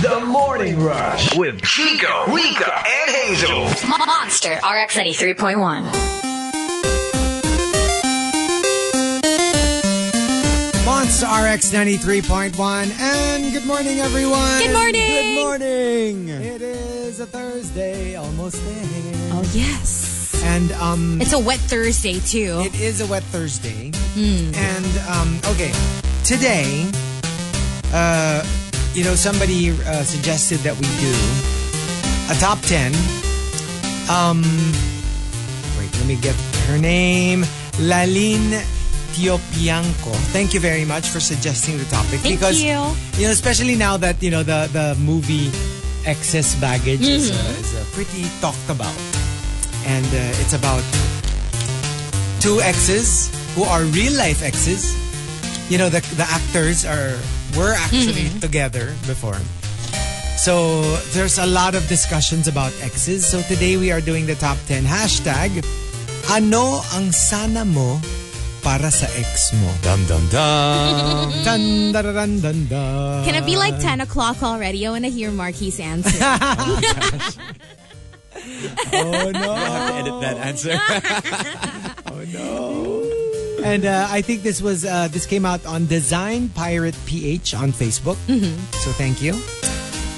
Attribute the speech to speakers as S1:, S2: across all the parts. S1: The Morning Rush with Chico, Rika, and Hazel.
S2: Monster RX 83.1.
S3: Monster RX 93.1. And good morning, everyone.
S4: Good morning.
S3: Good morning. It is a Thursday, almost there.
S4: Oh, yes.
S3: And, um,
S4: It's a wet Thursday, too.
S3: it is a wet Thursday.
S4: Hmm.
S3: And, um, okay. Today, uh, you know, somebody uh, suggested that we do a top 10. Um, wait, let me get her name. Laline Tiopianco. Thank you very much for suggesting the topic.
S4: Thank
S3: because,
S4: you.
S3: you know, especially now that, you know, the, the movie Excess Baggage is, uh,
S4: Mm-hmm.
S3: is uh, pretty talked about. And uh, it's about two exes who are real life exes. You know, the, the actors are were actually together before. So there's a lot of discussions about exes. So today we are doing the top 10 hashtag Ano ang sana mo para sa ex mo?
S5: Dum dum dum.
S3: Dun, dun, dun, dun, dun.
S4: Can it be like 10 o'clock already? I want to hear Marquis answer.
S3: Oh no.
S5: Edit that answer.
S3: And uh, I think this was uh, this came out on Design Pirate PH on Facebook. So thank you.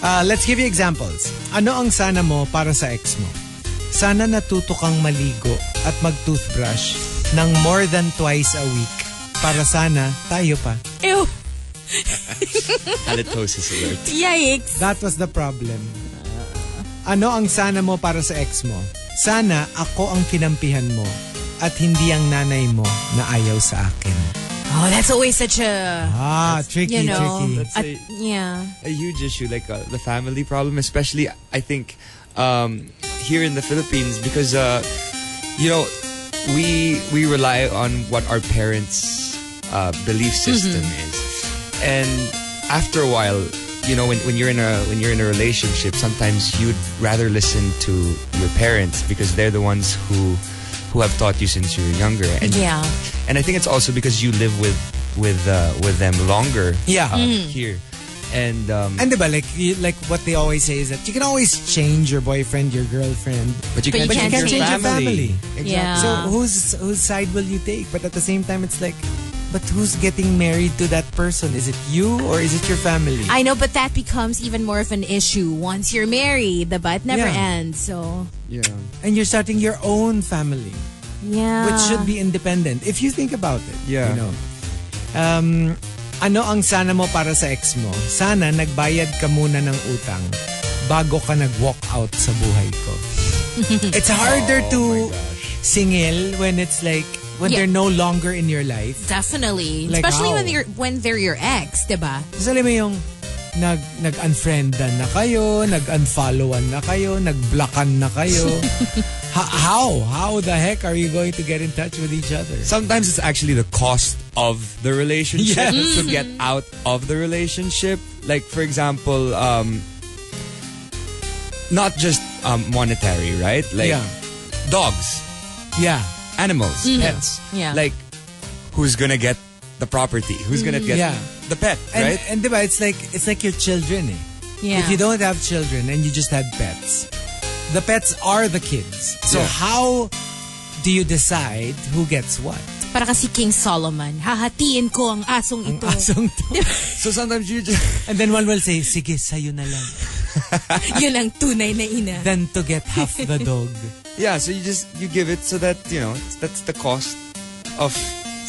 S3: Uh, let's give you examples. Ano ang sana mo para sa ex mo? Sana natuto kang maligo at mag-toothbrush ng more than twice a week para sana tayo pa.
S4: Ew.
S5: Halitosis alert.
S4: Yikes.
S3: That was the problem. Ano ang sana mo para sa ex mo? Sana ako ang kinampihan mo at hindi ang nanay mo na ayaw sa akin.
S4: Oh, that's always such a.
S3: Ah, tricky,
S4: You know.
S3: tricky.
S5: That's
S4: a
S5: a,
S4: yeah.
S5: a huge issue, like uh, the family problem, especially I think um, here in the Philippines, because uh, you know we we rely on what our parents' uh, belief system is, and after a while. You know, when, when you're in a when you're in a relationship, sometimes you'd rather listen to your parents because they're the ones who who have taught you since you were younger. And
S4: Yeah.
S5: and I think it's also because you live with with uh, with them longer.
S3: Yeah. Mm.
S5: uh, here, and um,
S3: And diba, like, you- like what they always say is that you can always change your boyfriend, your girlfriend.
S5: but you
S4: But you
S5: can't,
S4: can't
S5: change, your,
S4: change your
S5: family.
S3: family.
S5: Exactly.
S4: Yeah.
S3: So whose whose side will you take? But at the same time, it's like, but who's getting married to that person? Is it you or is it your family?
S4: I know, but that becomes even more of an issue once you're married. The but never
S3: Yeah.
S4: ends. So,
S5: Yeah.
S3: and you're starting your own family,
S4: yeah.
S3: which should be independent if you think about it. You
S5: Yeah.
S3: know. Um, ano ang sana mo para sa ex mo? Sana nagbayad ka muna ng utang bago ka nag-walk out sa buhay ko. It's harder
S5: Oh
S3: to
S5: my gosh.
S3: singil when it's like when
S4: Yeah.
S3: they're no longer in your life.
S4: Definitely,
S3: Like
S4: especially
S3: how?
S4: when they're when they're your ex, diba?
S3: Tapos alam mo yung nag nag-unfriendan na kayo, nag-unfollowan na kayo, nag-blockan na kayo. Ha- how how the heck are you going to get in touch with each other?
S5: Sometimes it's actually the cost of the relationship
S3: Yes. Mm.
S5: to get out of the relationship. Like for example, um, not just um, monetary, right? Like
S3: Yeah. Mm.
S5: dogs,
S3: Yeah.
S5: animals, pets.
S4: Yeah.
S5: Like who's gonna get the property? Who's gonna get
S3: Mm. Yeah.
S5: the pet?
S3: And
S5: right.
S3: and diba, it's like it's like your children eh.
S4: Yeah.
S3: If you don't have children and you just had pets, the pets are the kids. So
S5: Yeah.
S3: how do you decide who gets what?
S4: Para kasi King Solomon, hahatiin ko ang asong ito.
S3: Asong to.
S5: so sometimes you just.
S3: And then one will say, sige, sa'yo na lang.
S4: Yun ang tunay na ina.
S3: Then to get half the dog.
S5: Yeah, so you just you give it so that you know it's- that's the cost of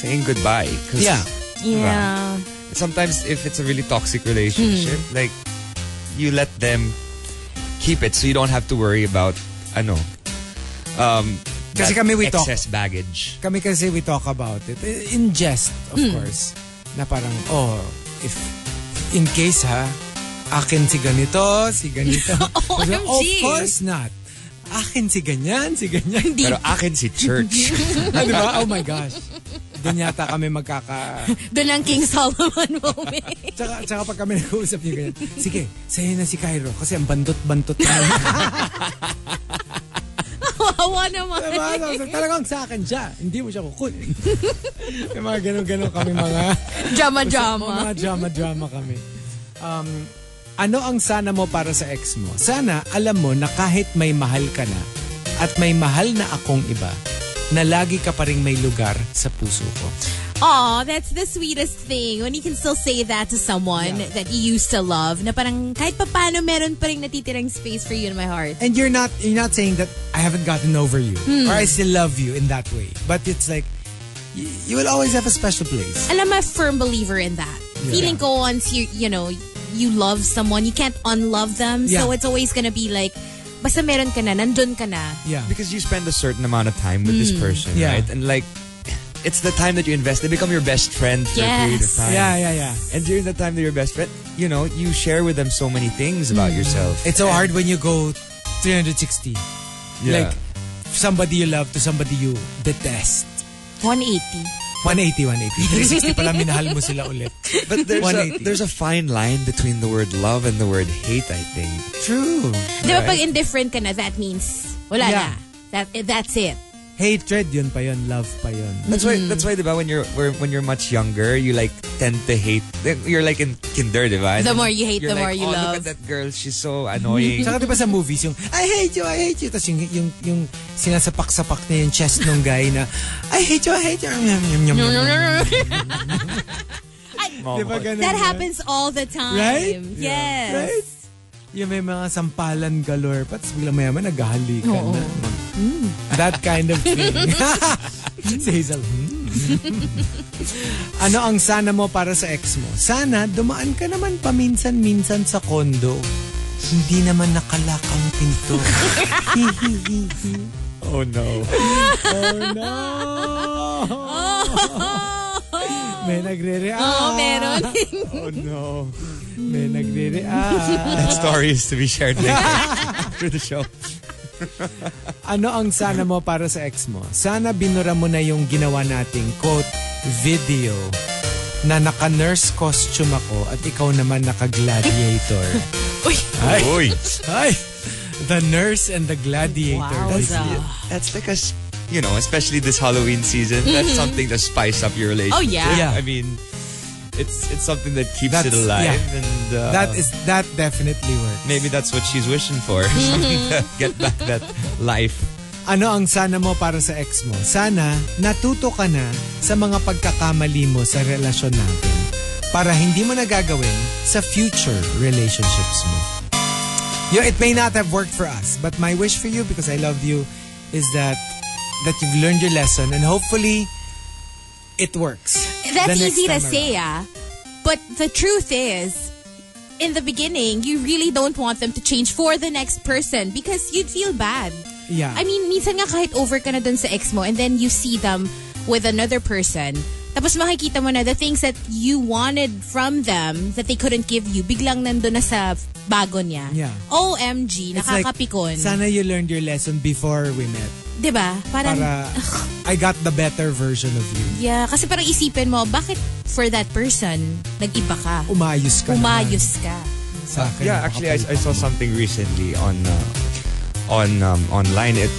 S5: saying goodbye. 'Cause
S3: Yeah.
S4: yeah.
S5: Sometimes if it's a really toxic relationship,
S3: Hmm.
S5: like you let them keep it, so you don't have to worry about I know. Um,
S3: Kasi
S5: that
S3: kami we talk-
S5: excess baggage.
S3: Kami kasi we talk about it. Eh, In jest, of course. Na parang, oh, if, in case ha, akin si ganito, si ganito.
S4: OMG.
S3: of course not. Akin si ganyan, si ganyan.
S5: Pero akin si church.
S3: Ah, di ba? Oh my gosh. Doon yata kami magkaka...
S4: Doon ang King Solomon moment.
S3: Tsaka, tsaka pag kami nag-uusap niyo ganyan, sige, sa'yo na si Cairo kasi ang bandot-bandot na.
S4: Wawa naman.
S3: diba? So, talagang sa akin siya. Hindi mo siya kukunin. Yung mga ganun-ganun kami mga...
S4: Drama,
S3: mga
S4: drama.
S3: drama-drama kami. Um, Ano ang sana mo para sa ex mo? Sana alam mo na kahit may mahal ka na at may mahal na akong iba, na lagi ka pa rin may lugar sa puso ko.
S4: Aw, that's the sweetest thing. When you can still say that to someone
S3: Yeah.
S4: that you used to love, na parang kahit papano meron pa rin natitirang space for you in my heart.
S3: And you're not you're not saying that I haven't gotten over you or I still love you in that way. But it's like y- you will always have a special place.
S4: And I'm a firm believer in that. Feeling ko once you, you know, you love someone, you can't unlove them. So
S3: Yeah.
S4: it's always gonna be like, basta meron ka na, nandun ka na.
S3: Yeah.
S5: because you spend a certain amount of time with this person,
S3: Hmm. Yeah.
S5: right? And like, it's the time that you invest. They become your best friend for a period of
S4: Yes.
S5: time.
S3: Yeah, yeah, yeah.
S5: And during the time they're your best friend, you know, you share with them so many things about
S3: Hmm.
S5: yourself.
S3: It's so hard when you go 360.
S5: Yeah.
S3: Like somebody you love to somebody you detest.
S4: 180.
S3: 180, 180. 360 pala minahal mo sila ulit.
S5: but there's a,
S3: 180.
S5: there's a fine line between the word love and the word hate, I think.
S3: True.
S4: Di ba
S5: Right.
S4: pag indifferent ka na, that means, wala
S3: Yeah.
S4: na. That, that's it.
S3: Hatred, yun pa yun. Love pa yun.
S5: That's why that's why diba, when you're where- when you're much younger, you like tend to hate. You're like in kinder, diba? And
S4: The
S5: then
S4: more you hate, the
S5: you're
S4: more
S5: like,
S4: you
S5: "Oh,
S4: love."
S5: Look at that girl, she's so annoying.
S3: Tsaka diba sa movies, yung I hate you, I hate you. Tapos yung, yung, yung sinasapak-sapak na yung chest ng guy na I hate you, I hate you. Yum, yum, yum, yum, yum. Diba ganun
S4: That
S3: yun?
S4: happens all the time.
S3: Right?
S4: Yes.
S3: Right? Yung may mga sampalan galore. Pats bigla maya maya naghahalikan
S4: Oo. Hmm.
S3: na. That kind of thing. si Hazel, hmm. ano ang sana mo para sa ex mo? Sana dumaan ka naman paminsan-minsan sa kondo. Hindi naman nakalak ang pinto. Hihihihi.
S5: Oh no.
S3: oh no!
S4: Oh.
S3: May nagre-react.
S4: Oo, meron.
S3: Oh no. May nagre-react.
S5: That story is to be shared later after the show.
S3: Ano ang sana mo para sa ex mo? Sana binura mo na yung ginawa nating quote, video na naka-nurse costume ako at ikaw naman naka-gladiator.
S4: Uy.
S5: Oy.
S3: Ay! The nurse and the gladiator.
S4: Wowza.
S5: That's like a, s- you know, especially this Halloween season. That's something to spice up your relationship.
S4: Mm-hmm. Oh, yeah.
S3: Yeah.
S5: I mean, it's it's something that keeps
S3: That's-
S5: it alive,
S3: yeah.
S5: and uh,
S3: That is that definitely works.
S5: maybe that's what she's wishing for. Something to Get back that life.
S3: Ano ang sana mo para sa ex mo? Sana natuto ka na sa mga pagkakamali mo sa relasyon natin para hindi mo nagagawin sa future relationships mo. You know, it may not have worked for us, but my wish for you because I love you is that that you've learned your lesson and hopefully it works.
S4: That's
S3: the next
S4: easy to
S3: time
S4: say,
S3: around.
S4: ah. But the truth is, in the beginning, you really don't want them to change for the next person because you'd feel bad.
S3: Yeah.
S4: ah. I mean, minsan nga kahit over ka na dun sa ex mo and then you see them with another person, tapos makikita mo na the things that you wanted from them that they couldn't give you, biglang nandun na sa bago niya.
S3: Yeah.
S4: OMG,
S3: It's like,
S4: nakakapikon.
S3: sana you learned your lesson before we met.
S4: 'Di ba? Parang,
S3: Para I got the better version of you.
S4: yeah, kasi parang isipin mo, bakit for that person, nag-iba ka?
S3: Umayos ka naman.
S4: Umayos ka.
S3: sa akin.
S5: yeah, actually, I, I saw something recently on uh, on um, online. It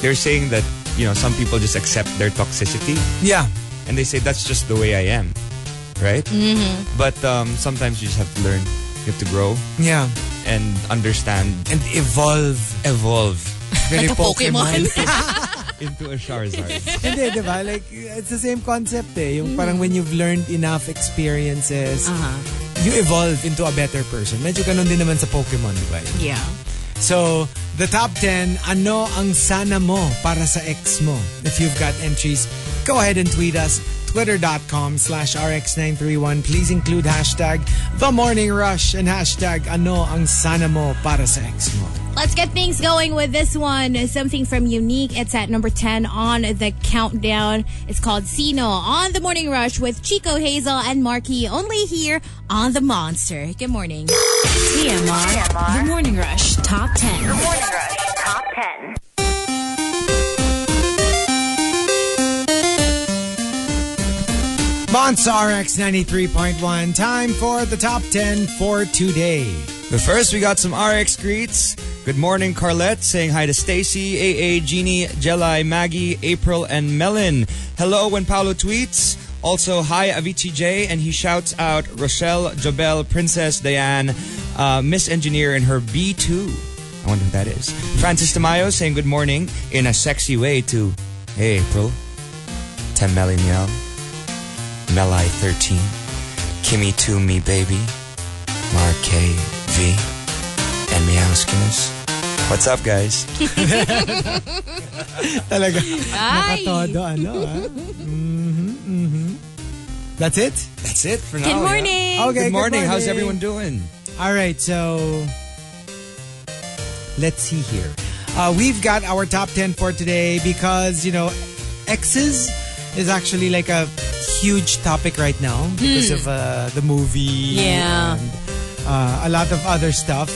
S5: they're saying that you know some people just accept their toxicity.
S3: Yeah.
S5: and they say that's just the way I am, right? Mm-hmm. But um, sometimes you just have to learn, you have to grow
S3: Yeah.
S5: and understand,
S3: And evolve.
S5: evolve
S3: Very
S4: Like a Pokemon.
S5: into a Charizard.
S3: Hindi, di ba? Like, it's the same concept eh.
S4: Mm.
S3: Yung parang when you've learned enough experiences,
S4: Uh-huh.
S3: you evolve into a better person. Medyo ganun din naman sa Pokemon, di ba?
S4: Yeah.
S3: So, the top 10, ano ang sana mo para sa ex mo? If you've got entries, go ahead and tweet us twitter.com slash rx931. Please include hashtag the morning rush and hashtag ano ang sana mo para sa ex mo.
S4: Let's get things going with this one. Something from Unique. It's at number 10 on the countdown. It's called Sino on the Morning Rush with Chico Hazel and Marky only here on The Monster. Good morning.
S2: TMR. The Morning Rush Top 10.
S6: Morning Rush Top 10.
S3: Monster RX 93.1, time for the top 10 for today.
S5: but first, we got some RX greets. Good morning, Carlette, saying hi to Stacy, AA, Jeannie, Jelly, Maggie, April, and Melon. Hello when Paolo tweets. Also, hi Avicii J, and he shouts out Rochelle, Jobel, Princess Diane, uh, Miss Engineer in her B2. I wonder who that is. Francis Tamayo saying good morning in a sexy way to, hey, April, Tameliniel, Melai 13, Kimmy to me, baby, Marque V, and Meowskins. What's up, guys?
S3: Talaga.
S4: Ay!
S3: Nakatodo, ano, ah. Mhm, mhm. That's it?
S5: That's it for now.
S4: Good
S5: Oh, yeah.
S4: morning.
S3: Okay,
S5: Good,
S3: good
S5: morning. How's
S3: morning.
S5: everyone doing?
S3: All right, so let's see here. Uh, we've got our top 10 for today because, you know, exes is actually like a huge topic right now because of uh, the movie
S4: Hmm. Yeah.
S3: and uh, a lot of other stuff.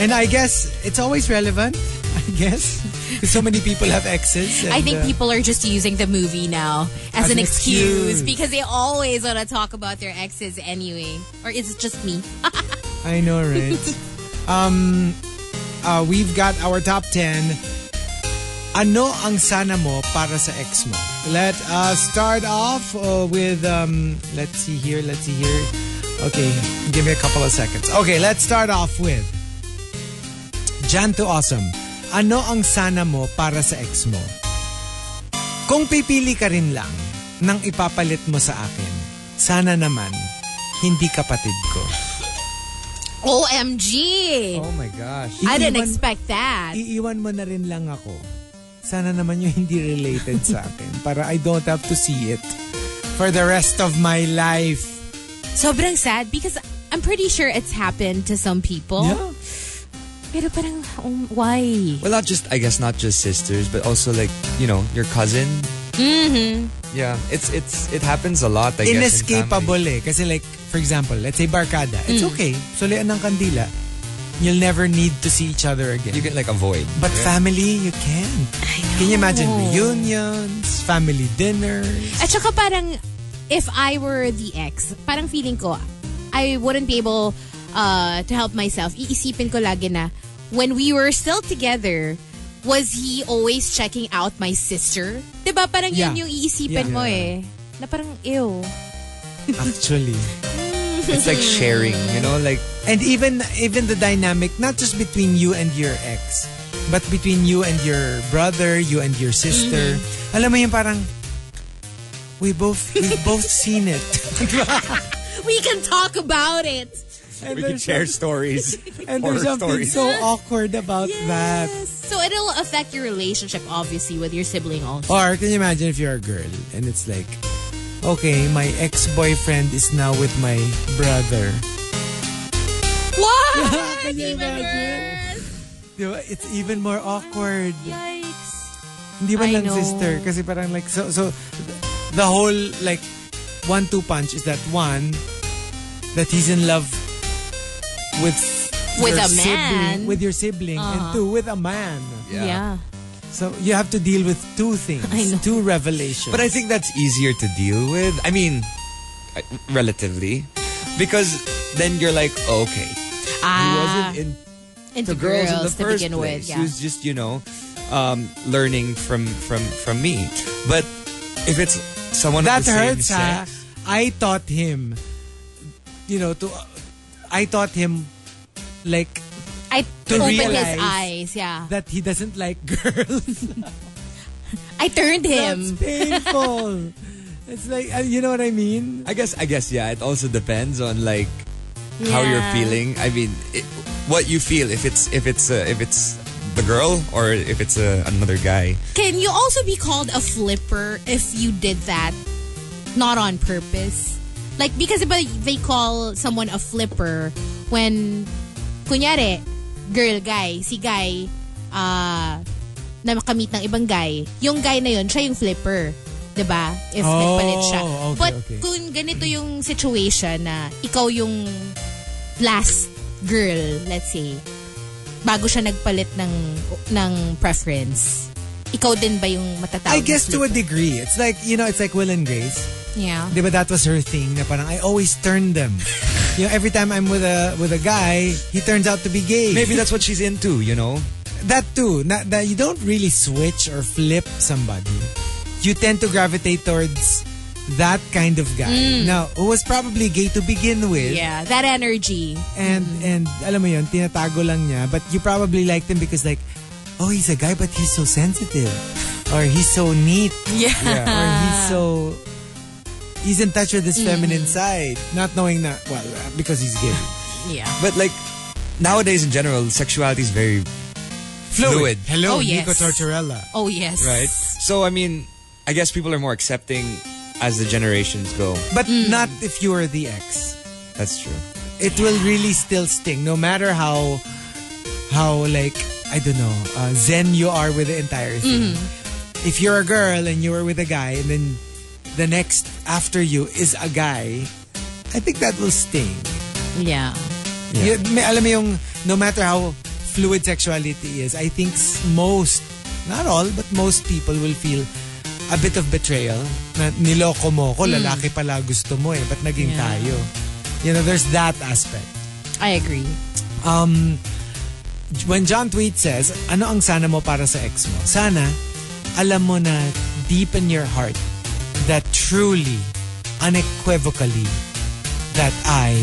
S3: And I guess it's always relevant, I guess. 'cause So many people have exes.
S4: I
S3: and,
S4: think
S3: uh,
S4: people are just using the movie now as, an,
S3: an excuse.
S4: excuse, because they always want to talk about their exes anyway. Or is it just me?
S3: I know, right? um, uh, we've got our top 10. Ano ang sana mo para sa ex mo? Let us start off uh, with, um, let's see here, let's see here. Okay, give me a couple of seconds. Okay, let's start off with Jan to Awesome. Ano ang sana mo para sa ex mo? Kung pipili ka rin lang ng ipapalit mo sa akin, sana naman hindi kapatid ko.
S4: OMG!
S5: Oh my gosh.
S4: I didn't
S3: Iiwan-
S4: expect that.
S3: iiwan mo na rin lang ako. Sana naman yung hindi related sa akin para I don't have to see it for the rest of my life.
S4: Sobrang sad because I'm pretty sure it's happened to some
S5: Oh.
S4: people.
S3: Yeah.
S4: Pero parang, um, why?
S5: Well, not just I guess not just sisters, but also like you know your cousin. Mm-hmm. Yeah, it's it's it happens a lot. I guess. in
S3: Inescapable eh. Kasi like, for example, let's say barkada. It's
S5: Hmm.
S3: okay. Sulian ng kandila. You'll never need to see each other
S5: family. You
S3: again.
S5: can like avoid.
S3: But family, you can. Can you imagine reunions, family dinners?
S4: At saka parang, if I were the ex, parang feeling ko, I wouldn't be able uh, to help myself. Iisipin ko lagi na, when we were still together, was he always checking out my sister? 'Di ba Parang
S3: Yeah.
S4: yun yung iisipin
S3: Yeah.
S4: mo eh. Na parang, ew.
S3: Actually.
S5: It's like sharing. You know, like
S3: And even even the dynamic, not just between you and your ex, but between you and your brother, you and your sister. Alam mo yung parang, we both we've both seen it.
S4: We can talk about it.
S3: and
S5: we can
S3: there's-
S5: share stories.
S3: And there's
S5: horror
S3: something
S5: stories.
S3: so awkward about that.
S4: So it'll affect your relationship, obviously, with your sibling also.
S3: Or can you imagine if you're a girl and it's like, okay, my ex-boyfriend is now with my brother.
S4: What?
S3: Can you
S4: Even
S3: imagine?
S4: worse.
S3: Di ba? It's even more awkward.
S4: Yikes.
S3: Hindi man
S4: I
S3: lang
S4: know.
S3: sister. Kasi parang like, so, so, the whole, like, one-two punch is that one, that he's in love with
S4: With
S3: your
S4: a man. Uh-huh.
S3: Sibling, with your sibling. And two, with a man.
S5: Yeah.
S4: yeah.
S3: So, you have to deal with two things.
S4: I know.
S3: Two revelations.
S5: But I think that's easier to deal with. I mean, I- relatively, because then you're like, oh, okay, he
S4: Ah,
S5: wasn't in
S4: into
S5: to girls, in the
S4: to
S5: first
S4: begin
S5: place.
S4: with. Yeah.
S5: She was just, you know, um, learning from from from me. But if it's someone
S3: that
S5: of the
S3: hurts,
S5: same
S3: ha?
S5: sex,
S3: I taught him, you know, to, I taught him, like,
S4: I
S3: To
S4: opened
S3: realize
S4: his eyes. Yeah.
S3: that he doesn't like girls.
S4: I turned
S3: That's
S4: him.
S3: painful. it's like, uh, you know what I mean?
S5: I guess I guess yeah. It also depends on like how you're
S4: Yeah.
S5: feeling. I mean, it, what you feel if it's if it's uh, if it's the girl or if it's uh, another guy.
S4: Can you also be called a flipper if you did that, not on purpose? Like because iba they call someone a flipper when, kunyari, girl guy, si guy, ah, na makamit ng ibang guy, yung guy na yun, siya yung flipper. 'Di ba? If
S3: Oh,
S4: nagpalit siya.
S3: okay,
S4: But
S3: okay.
S4: kung ganito yung situation na ikaw yung last girl, let's say, bago siya nagpalit ng ng preference, ikaw din ba yung matatawag?
S3: I guess to
S4: na
S3: a
S4: flipper?
S3: degree. It's like, you know, it's like Will and Grace.
S4: Yeah.
S3: Di ba that was her thing na parang I always turn them. you know, every time I'm with a with a guy, he turns out to be gay.
S5: Maybe that's what she's into. You know,
S3: that too. Na, that you don't really switch or flip somebody. You tend to gravitate towards that kind of guy.
S5: Mm.
S3: Now, who was probably gay to begin with.
S4: Yeah, that energy.
S3: And
S5: Mm-hmm.
S3: and alam mo yun, tinatago lang niya. But you probably liked him because like, oh, he's a guy but he's so sensitive. Or he's so neat.
S4: Yeah.
S3: Or he's
S4: Ah.
S3: so... He's in touch with his
S4: Mm-hmm.
S3: feminine side. Not knowing na, well, uh, because he's gay.
S4: Yeah.
S5: But like nowadays in general, sexuality is very fluid.
S3: Hello,
S4: Oh, yes.
S3: Nico Tortorella.
S4: Oh, yes.
S5: right? So I mean, I guess people are more accepting as the generations go.
S3: But
S4: Mm.
S3: not if you are the ex.
S5: That's true.
S3: It will really still sting, no matter how, how like I don't know, uh, zen you are with the entire thing.
S4: Mm-hmm.
S3: If you're a girl and you were with a guy, and then the next after you is a guy, I think that will sting.
S4: Yeah.
S3: You, may, alam mo yung no matter how fluid sexuality is, I think s- most, not all, but most people will feel a bit of betrayal. Na niloko mo ko, lalaki pala gusto mo eh, but naging
S4: Mm. Yeah.
S3: tayo? You know, there's that aspect.
S4: I agree.
S3: Um, when John Tweet says, ano ang sana mo para sa ex mo? Sana, alam mo na deep in your heart that truly, unequivocally, that I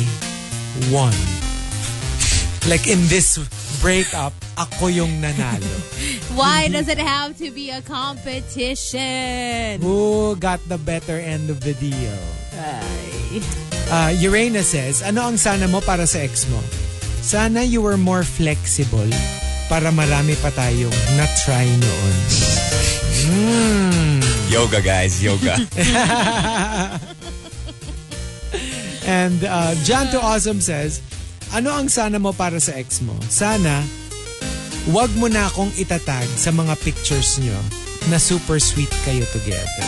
S3: won. Like in this breakup, ako yung nanalo.
S4: Why does it have to be a competition?
S3: Who got the better end of the deal? Uh, Urena says, ano ang sana mo para sa ex mo? Sana you were more flexible para marami pa tayong na-try noon.
S5: Yoga, guys, yoga.
S3: And uh, John to Awesome says, ano ang sana mo para sa ex mo? Sana, wag mo na akong itatag sa mga pictures nyo na super sweet kayo together.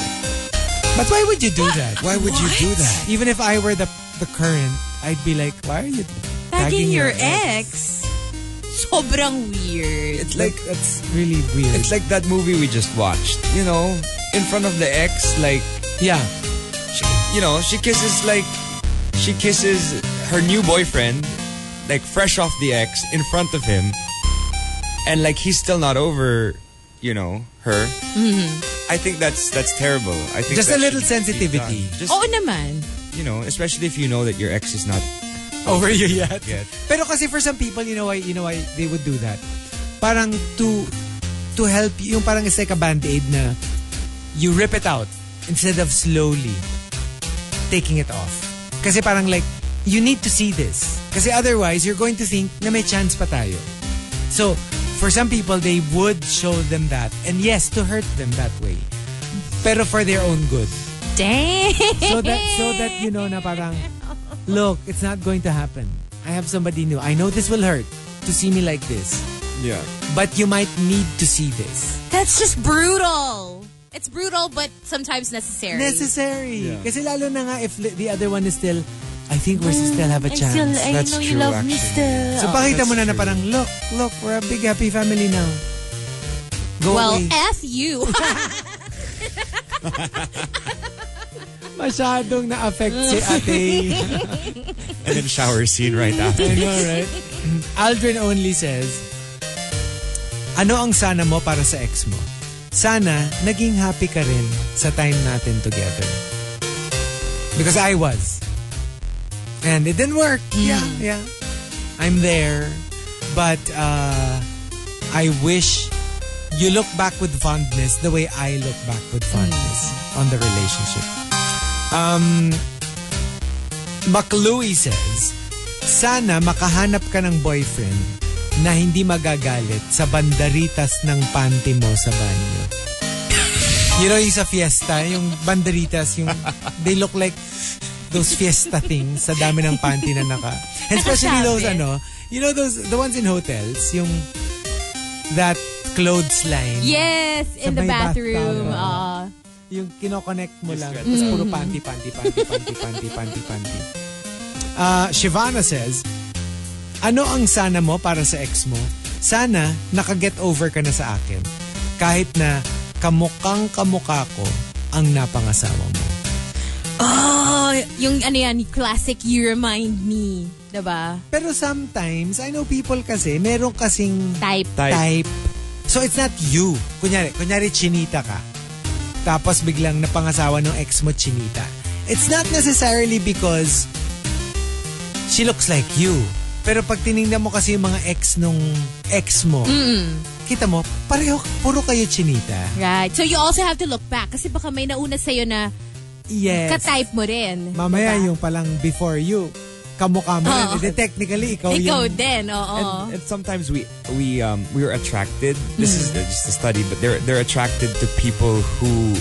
S3: But why would you do that?
S5: Why would you do that?
S3: Even if I were the the current, I'd be like, why are you
S4: Tagging your
S3: ex?
S4: ex? Sobrang weird.
S5: It's
S3: Like
S5: like
S3: that's really weird.
S5: it's like that movie we just watched. You know, in front of the ex, like
S3: yeah,
S5: she, you know, she kisses like she kisses her new boyfriend, like fresh off the ex, in front of him, and like he's still not over, you know, her. I think that's that's terrible. I think
S3: Mm-hmm. Just a
S5: that
S3: little
S5: shouldn't be
S3: sensitivity. Oh,
S5: done. Just
S4: Oo naman.
S5: you know, especially if you know that your ex is not
S3: over you yet.
S5: yet.
S3: Pero kasi for some people, you know why, you know why they would do that. Parang to to help you, yung parang it's like a band-aid na you rip it out instead of slowly taking it off. Kasi parang like, you need to see this. Kasi otherwise, you're going to think na may chance pa tayo. So, for some people, they would show them that. And yes, to hurt them that way. Pero for their own good.
S4: Dang.
S3: so that so that you know na parang look it's not going to happen i have somebody new i know this will hurt to see me like this
S5: Yeah.
S3: but you might need to see this
S4: That's just brutal. It's brutal, but sometimes necessary.
S3: necessary
S5: Yeah.
S3: kasi lalo na nga if li- the other one is still i think we still
S4: Mm,
S3: have a chance
S5: That's true, actually.
S3: so pakita
S5: that's
S3: mo na na
S5: true.
S3: parang look look we're a big happy family now go
S4: Well, eh.
S3: away
S4: F you.
S3: masyadong na-affect si ate
S5: And then shower scene right after.
S3: I know, right? Aldrin only says, Ano ang sana mo para sa ex mo? Sana naging happy ka rin sa time natin together. Because I was. And it didn't work. Yeah, yeah. I'm there. But uh, I wish you look back with fondness the way I look back with fondness on the relationship. Um, McLouie says, sana makahanap ka ng boyfriend na hindi magagalit sa banderitas ng panty mo sa banyo. You know, yung sa fiesta, yung banderitas, yung they look like those fiesta things sa dami ng panty na naka. And especially those
S4: Sabi.
S3: ano, you know those the ones in hotels, yung that clothes line.
S4: yes, in the
S3: Sabay
S4: bathroom.
S3: bathtub.
S4: Uh,
S3: Yung kinoconnect mo lang. Tapos puro panty, panty, panty, panty, panty, panty, panty. Uh, Shivana says, Ano ang sana mo para sa ex mo? Sana nakaget over ka na sa akin. Kahit na kamukhang kamukha ko ang napangasawa mo.
S4: oh, yung ano yan, classic you remind me. Diba?
S3: Pero sometimes, I know people kasi, meron kasing
S4: Type.
S5: Type.
S3: type. So it's not you. Kunyari, kunyari chinita ka. tapos biglang napangasawa ng ex mo, Chinita. It's not necessarily because she looks like you. Pero pag tinignan mo kasi yung mga ex nung ex mo, kita mo, pareho, puro kayo Chinita.
S4: Right. So you also have to look back kasi baka may nauna sa'yo na
S3: Yes.
S4: ka-type mo rin.
S3: Mamaya
S4: Diba?
S3: yung palang before you, kamukha mo
S4: Oo.
S3: rin. Eh, Technically, ikaw,
S4: Ikaw
S3: yung...
S4: din, oo.
S5: And, and sometimes we we um, we are attracted. This is
S3: Hmm.
S5: just a study, but they're they're attracted to people who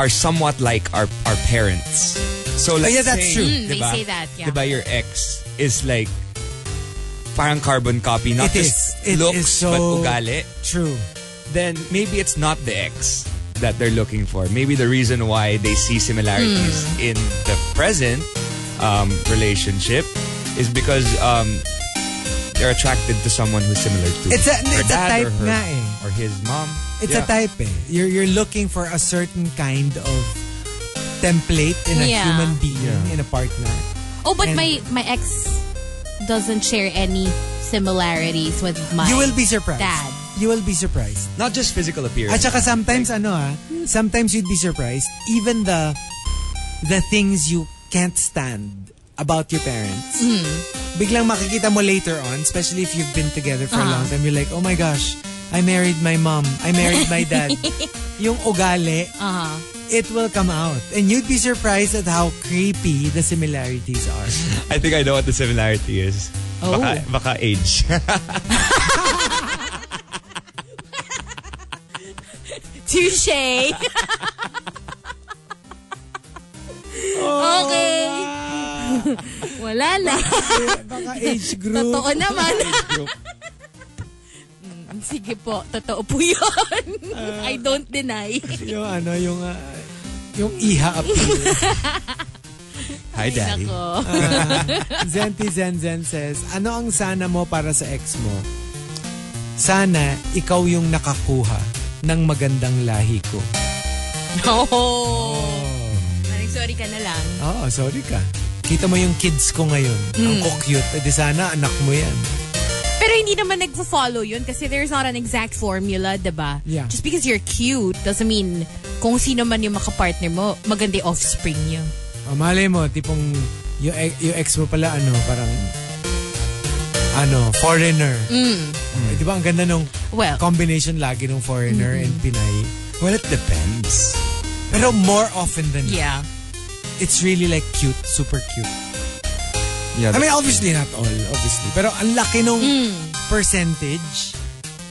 S5: are somewhat like our our parents. So let's
S3: Oh, yeah, that's
S5: say,
S3: true.
S4: Mm, they
S5: diba,
S4: say that, yeah.
S5: diba, your ex is like parang carbon copy, not
S3: It
S5: just
S3: is. It
S5: looks
S3: is so-
S5: but ugali.
S3: True.
S5: Then maybe it's not the ex that they're looking for. Maybe the reason why they see similarities
S3: Hmm.
S5: in the present um, relationship is because um, they're attracted to someone who's similar to
S3: It's a-
S5: her
S3: it's a
S5: dad
S3: type
S5: or, her,
S3: nga eh.
S5: or his mom.
S3: It's
S5: Yeah.
S3: a type eh. You're, you're looking for a certain kind of template in a
S4: Yeah.
S3: human being, in
S5: Yeah.
S3: a partner.
S4: oh,
S3: and-
S4: but my, my ex doesn't share any similarities with my
S3: you will be surprised.
S4: dad.
S3: You will be surprised.
S5: Not just physical
S3: At
S5: appearance.
S3: saka sometimes ano ah, sometimes you'd be surprised even the the things you can't stand about your parents. Biglang makikita mo later on, especially if you've been together for a long time, you're like, "Oh my gosh, I married my mom. I married my dad." Yung ugali, it will come out. And you'd be surprised at how creepy the similarities are.
S5: I think I know what the similarity is.
S3: Oh.
S5: Baka, baka age.
S4: Touche! okay.
S3: Oh,
S4: Wala na.
S3: Baka age group.
S4: Totoo naman. Mm, Sige po, totoo po yun. I don't deny.
S3: yung ano, yung ah, yung iha appeal.
S5: Hi, Daddy.
S4: Nako.
S3: Zenti Zen Zen says, ano ang sana mo para sa ex mo? Sana ikaw yung nakakuha ng magandang lahi ko.
S4: Oh. Maring sorry ka na lang.
S3: Oo, sorry ka. Kita mo yung kids ko ngayon. Ang
S4: Hmm.
S3: cute. Eh di sana anak mo yan.
S4: Pero hindi naman nagfo-follow yun kasi there's not an exact formula, di ba?
S3: Yeah.
S4: Just because you're cute doesn't mean kung sino man yung makapartner mo, maganda yung offspring niyo.
S3: O malay mo, tipong yung, e- yung ex mo pala, ano, parang ano, foreigner. Eh, Di ba ang ganda nung
S4: Hmm. Well. Mm-hmm.
S3: combination lagi ng foreigner and Pinay?
S5: Well, it depends.
S3: Pero more often than not,
S4: Yeah.
S3: it's really like cute, super cute.
S5: Yeah,
S3: I mean, obviously not all, obviously. Pero ang laki nung percentage.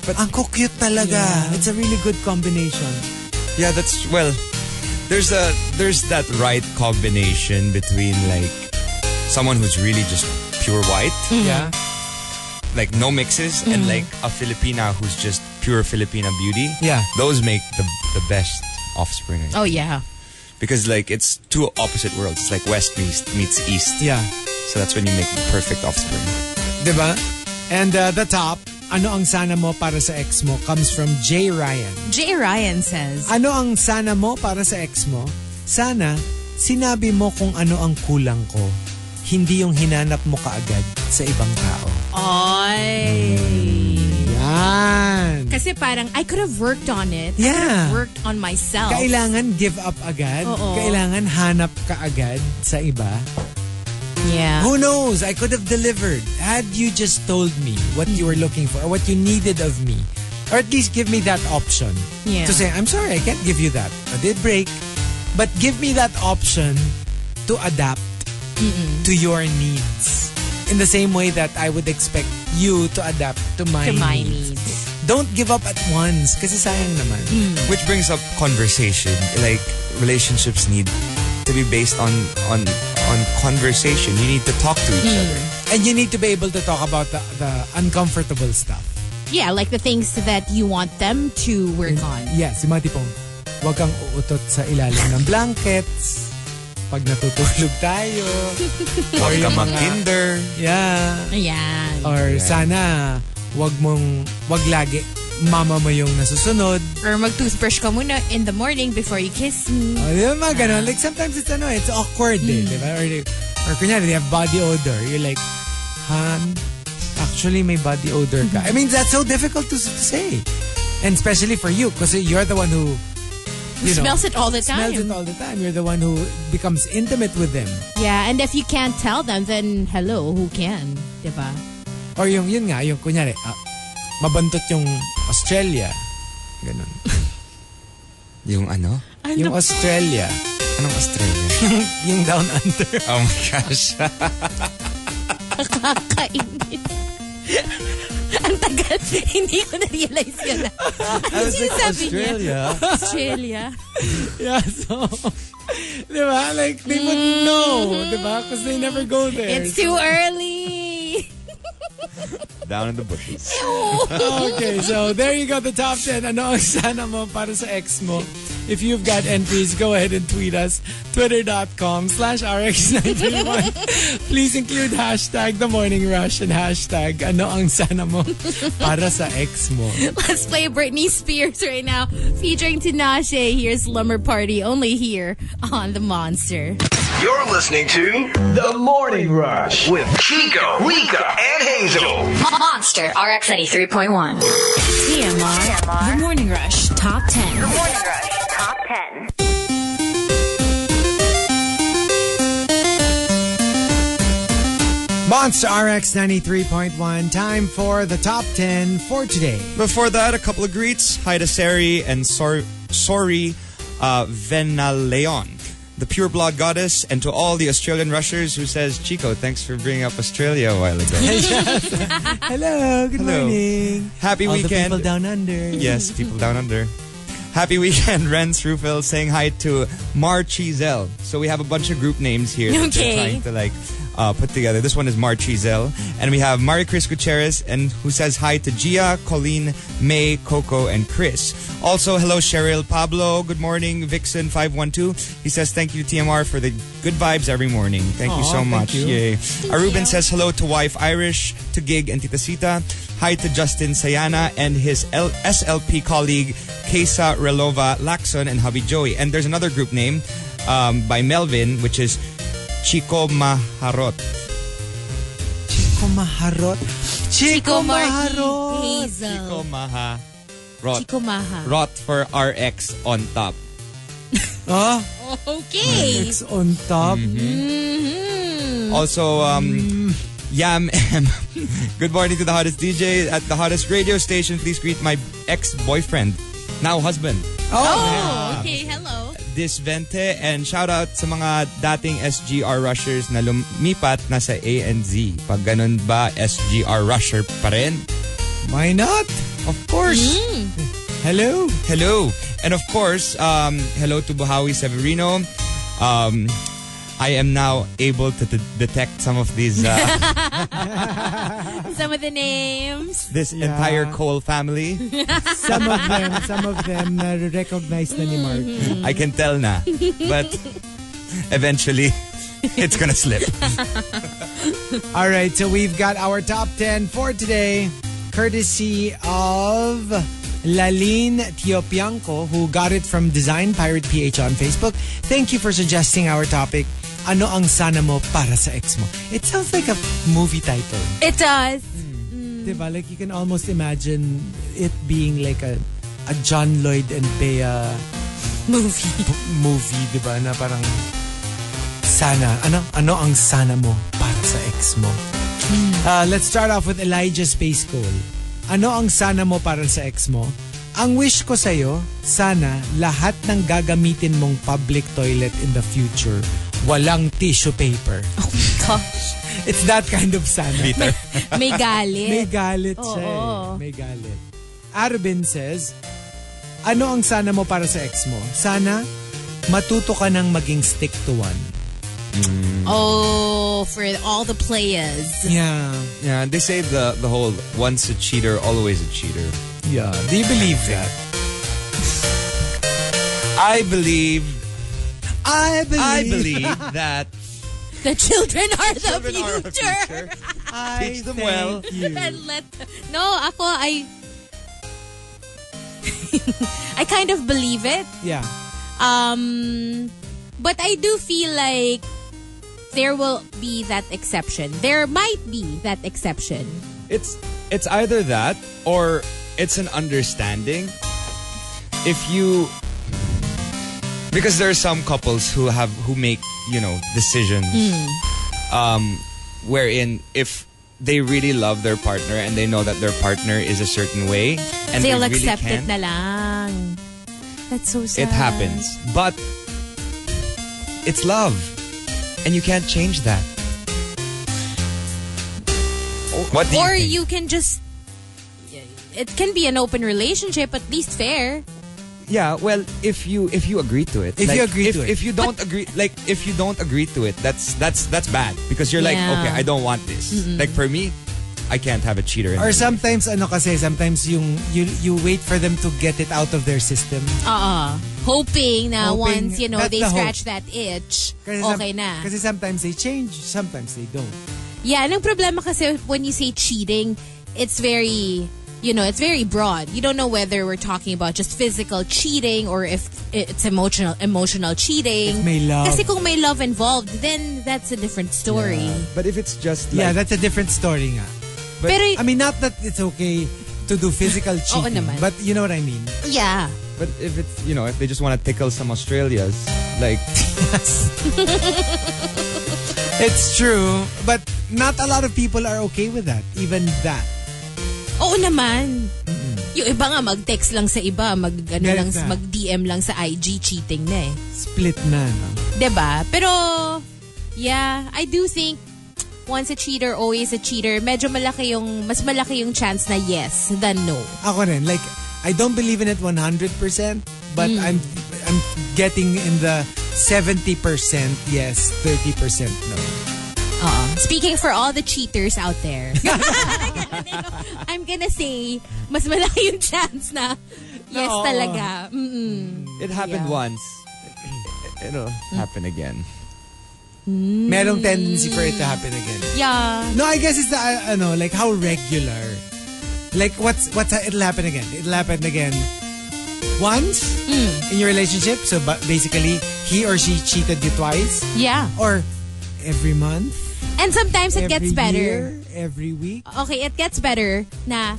S3: But ang cute talaga. It's a really good combination.
S5: Yeah, that's well. There's a there's that right combination between like someone who's really just pure white,
S3: Yeah.
S5: like no mixes, and like a Filipina who's just pure Filipina beauty.
S3: Yeah.
S5: those make the the best offspring I think.
S4: Oh, yeah.
S5: because like it's two opposite worlds. It's like West meets meets East.
S3: Yeah.
S5: So that's when you make the perfect offspring.
S3: Diba? And uh, the top, ano ang sana mo para sa ex mo comes from Jay Ryan.
S4: Jay Ryan says,
S3: Ano ang sana mo para sa ex mo? Sana, sinabi mo kung ano ang kulang ko. Hindi yung hinanap mo kaagad sa ibang tao.
S4: Ay.
S3: Yan.
S4: Kasi parang, I could have worked on it. I could
S3: Yeah.
S4: have worked on myself.
S3: Kailangan give up agad.
S4: Oo.
S3: Kailangan hanap ka agad sa iba.
S4: Yeah.
S3: Who knows? I could have delivered had you just told me what you were looking for or what you needed of me. Or at least give me that option.
S4: Yeah.
S3: To say, I'm sorry, I can't give you that. I did break. But give me that option to adapt to your needs. In the same way that I would expect you to adapt to my,
S4: To my
S3: needs.
S4: needs.
S3: Don't give up at once kasi sayang naman.
S4: Mm.
S5: Which brings up conversation. Like relationships need to be based on on on conversation. You need to talk to each other.
S3: And you need to be able to talk about the, the uncomfortable stuff.
S4: Yeah, like the things that you want them to work on.
S3: Yes, yung mga tipong, huwag kang uutot sa ilalim ng blankets. Pag natutulog tayo.
S5: Huwag ka mag-Tinder.
S3: Yeah.
S4: Ayan.
S3: Or sana, wag mong, wag lagi mama mo yung nasusunod.
S4: Or mag-toothbrush ka muna in the morning before you kiss me.
S3: O, Oh, di ba mga ganun? Like, sometimes it's ano, it's awkward eh,
S4: Hmm.
S3: di ba? Or, or kunyari, they have body odor. You're like, Han, actually may body odor ka. I mean, that's so difficult to, s- to say. And especially for you, kasi you're the one who you know,
S4: Smells it all the time.
S3: smells it all the time. You're the one who becomes intimate with them.
S4: Yeah, and if you can't tell them, then hello, who can? Diba?
S3: Or yung, yun nga, yung kunyari, ah, mabantot yung Australia.
S5: Ganun. Yung ano?
S3: Yung Australia.
S5: Anong Australia?
S3: Yung down under.
S5: Oh my gosh.
S4: Nakakainis. Ang tagal, hindi ko na-realize yun.
S3: I was
S4: Sinasabi
S3: like,
S4: niya.
S3: Australia?
S4: Australia.
S3: yeah, so, di ba? Like, they would know, di ba? Because they never go there.
S4: It's too early.
S5: Down in the bushes.
S3: Okay, so there you go, the top 10. Ano ang sana mo para sa ex mo? If you've got entries, go ahead and tweet us. Twitter.com slash RX91. Please include hashtag The Morning Rush and hashtag Ano ang sana mo para sa ex mo.
S4: Let's play Britney Spears right now, featuring Tinashe. Here's Lumber Party, only here on The Monster.
S1: You're listening to The Morning Rush with Chico, Rika, and Hazel.
S7: Monster RX 83.1.
S4: E
S2: TMR.
S6: TMR.
S2: The Morning Rush Top 10.
S6: Morning Rush Top 10.
S3: Monster RX 93.1, time for the top 10 for today.
S5: Before that, a couple of greets. Hi to Sari and Sor- Sori uh, Venaleon, the pure blood goddess, and to all the Australian rushers who says, Chico, thanks for bringing up Australia a while ago.
S3: Hello, good
S5: Hello.
S3: morning.
S5: Happy
S3: All
S5: weekend.
S3: the people down under.
S5: Yes, people down under. Happy weekend, Renz Rufel saying hi to Mar Chizel. So we have a bunch of group names here that we're
S4: Okay.
S5: trying to like uh, put together. This one is Mar Chizel. And we have Mari Chris Gutierrez and who says hi to Gia, Colleen, May, Coco, and Chris. Also, hello Cheryl Pablo. Good morning, Vixen512. He says thank you to TMR for the good vibes every morning. Thank you
S3: Aw,
S5: so
S3: thank
S5: much.
S3: you.
S5: Yay. Aruben Uh, says hello to wife Irish, to Gig and Tita Sita. Hi to Justin Sayana and his L- SLP colleague Kesa Relova Laxon and hubby Joey. And there's another group name um, by Melvin, which is Chico Maharot.
S3: Chico Maharot. Chico,
S4: Marky,
S3: Maharot.
S5: Chico
S4: Hazel.
S5: Maharot.
S4: Chico Maha.
S5: Rot for RX on top.
S3: Oh,
S4: Okay.
S3: it's on top.
S5: Also, um, Yam M. Good morning to the hottest DJ at the hottest radio station. Please greet my ex boyfriend, now husband.
S4: Oh, okay. Hello.
S5: Disvente and shout out sa mga dating SGR rushers na lumipat na sa ANZ. Pag ganun ba, SGR rusher pa rin?
S3: Why not?
S5: Of course.
S3: Hello.
S5: Hello. And of course, um, hello to Buhawi Severino. Um, I am now able to de- detect some of these uh,
S4: Some of the names.
S5: this
S3: Yeah.
S5: entire Cole family.
S3: Some of them, some of them na recognize na ni Mark.
S5: I can tell na. But eventually, it's gonna slip.
S3: All right, so we've got our top 10 for today, courtesy of Laline Tiopianco, who got it from Design Pirate PH on Facebook. Thank you for suggesting our topic. Ano ang sana mo para sa ex mo? It sounds like a movie title.
S4: It does.
S3: Diba? Like you can almost imagine it being like a a John Lloyd and Bea movie. movie, diba? Na parang sana. Ano ano ang sana mo para sa ex mo? Uh, let's start off with Elijah Space Cole. Ano ang sana mo para sa ex mo? Ang wish ko sa'yo, sana lahat ng gagamitin mong public toilet in the future, walang tissue paper.
S4: Gosh.
S3: It's that kind of sana.
S5: Peter.
S3: May
S4: May galit.
S3: galit siya eh.
S4: Oo.
S3: May galit. Arvin says, Ano ang sana mo para sa ex mo? Sana matuto ka ng maging stick to one.
S4: Oh, for all the players.
S3: Yeah.
S5: Yeah, they say the, the whole once a cheater, always a cheater.
S3: Yeah. Do you believe that?
S5: I believe
S3: I believe.
S5: I believe that
S4: The children are the
S5: children are our
S4: future.
S5: future.
S3: I
S5: Teach them
S3: thank
S5: well.
S3: you.
S4: And let no, ako I I kind of believe it.
S3: Yeah.
S4: Um, but I do feel like there will be that exception. There might be that exception.
S5: It's it's either that or it's an understanding. If you because there are some couples who have who make you know decisions
S4: Hmm.
S5: um, wherein if they really love their partner and they know that their partner is a certain way and
S4: They'll
S5: they really
S4: accept
S5: can't,
S4: it na lang. That's so sad.
S5: it happens but it's love and you can't change that what do
S4: Or
S5: you think?
S4: you can just... It can be an open relationship, at least fair.
S5: Yeah, well, if you if you agree to it,
S3: If
S5: Like,
S3: you agree
S5: if,
S3: to it.
S5: if you don't agree, like if you don't agree to it, that's that's that's bad because you're like,
S4: Yeah. Mm-hmm.
S5: okay, I don't want this. Like for me, I can't have a cheater. in
S3: Or
S5: my life.
S3: sometimes, ano kasi, sometimes yung, you, you wait for them to get it out of their system.
S4: Uh-uh. Hoping na
S3: Hoping-
S4: once, you know,
S3: that's
S4: they
S3: the hope.
S4: scratch that itch,
S3: Kasi some-
S4: okay na.
S3: Kasi sometimes they change, sometimes they don't.
S4: Yeah, and ang problema kasi when you say cheating, it's very, you know, it's very broad. You don't know whether we're talking about just physical cheating or if it's emotional emotional
S3: If
S4: cheating.
S3: may love.
S4: Kasi kung may love involved, then that's a different story.
S5: But if it's just
S3: yeah,
S5: like,
S3: that's a different story nga.
S4: Pero,
S3: I mean, not that it's okay to do physical cheating.
S4: naman.
S3: But you know what I mean?
S4: yeah.
S5: but if it's you know if they just want to tickle some Australias, like
S3: Yes. it's true. But not a lot of people are okay with that. Even that.
S4: Oo naman. Yung iba nga, mag-text lang sa iba, mag, ano
S3: Direct
S4: lang,
S3: na.
S4: mag-DM lang sa IG, cheating na eh.
S3: Split na, no?
S4: 'Di ba? Diba? Pero, yeah, I do think once a cheater, always a cheater. Medyo malaki yung, mas malaki yung chance na yes than no.
S3: Ako rin. Like, I don't believe in it 100%, but I'm I'm getting in the 70% yes, 30% no.
S4: Uh-uh. Speaking for all the cheaters out there, I'm gonna say, mas malaki yung chance na yes
S3: No.
S4: talaga. Mm, Mm-mm.
S5: it happened
S4: Yeah. Mm.
S5: once, it'll happen again.
S3: Merong tendency for it to happen again.
S4: Yeah.
S3: No, I guess it's the, uh, ano, like how regular. Like what's, what's, it'll happen again. It'll happen again once
S4: Hmm.
S3: in your relationship. So ba- basically, he or she cheated you twice
S4: Yeah.
S3: or every month.
S4: And sometimes it
S3: every
S4: gets better.
S3: year, every week.
S4: okay, it gets better na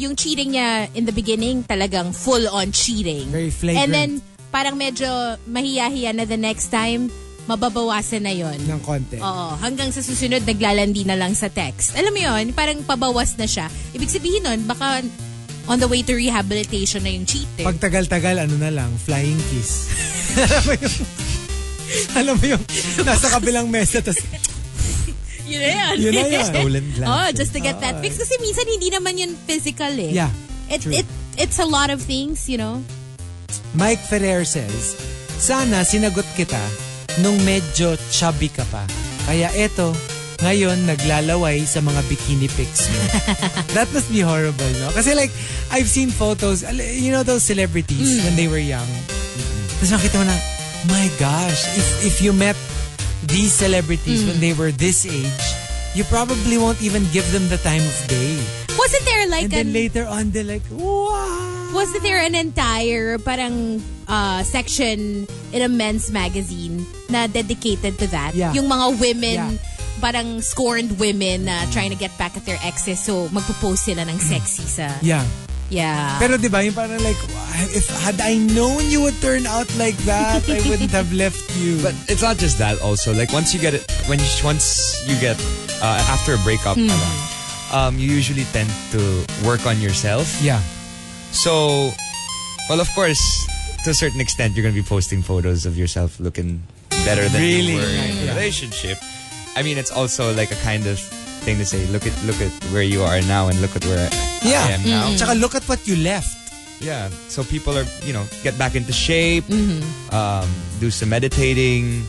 S4: yung cheating niya in the beginning talagang full-on cheating.
S3: Very flagrant.
S4: And then, parang medyo mahiyahiya na the next time, mababawasan na yon.
S3: ng konti.
S4: Oo, hanggang sa susunod, naglalandi na lang sa text. Alam mo yon parang pabawas na siya. Ibig sabihin nun, baka on the way to rehabilitation na yung cheater.
S3: Pag tagal-tagal, ano na lang, flying kiss. alam mo yung, alam mo yung, nasa kabilang mesa, tas
S4: yun na yan.
S3: yun na yan.
S5: Stolen
S4: Oh,
S5: glances.
S4: just to get that fix. Kasi minsan hindi naman yun physical eh.
S3: Yeah,
S4: It,
S3: true.
S4: it, it's a lot of things, you know?
S3: Mike Ferrer says, Sana sinagot kita nung medyo chubby ka pa. Kaya eto, ngayon naglalaway sa mga bikini pics mo. That must be horrible, no? Kasi like, I've seen photos, al- you know those celebrities when they were young. Tapos makita mo na, my gosh, if, if you met these celebrities when they were this age, you probably won't even give them the time of day.
S4: Wasn't there like
S3: And then
S4: an-
S3: later on, they're like, wow!
S4: Wasn't there an entire parang uh, section in a men's magazine na dedicated to that?
S3: Yeah.
S4: Yung mga women,
S3: Yeah. Mm.
S4: parang scorned women na trying to get back at their exes so magpo-post sila ng sexy sa...
S3: Yeah.
S4: Yeah.
S3: Pero di ba, yung parang like, if had I known you would turn out like that, I wouldn't have left you.
S5: But it's not just that. Also, like once you get it, when you, once you get uh, after a breakup,
S3: Hmm.
S5: um, you usually tend to work on yourself.
S3: yeah.
S5: So, well, of course, to a certain extent, you're going to be posting photos of yourself looking better than
S3: Really
S5: you were in
S3: nice,
S5: a
S3: yeah.
S5: relationship. I mean, it's also like a kind of thing to say, look at look at where you are now and look at where I
S3: Yeah. Mm-hmm.
S5: am now.
S3: Tsaka look at what you left.
S5: Yeah. So people are, you know, get back into shape,
S4: Mm-hmm.
S5: um, do some meditating,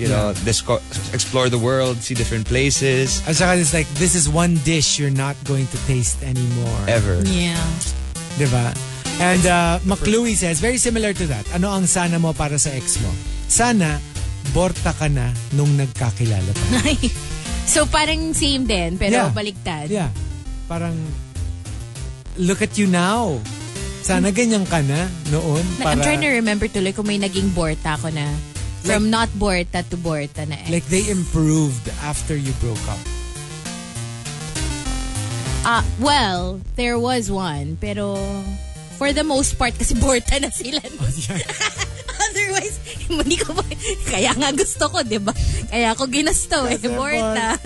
S5: you know, disco- explore the world, see different places,
S3: At saka it's like, this is one dish you're not going to taste anymore.
S5: ever.
S4: yeah.
S3: Di ba? And uh, McLuey says, very similar to that, ano ang sana mo para sa ex mo? Sana, borta ka na nung nagkakilala pa.
S4: so parang same din, pero
S3: Yeah.
S4: Ano, baliktad.
S3: Yeah. Parang, look at you now. Sana ganyan ka na noon.
S4: Na- I'm
S3: para-
S4: trying to remember tuloy kung may naging borta ako na from not borta to borta na ex.
S3: Like they improved after you broke up.
S4: Ah, well, there was one, pero For the most part, kasi borta na sila. Otherwise, hindi ko ba... Kaya nga gusto ko, di ba? Kaya ako ginasto eh. Borta.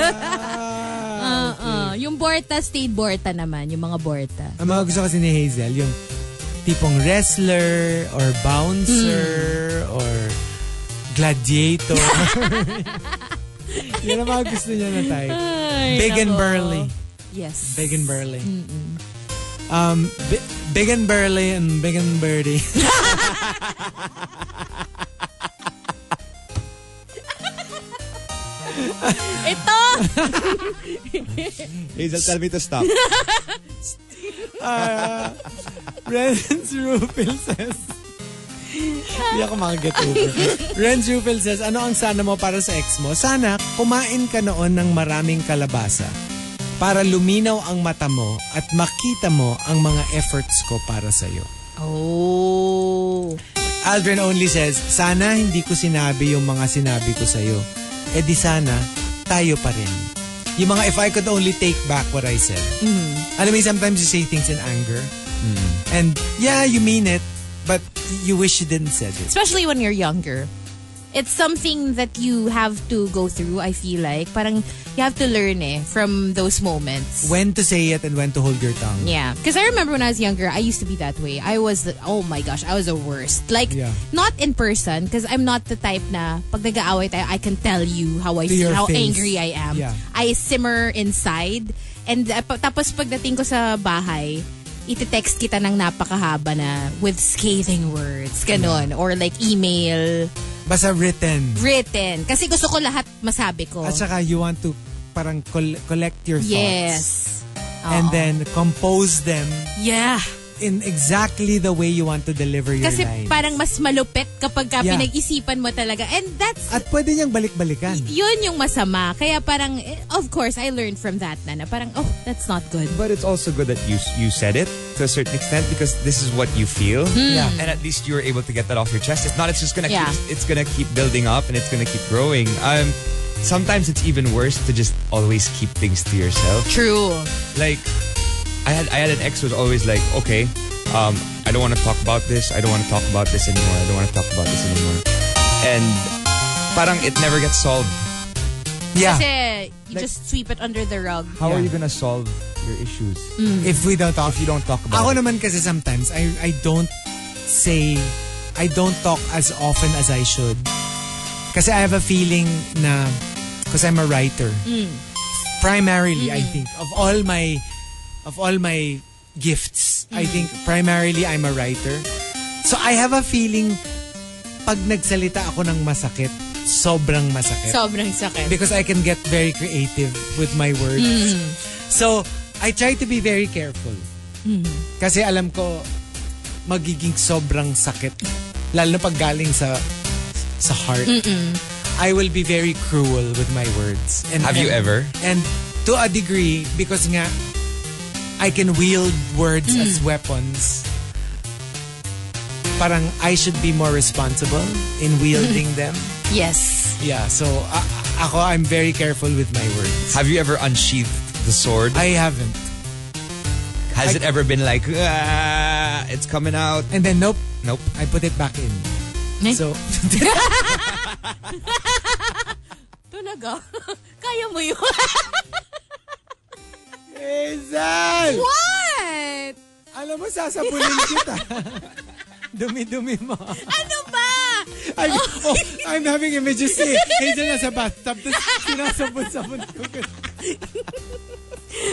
S4: Uh, yung Borta stayed Borta naman, yung mga Borta.
S3: Ang mga gusto kasi ni Hazel, yung tipong wrestler or bouncer or gladiator. Yan ang mga gusto niya na type. Big and
S4: nako.
S3: burly.
S4: Yes.
S3: Big and burly. Um, bi- big and burly and big and birdie.
S4: Ito!
S8: Hazel, tell me to stop.
S3: Ah, Renz Rufil says, hindi ako makaget over. Renz Rufil says, ano ang sana mo para sa ex mo? Sana kumain ka noon ng maraming kalabasa para luminaw ang mata mo at makita mo ang mga efforts ko para sa'yo.
S4: Oh.
S3: Aldrin only says, sana hindi ko sinabi yung mga sinabi ko sa'yo. E di sana, tayo pa rin. Yung mga if I could only take back what I said.
S4: Mm-hmm.
S3: Alam mo, sometimes you say things in anger. And yeah, you mean it, but you wish you didn't said it.
S4: Especially when you're younger. It's something that you have to go through, I feel like. Parang you have to learn eh from those moments.
S3: When to say it and when to hold your tongue.
S4: Yeah, because I remember when I was younger, I used to be that way. I was, the, oh my gosh, I was the worst. Like,
S3: Yeah.
S4: not in person, because I'm not the type na pag nag-aaway tayo, I can tell you how
S3: To
S4: I
S3: your
S4: feel, how
S3: face.
S4: angry I am.
S3: Yeah.
S4: I simmer inside. And uh, pa- tapos pagdating ko sa bahay, iti-text kita ng napakahaba na with scathing words, ganun. Or like email,
S3: Basta written.
S4: written. Kasi gusto ko lahat masabi ko.
S3: At saka you want to parang col- collect your thoughts.
S4: yes.
S3: And then compose them
S4: Yeah.
S3: in exactly the way you want to deliver your
S4: Kasi
S3: lines.
S4: parang mas malupit kapag ka
S3: Yeah.
S4: pinag-isipan mo talaga. And that's,
S3: At pwede niyang balik-balikan.
S4: yun yung masama. Kaya parang, eh, of course, I learned from that na, na parang, oh, that's not good.
S5: But it's also good that you you said it to a certain extent because this is what you feel,
S3: Yeah.
S5: and at least you were able to get that off your chest. It's not. It's just gonna.
S4: Hmm. Yeah.
S5: Keep, it's gonna keep building up, and it's gonna keep growing. Um, sometimes it's even worse to just always keep things to yourself.
S4: True.
S5: Like, I had I had an ex who was always like, okay, um, I don't want to talk about this. I don't want to talk about this anymore. I don't want to talk about this anymore. And parang it never gets solved.
S3: Yeah.
S4: Kasi, you
S5: Like-
S4: just sweep it under the rug.
S5: How are
S3: Yeah.
S5: you gonna solve your issues
S3: If we don't talk.
S5: if you don't talk about
S3: Ako
S5: it?
S3: naman kasi sometimes, I, I don't say, I don't talk as often as I should. Kasi I have a feeling na, because I'm a writer. Primarily, I think, of all my, of all my gifts, I think primarily I'm a writer. So I have a feeling, pag nagsalita ako ng masakit, sobrang masakit.
S4: Sobrang sakit.
S3: because I can get very creative with my words. So, I try to be very careful. Kasi alam ko, magiging sobrang sakit. Lalo na pag galing sa, sa heart. I will be very cruel with my words. And,
S5: Have you
S3: and-
S5: ever?
S3: And to a degree, because nga, I can wield words as weapons. Parang I should be more responsible in wielding them.
S4: Yes.
S3: Yeah, so a- ako, I'm very careful with my words.
S5: Have you ever unsheathed the sword?
S3: I haven't. I-
S5: Has it ever been like, ah, it's coming out?
S3: And then, nope,
S5: Nope.
S3: I put it back in.
S4: Eh?
S3: So,
S4: Talaga? Kaya mo yun?
S3: Hazel!
S4: What?
S3: Alam mo, sasabulin kita. Dumi-dumi mo.
S4: Ano ba?
S3: I'm, oh, I'm having images eh. Hazel nasa bathtub, tapos sinasabon-sabon ko.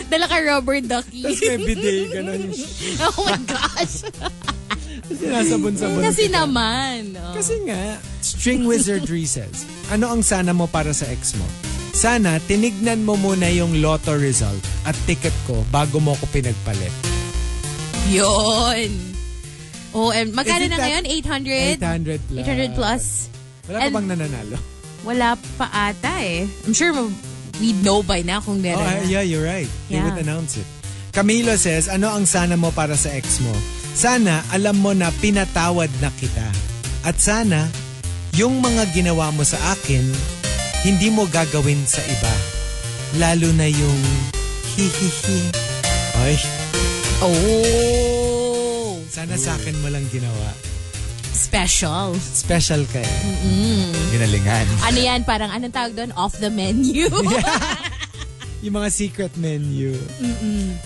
S4: Dala ka rubber ducky.
S3: Tapos may bidet, ganun.
S4: oh my gosh.
S3: Sinasabon-sabon
S4: Kasi
S3: kita.
S4: naman. oh.
S3: Kasi nga, String Wizardry says, ano ang sana mo para sa ex mo? Sana, tinignan mo muna yung lotto result at ticket ko bago mo ko pinagpalit.
S4: Yun. Oh, and
S3: Isn't
S4: magkano na
S3: that-
S4: ngayon? 800?
S3: 800 plus.
S4: 800 plus.
S3: Wala
S4: And-
S3: pa bang nananalo?
S4: Wala pa ata eh. I'm sure we know by now kung meron
S3: Oh,
S4: na.
S3: yeah, you're right. They
S4: Yeah.
S3: would announce it. Camilo says, ano ang sana mo para sa ex mo? Sana alam mo na pinatawad na kita. At sana, yung mga ginawa mo sa akin, hindi mo gagawin sa iba. Lalo na yung hihihi. Ay,
S4: Oh!
S3: Sana sa akin mo lang ginawa.
S4: Special.
S3: Special ka eh.
S5: Ginalingan.
S4: Ano yan? Parang anong tawag doon? Off the menu.
S3: Yung mga secret menu.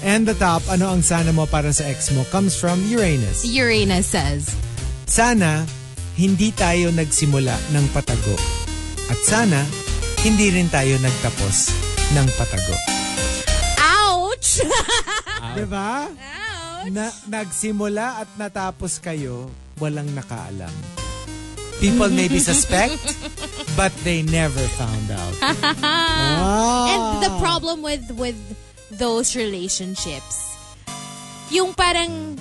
S3: And the top, ano ang sana mo para sa ex mo comes from Uranus.
S4: Uranus says.
S3: Sana, hindi tayo nagsimula ng patago. At sana, hindi rin tayo nagtapos ng patago.
S4: Ouch!
S3: Diba?
S4: Ouch!
S3: Na, nagsimula at natapos kayo, walang nakaalam. People maybe suspect, but they never found out. Wow.
S4: And the problem with with those relationships, yung parang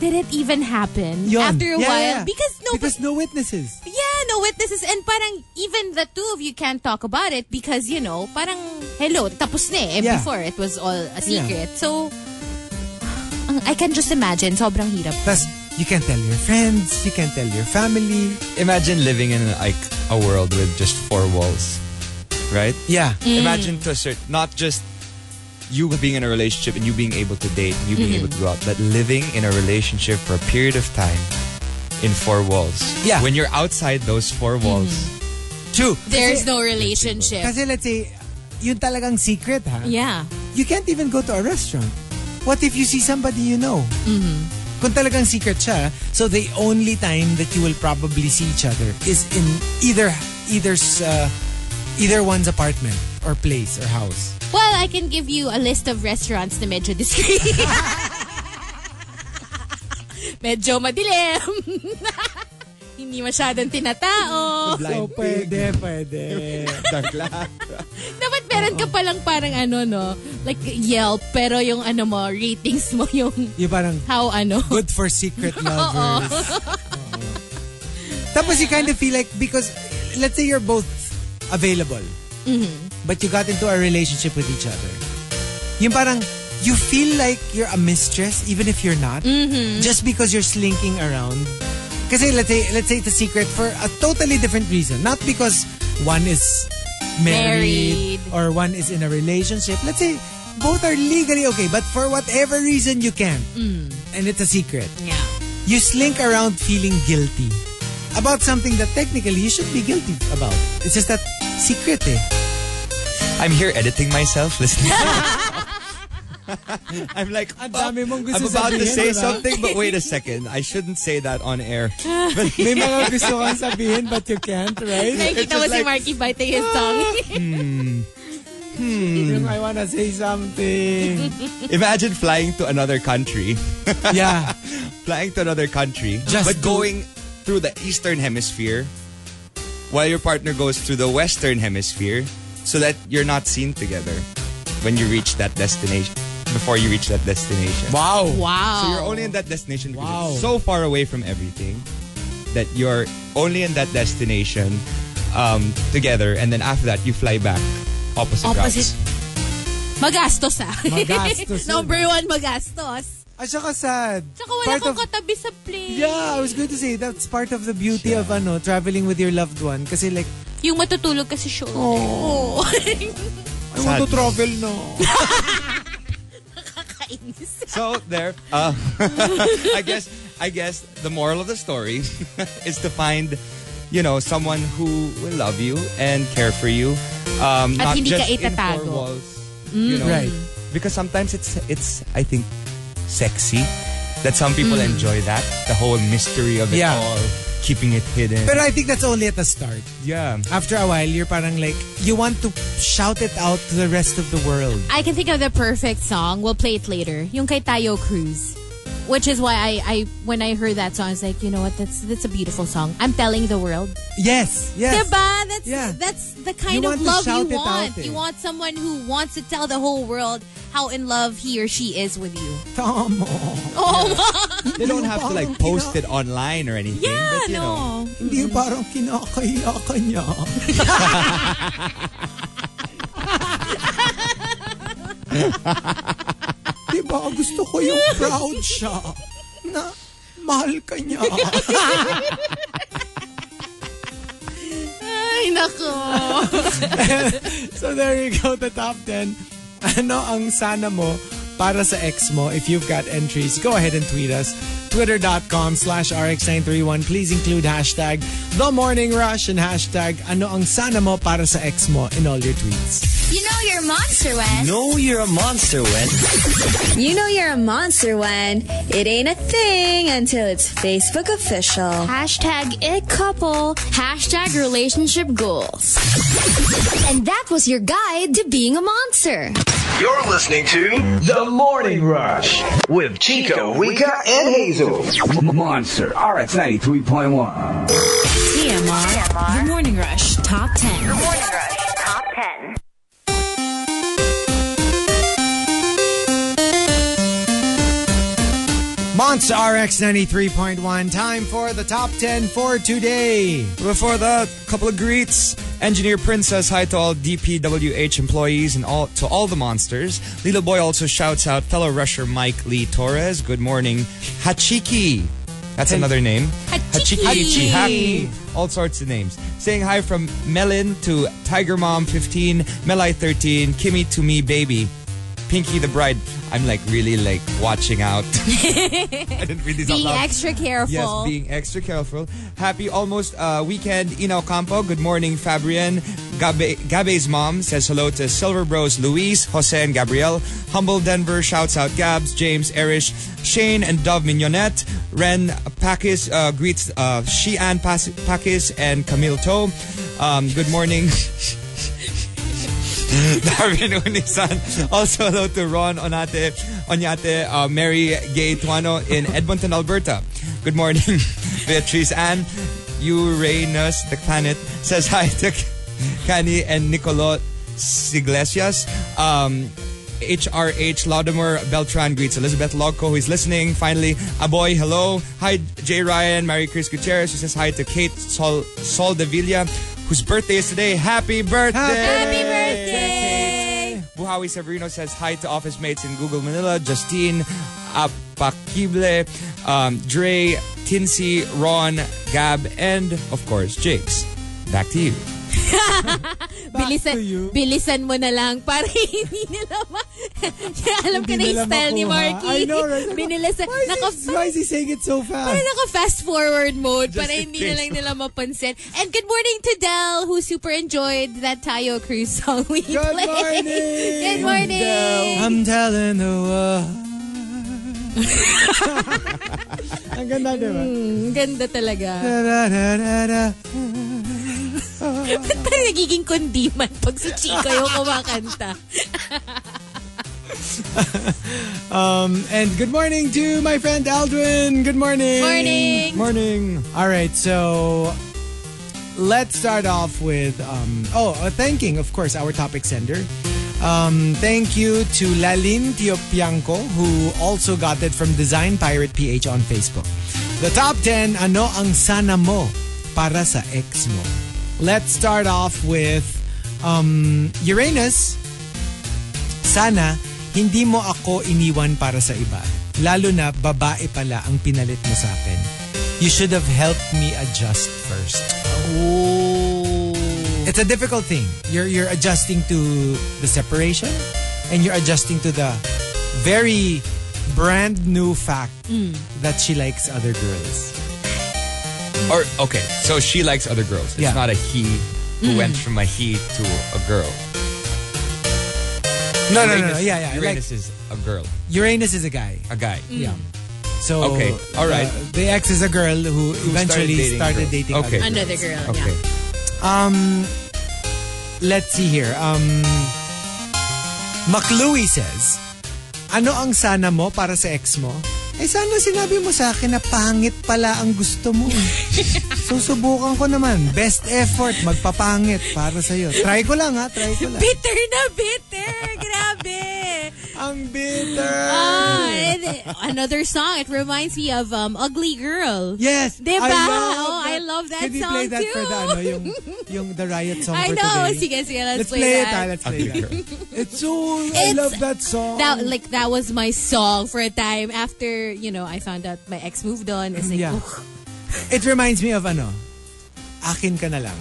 S4: did it even happen
S3: Yun.
S4: after a
S3: Yeah,
S4: while?
S3: yeah.
S4: Because no,
S3: Because no witnesses.
S4: yeah, no witnesses and parang even the two of you can't talk about it because you know parang hello tapos na eh
S3: Yeah.
S4: before it was all a secret. So ang- I can just imagine sobrang hirap.
S3: Plus, you can tell your friends, you can tell your family.
S5: Imagine living in like a world with just four walls, right?
S3: Yeah.
S5: Imagine to assert not just you being in a relationship and you being able to date and you
S3: Mm-hmm.
S5: being able to go out, but living in a relationship for a period of time in four walls.
S3: Yeah. Mm-hmm.
S5: When you're outside those four walls,
S3: True.
S4: There's no relationship.
S3: Kasi let's say, yun talagang secret ha.
S4: Yeah.
S3: You can't even go to a restaurant. What if you see somebody you know? Kung talagang secret siya, so the only time that you will probably see each other is in either either's uh, either one's apartment or place or house.
S4: Well, I can give you a list of restaurants na medyo discreet. medyo madilim. Hindi masyadong tinatao.
S3: so, pwede, pwede.
S4: Dapat meron ka palang parang ano, no? Like Yelp, pero yung ano mo, ratings mo yung
S3: Yung parang,
S4: how ano.
S3: good for secret lovers. Oo. Tapos you kind of feel like, because let's say you're both available, but you got into a relationship with each other. Yung parang, you feel like you're a mistress even if you're not, just because you're slinking around. Kasi let's say, let's say it's a secret for a totally different reason. Not because one is married,
S4: Married.
S3: or one is in a relationship. Let's say both are legally okay, but for whatever reason you can't. And it's a secret
S4: Yeah.
S3: you slink around feeling guilty about something that technically you should be guilty about. It's just that secret eh.
S5: I'm here editing myself, listening. I'm like,
S3: Ang
S5: oh,
S3: dami mong gusto
S5: I'm about to
S3: sabihin, di
S5: say
S3: ba?
S5: something, but wait a second. I shouldn't say that on air.
S3: May mga gusto kang sabihin but you can't, right?
S4: Nakikita mo
S5: just
S4: si
S5: like-
S4: Marky biting
S3: Ah!
S4: his tongue.
S3: Yung I wanna say something.
S5: Imagine flying to another country,
S3: yeah.
S5: flying to another country,
S3: Just
S5: but
S3: to-
S5: going through the eastern hemisphere while your partner goes through the western hemisphere so that you're not seen together when you reach that destination before you reach that destination.
S3: Wow.
S4: wow.
S5: So you're only in that destination because
S3: Wow.
S5: it's so far away from everything that you're only in that destination um, together, and then after that you fly back opposite,
S4: Opposite.
S5: routes.
S4: Magastos ah.
S3: Magastos yun.
S4: Number one, magastos.
S3: At saka sad.
S4: Tsaka wala
S3: Part
S4: kang
S3: of-
S4: katabi sa plane.
S3: Yeah, I was going to say that's part of the beauty of ano traveling with your loved one kasi like
S4: Yung matutulog kasi shoulder. Oh.
S3: I want to
S5: Sad.
S3: travel no.
S4: Kainis.
S5: So there, uh, I guess, I guess the moral of the story is to find, you know, someone who will love you and care for you,
S4: At
S5: um, not
S4: hindi
S5: just
S4: ka
S5: in four
S4: itatago. Mm.
S5: walls, you know,
S3: Right.
S5: because sometimes it's it's I think sexy that some people
S4: Mm.
S5: enjoy that the whole mystery of it
S3: Yeah.
S5: all, keeping it hidden.
S3: Pero I think that's only at the start.
S5: yeah,
S3: After a while, you're parang like you want to shout it out to the rest of the world.
S4: I can think of the perfect song. We'll play it later. Yung kay Tayo Cruz. Which is why I, I when I heard that song, I was like, you know what, that's that's a beautiful song. I'm telling the world.
S3: Yes. Yes.
S4: Diba? That's
S3: Yeah.
S4: that's the kind
S3: You
S4: of
S3: want to
S4: love
S3: shout it
S4: you
S3: out
S4: want.
S3: eh.
S4: You want someone who wants to tell the whole world how in love he or she is with you. Oh,
S3: Tama.
S5: they don't have to like post it online or anything.
S4: Yeah,
S5: but, you know,
S4: no.
S3: Hindi parang kinakaya ka niya. diba gusto ko yung proud siya na mahal ka niya.
S4: Ay, nako.
S3: so there you go, the top 10. Ano ang sana mo para sa ex mo. If you've got entries, go ahead and tweet us. Twitter.com slash RX931. Please include hashtag The Morning Rush and hashtag Ano ang sana mo para sa ex mo in all your tweets.
S2: You know you're a monster when.
S8: Know Oh, you're a monster when
S9: You know you're a monster when it ain't a thing until it's Facebook official.
S2: Hashtag it couple. Hashtag relationship goals. And that was your guide to being a monster.
S1: You're listening to The Morning Rush with Chico, Rika, and Hazel. Monster RX 93.1.
S4: E
S2: TMR. E The Morning Rush Top 10.
S6: Morning Rush Top 10.
S3: Monster RX 93.1. Time for the top 10 for today.
S5: Before that, couple of greets. Engineer Prince says hi to all DPWH employees and all to all the monsters. Lilo Boy also shouts out fellow rusher Mike Lee Torres. Good morning, Hachiki. That's another name.
S4: Hachiki.
S5: Happy. All sorts of names. Saying hi from Melin to Tiger Mom 15, Melai 13, Kimmy to me baby, Pinky the Bride. I'm like really like watching out. I didn't read these out
S4: Being
S5: loud.
S4: extra careful.
S5: Yes, being extra careful. Happy almost uh, weekend, Ina Ocampo. Good morning, Fabrian. Gabe, Gabe's mom says hello to Silver Bros Luis, Jose, and Gabriel. Humble Denver shouts out Gabs, James, Erish, Shane, and Dove Mignonette. Ren Pakis uh, greets uh, Shean Pas- Pakis and Camille Toe. Um, good morning. Darwin Unisan. Also, hello to Ron Onate, Onyate, uh, Mary Gay Tuano in Edmonton, Alberta. Good morning, Beatrice Ann. Uranus, the planet, says hi to Kani and Nicolo Iglesias. Um, HRH Laudemer Beltran greets Elizabeth Logco, who is listening. Finally, a boy, hello. Hi, Jay Ryan, Mary Chris Gutierrez, who says hi to Kate Sol, Sol de Villa, whose birthday is today. Happy birthday!
S4: Happy birthday!
S5: Buhawi Severino says hi to office mates in Google Manila, Justine Apakible, um, Dre, Tinsy, Ron, Gab, and of course, Jakes. Back to you.
S4: Bilisan,
S3: to you.
S4: bilisan mo na lang para hindi nila ma... Alam ko na
S3: Hindi nila
S4: yung style ni
S3: makuha.
S4: Marky.
S3: I know, right?
S4: Binilisan.
S3: Why is,
S4: Naka,
S3: he, why is he saying it so fast?
S4: parang naka-fast forward mode para
S5: in
S4: hindi na
S5: case.
S4: lang nila mapansin. And good morning to Del who super enjoyed that Tayo Cruz song we
S3: Good
S4: played.
S3: morning!
S4: Good morning!
S3: I'm telling the world. Ang ganda, di ba?
S4: Ang ganda talaga.
S3: Da-da-da-da-da.
S4: Parang nagiging kundiman pag si Chico yung kumakanta.
S3: Um, and good morning to my friend Aldwin. Good morning.
S4: Morning!
S5: Morning.
S3: All right, so let's start off with um, oh, uh, thanking, of course, our topic sender. Um, thank you to Lalin Tiopianco, who also got it from Design Pirate PH on Facebook. The top 10, ano ang sana mo para sa ex mo? Let's start off with um, Uranus. Sana hindi mo ako iniwan para sa iba. Lalo na babae pala ang pinalit mo sa akin. You should have helped me adjust first. It's a difficult thing. You're you're adjusting to the separation and you're adjusting to the very brand new fact that she likes other girls.
S5: Or okay, so she likes other girls. It's
S3: Yeah.
S5: not a he who went from a he to a girl.
S3: No, no, no, no.
S5: Uranus,
S3: Yeah, yeah. Like,
S5: Uranus is a girl,
S3: Uranus is a guy.
S5: a guy.
S3: Yeah. So
S5: Okay, all right.
S3: uh, the ex is a girl who, eventually started
S5: girls.
S3: dating,
S5: Okay.
S3: other girls.
S4: Another girl,
S5: Okay.
S3: Um, let's see here. Um, McLuey says, Ano ang sana mo para sa ex mo? Eh sana sinabi mo sa akin na pangit pala ang gusto mo. Susubukan ko naman. Best effort, magpapangit para sa'yo. Try ko lang ha, try ko lang.
S4: Bitter na bitter! Grabe!
S3: Ang bitter!
S4: Ah, and, uh, another song. It reminds me of um, Ugly Girl.
S3: Yes,
S4: Diba?
S3: I love
S4: Oh,
S3: that.
S4: I love that
S3: Could we play
S4: song
S3: that for the,
S4: too?
S3: ano, yung, yung the riot song
S4: I
S3: for
S4: know.
S3: today?
S4: Sige, sige. Let's,
S3: Let's play it,
S4: that.
S3: ah, let's play
S5: Ugly
S3: that. It's so, I
S4: It's-
S3: love that song.
S4: That like that was my song for a time after you know I found out my ex moved on.
S5: Mm,
S4: It's like,
S3: Yeah.
S4: "Ugh."
S3: It reminds me of ano, akin ka na lang.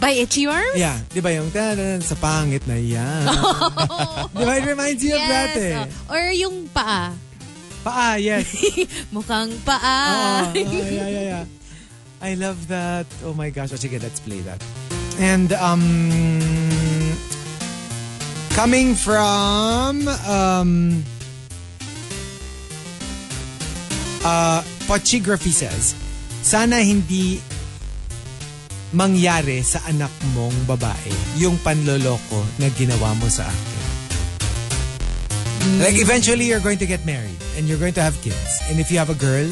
S4: By Itchy Worms?
S3: Yeah. Di ba yung tanan sa pangit na yan? Di ba? It reminds you of that eh.
S4: Yes. oh. Or yung paa.
S3: Paa, yes.
S4: Mukhang
S3: Oh,
S4: paa.
S3: yeah, yeah, yeah. I love that. Oh my gosh. Oh, sige, let's play that. And um coming from um uh Pochigraphy says, sana hindi mangyari sa anak mong babae yung panloloko na ginawa mo sa akin. Like eventually you're going to get married and you're going to have kids. And if you have a girl,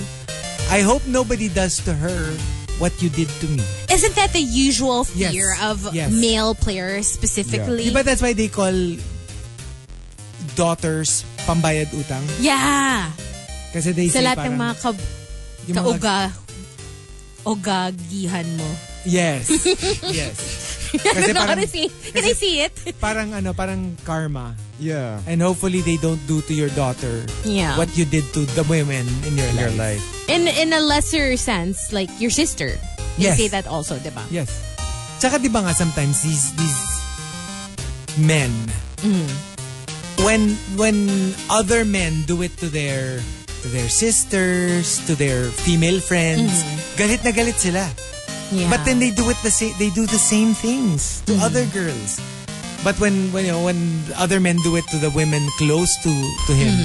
S3: I hope nobody does to her what you did to me.
S4: Isn't that the usual
S3: Yes.
S4: fear of
S3: Yes.
S4: male players specifically?
S3: Diba that's why they call daughters pambayad utang?
S4: Yeah.
S3: Kasi they
S4: Sa
S3: say
S4: lahat ng mga
S3: parang,
S4: ka-
S3: yung mga-
S4: kauga ogagihan mo.
S3: Yes. yes.
S4: I
S3: Kasi
S4: don't know how
S3: parang,
S4: to see. Can I see it?
S3: parang ano, parang karma.
S5: Yeah.
S3: And hopefully they don't do to your daughter
S4: Yeah.
S3: what you did to the women in your life.
S5: In your life.
S4: In in a lesser sense, like your sister. They
S3: Yes.
S4: say that also, diba?
S3: Yes. Tsaka di ba nga sometimes these these men when when other men do it to their to their sisters, to their female friends, galit na galit sila.
S4: Yeah. Mm.
S3: But then they do it the same they do the same things to other girls. But when when you know, when other men do it to the women close to to him,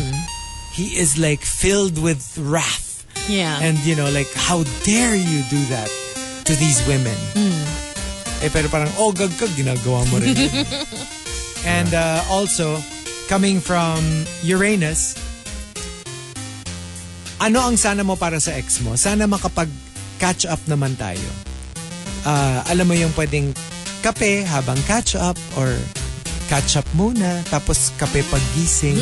S3: he is like filled with wrath.
S4: Mm-hmm. Yeah.
S3: And you know, like, how dare you do that to these women?
S4: Mm.
S3: Eh, pero parang, oh, gag ka, ginagawa mo rin. and uh, also, coming from Uranus, ano ang sana mo para sa ex mo? Sana makapag-catch up naman tayo. Ah, alam mo yung pwedeng kape habang catch up or catch up muna tapos kape paggising.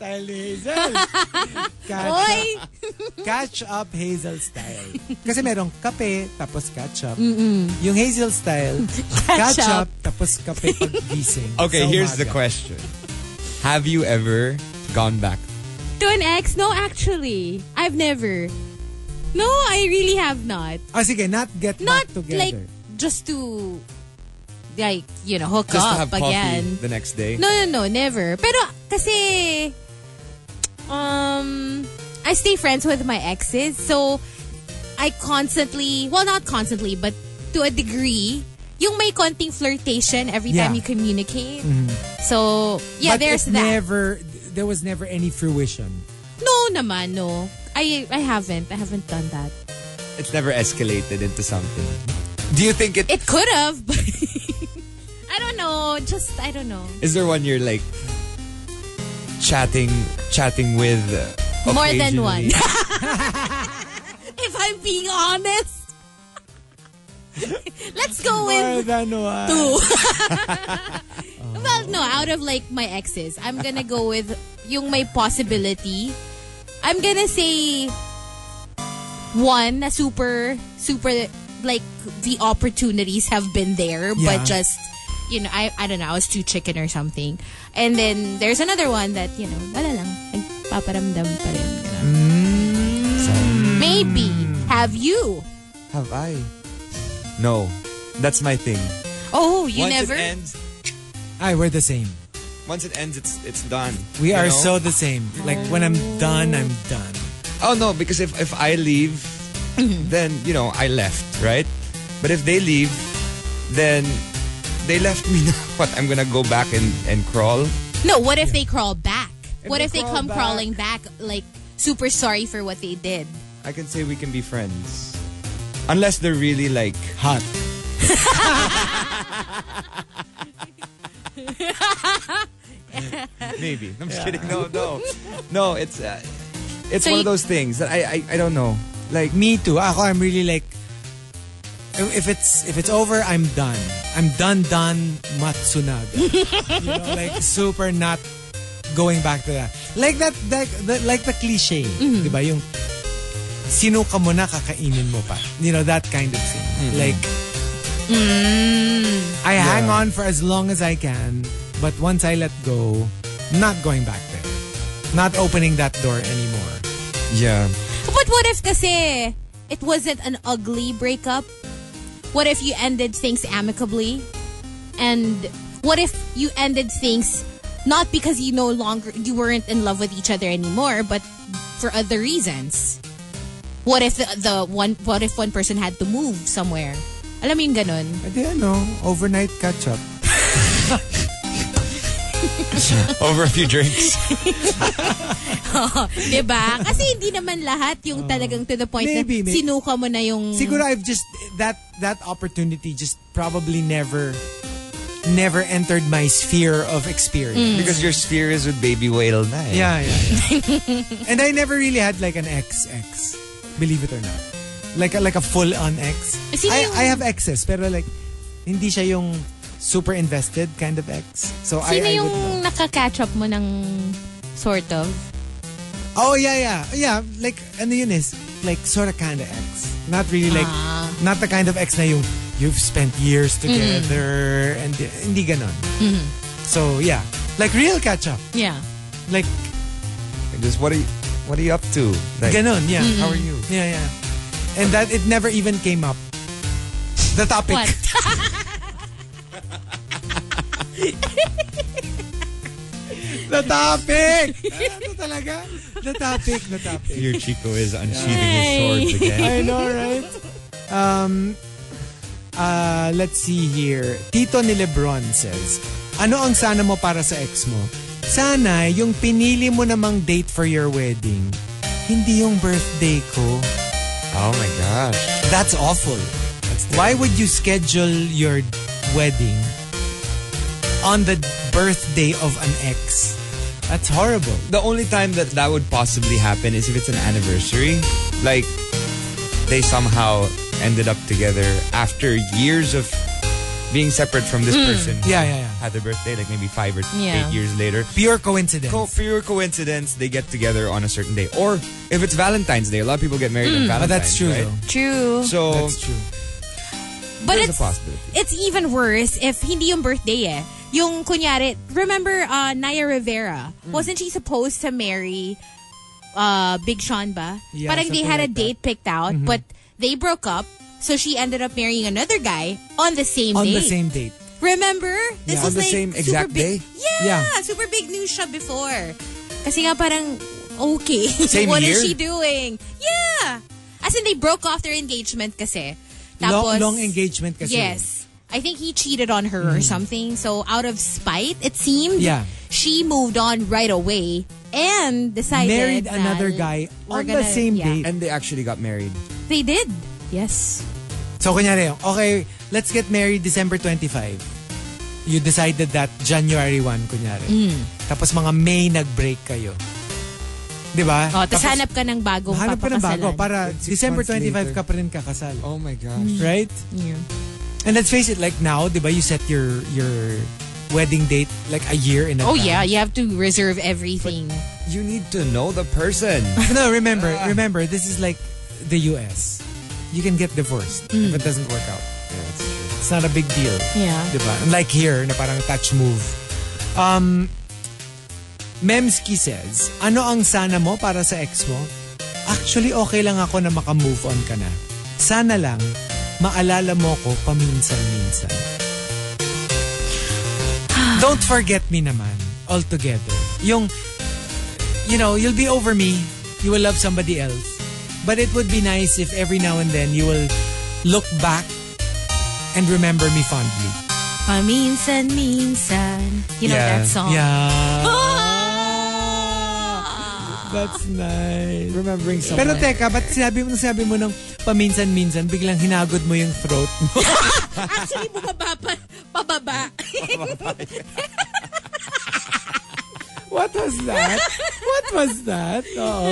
S3: Style ni Hazel. Catch
S4: Oy!
S3: up. Catch up Hazel style. Kasi merong kape, tapos catch up. Yung Hazel style, catch, up.
S4: up.
S3: tapos kape paggising.
S5: Okay,
S3: Sa
S5: here's the
S3: umaga.
S5: question. Have you ever gone back?
S4: To an ex? No, actually. I've never. No, I really have not.
S3: Ah, sige, not get
S4: Not
S3: back together.
S4: like just to like, you know, hook
S5: Just
S4: up
S5: to have coffee
S4: again.
S5: the next day?
S4: No, no, no, never. Pero kasi um I stay friends with my exes, so I constantly, well not constantly, but to a degree, yung may konting flirtation every time
S3: Yeah. Mm-hmm.
S4: you communicate. So, yeah,
S3: But
S4: there's
S3: it
S4: that.
S3: never, there was never any fruition.
S4: no naman, no. I I haven't. I haven't done that.
S5: It's never escalated into something. Do you think it
S4: It could have, but I don't know. Just I don't know.
S5: is there one you're like chatting chatting with uh,
S4: More than one.
S5: occasionally?
S4: if I'm being honest. Let's go
S3: More
S4: with
S3: than one.
S4: well, no, out of like my exes, I'm gonna go with yung may possibility. I'm gonna say one na super super like the opportunities have been there,
S3: Yeah.
S4: but just you know, I I don't know, I was too chicken or something. And then there's another one that you know, wala lang, nagpaparamdam pa rin. ganun. Maybe have you?
S5: Have I? No. That's my thing.
S4: Oh, you
S5: once
S4: never.
S5: it ends,
S3: Ay, we're the same.
S5: once it ends it's it's done.
S3: We
S5: you
S3: are
S5: know?
S3: so the same. Like, when I'm done, I'm done.
S5: Oh no, because if if I leave, then you know I left, right? But if they leave, then they left me. Now what? I'm gonna go back and and crawl.
S4: No, what if they crawl back? what
S5: they
S4: if they come
S5: crawl back-
S4: crawling back, like super sorry for what they did?
S5: I can say we can be friends, unless they're really like
S3: Hot.
S5: maybe. I'm just kidding. No, no, no. It's uh, it's
S4: So
S5: one
S4: you-
S5: of those things that I, I I don't know. Like
S3: Me too. Ako, I'm really like, if it's if it's over, I'm done. I'm done, done, Matsunaga. you know, like super not going back to that. Like that, that, that- like the cliche, di ba? Yung sinuka mo na, kakainin mo pa. You know, that kind of thing. Like, I hang on for as long as I can, but once I let go, not going back there. Not opening that door anymore.
S5: yeah,
S4: But what if kasi it wasn't an ugly breakup? What if you ended things amicably? And what if you ended things not because you no longer you weren't in love with each other anymore, but for other reasons? What if the, the one what if one person had to move somewhere? Alam mo yung ganun?
S3: Pwede ano, overnight catch-up.
S5: over a few drinks.
S4: diba? Kasi hindi naman lahat yung talagang to the point
S3: Maybe,
S4: na
S3: may-
S4: sinuka mo na yung...
S3: Siguro I've just that that opportunity just probably never never entered my sphere of
S4: Mm.
S3: experience.
S5: because your sphere is with baby whale na eh.
S3: Yeah, yeah. yeah. and I never really had like an ex ex, believe it or not. Like a, like a full on ex.
S4: Sino
S3: I,
S4: yung-
S3: I have exes pero like hindi siya yung super invested kind of ex. So I,
S4: Sino
S3: I
S4: yung
S3: would know.
S4: nakaka-catch up mo ng sort of?
S3: Oh yeah, yeah. Yeah, like ano yun is like sort of kind of ex. Not really like not the kind of ex na yung you've spent years together and hindi ganon. So yeah, like real catch up.
S4: Yeah.
S3: Like
S5: Just what are you, what are you up to? Like,
S3: ganon, yeah.
S5: How are you?
S3: Yeah, yeah. And that it never even came up. The topic.
S4: What?
S3: The topic. ano talaga? The topic, the topic.
S5: Your Chico is unsheathing
S4: Yay.
S5: his swords again.
S3: I know, right? Um, uh, let's see here. Tito ni Lebron says, Ano ang sana mo para sa ex mo? Sana yung pinili mo namang date for your wedding, hindi yung birthday ko.
S5: Oh my gosh.
S3: That's awful. Why would you schedule your wedding on the birthday of an ex? That's horrible.
S5: The only time that that would possibly happen is if it's an anniversary. Like, they somehow ended up together after years of being separate from this person.
S3: Hmm. Yeah, yeah, yeah.
S5: Had their birthday, like maybe five or
S4: Yeah.
S5: eight years later.
S3: Pure coincidence.
S5: Co- pure coincidence, they get together on a certain day. Or if it's Valentine's Day, a lot of people get married on
S3: Hmm. but
S5: Valentine's
S3: Oh, that's true,
S5: right?
S3: though.
S4: True.
S5: So,
S3: That's true.
S4: But
S5: There's a
S4: it's,
S5: possibility.
S4: it's even worse if hindi yung birthday eh. Yung kunyari, remember uh, Naya Rivera? Wasn't she supposed to marry uh, Big Sean ba?
S3: Yeah,
S4: Parang they
S3: something
S4: had a
S3: like that.
S4: date picked out, but they broke up. So she ended up marrying another guy on the same
S3: On
S4: date.
S3: the same date.
S4: Remember? This
S5: Yeah,
S4: was
S5: on the
S4: like
S5: same
S4: super
S5: exact
S4: big-
S5: day?
S4: Yeah,
S3: Yeah.
S4: super big news siya before. Kasi nga parang, okay,
S5: Same
S4: what is
S5: year?
S4: she doing? Yeah! As in, they broke off their engagement kasi.
S3: Long,
S4: Tapos,
S3: long engagement kasi. Hmm.
S4: Yes. I think he cheated on her or something. So out of spite, it seemed,
S3: Yeah.
S4: she moved on right away and decided
S3: married
S4: that
S3: another guy
S4: we're
S3: on the
S4: gonna-
S3: same
S4: yeah.
S3: date.
S5: and they actually got married.
S4: They did. Yes.
S3: So, kunyari, okay, let's get married December 25. You decided that January 1, kunyari.
S4: Mm.
S3: Tapos mga May nag-break kayo. Di ba?
S4: Oh, tapos hanap ka ng bagong
S3: hanap ka ng bago
S4: papakasalan.
S3: para
S5: Six
S3: December 25
S5: months later.
S3: ka pa rin kakasal.
S5: Oh my gosh.
S3: Right?
S4: Yeah.
S3: And let's face it, like now, di ba, you set your your wedding date like a year in
S4: Oh
S3: advance.
S4: yeah, you have to reserve everything.
S5: You need to know the person.
S3: No, remember, remember, this is like the US. You can get divorced if it doesn't work out. It's not a big deal.
S4: Yeah.
S3: Diba? Unlike here, na parang touch move. Um, Memski says, Ano ang sana mo para sa ex mo? Actually, okay lang ako na makamove on ka na. Sana lang, maalala mo ko paminsan-minsan. Don't forget me naman, altogether. Yung, you know, you'll be over me. You will love somebody else. But it would be nice if every now and then you will look back and remember me fondly.
S4: Paminsan, minsan. You know that
S5: Yeah.
S4: song.
S3: Yeah.
S4: Ah!
S3: That's nice.
S5: Remembering someone.
S3: Pero teka, ba't sinabi mo, sinabi mo ng paminsan-minsan, biglang hinagod mo yung throat mo?
S4: Actually, bumaba pa. Pababa.
S3: What was that? What was that? Oo.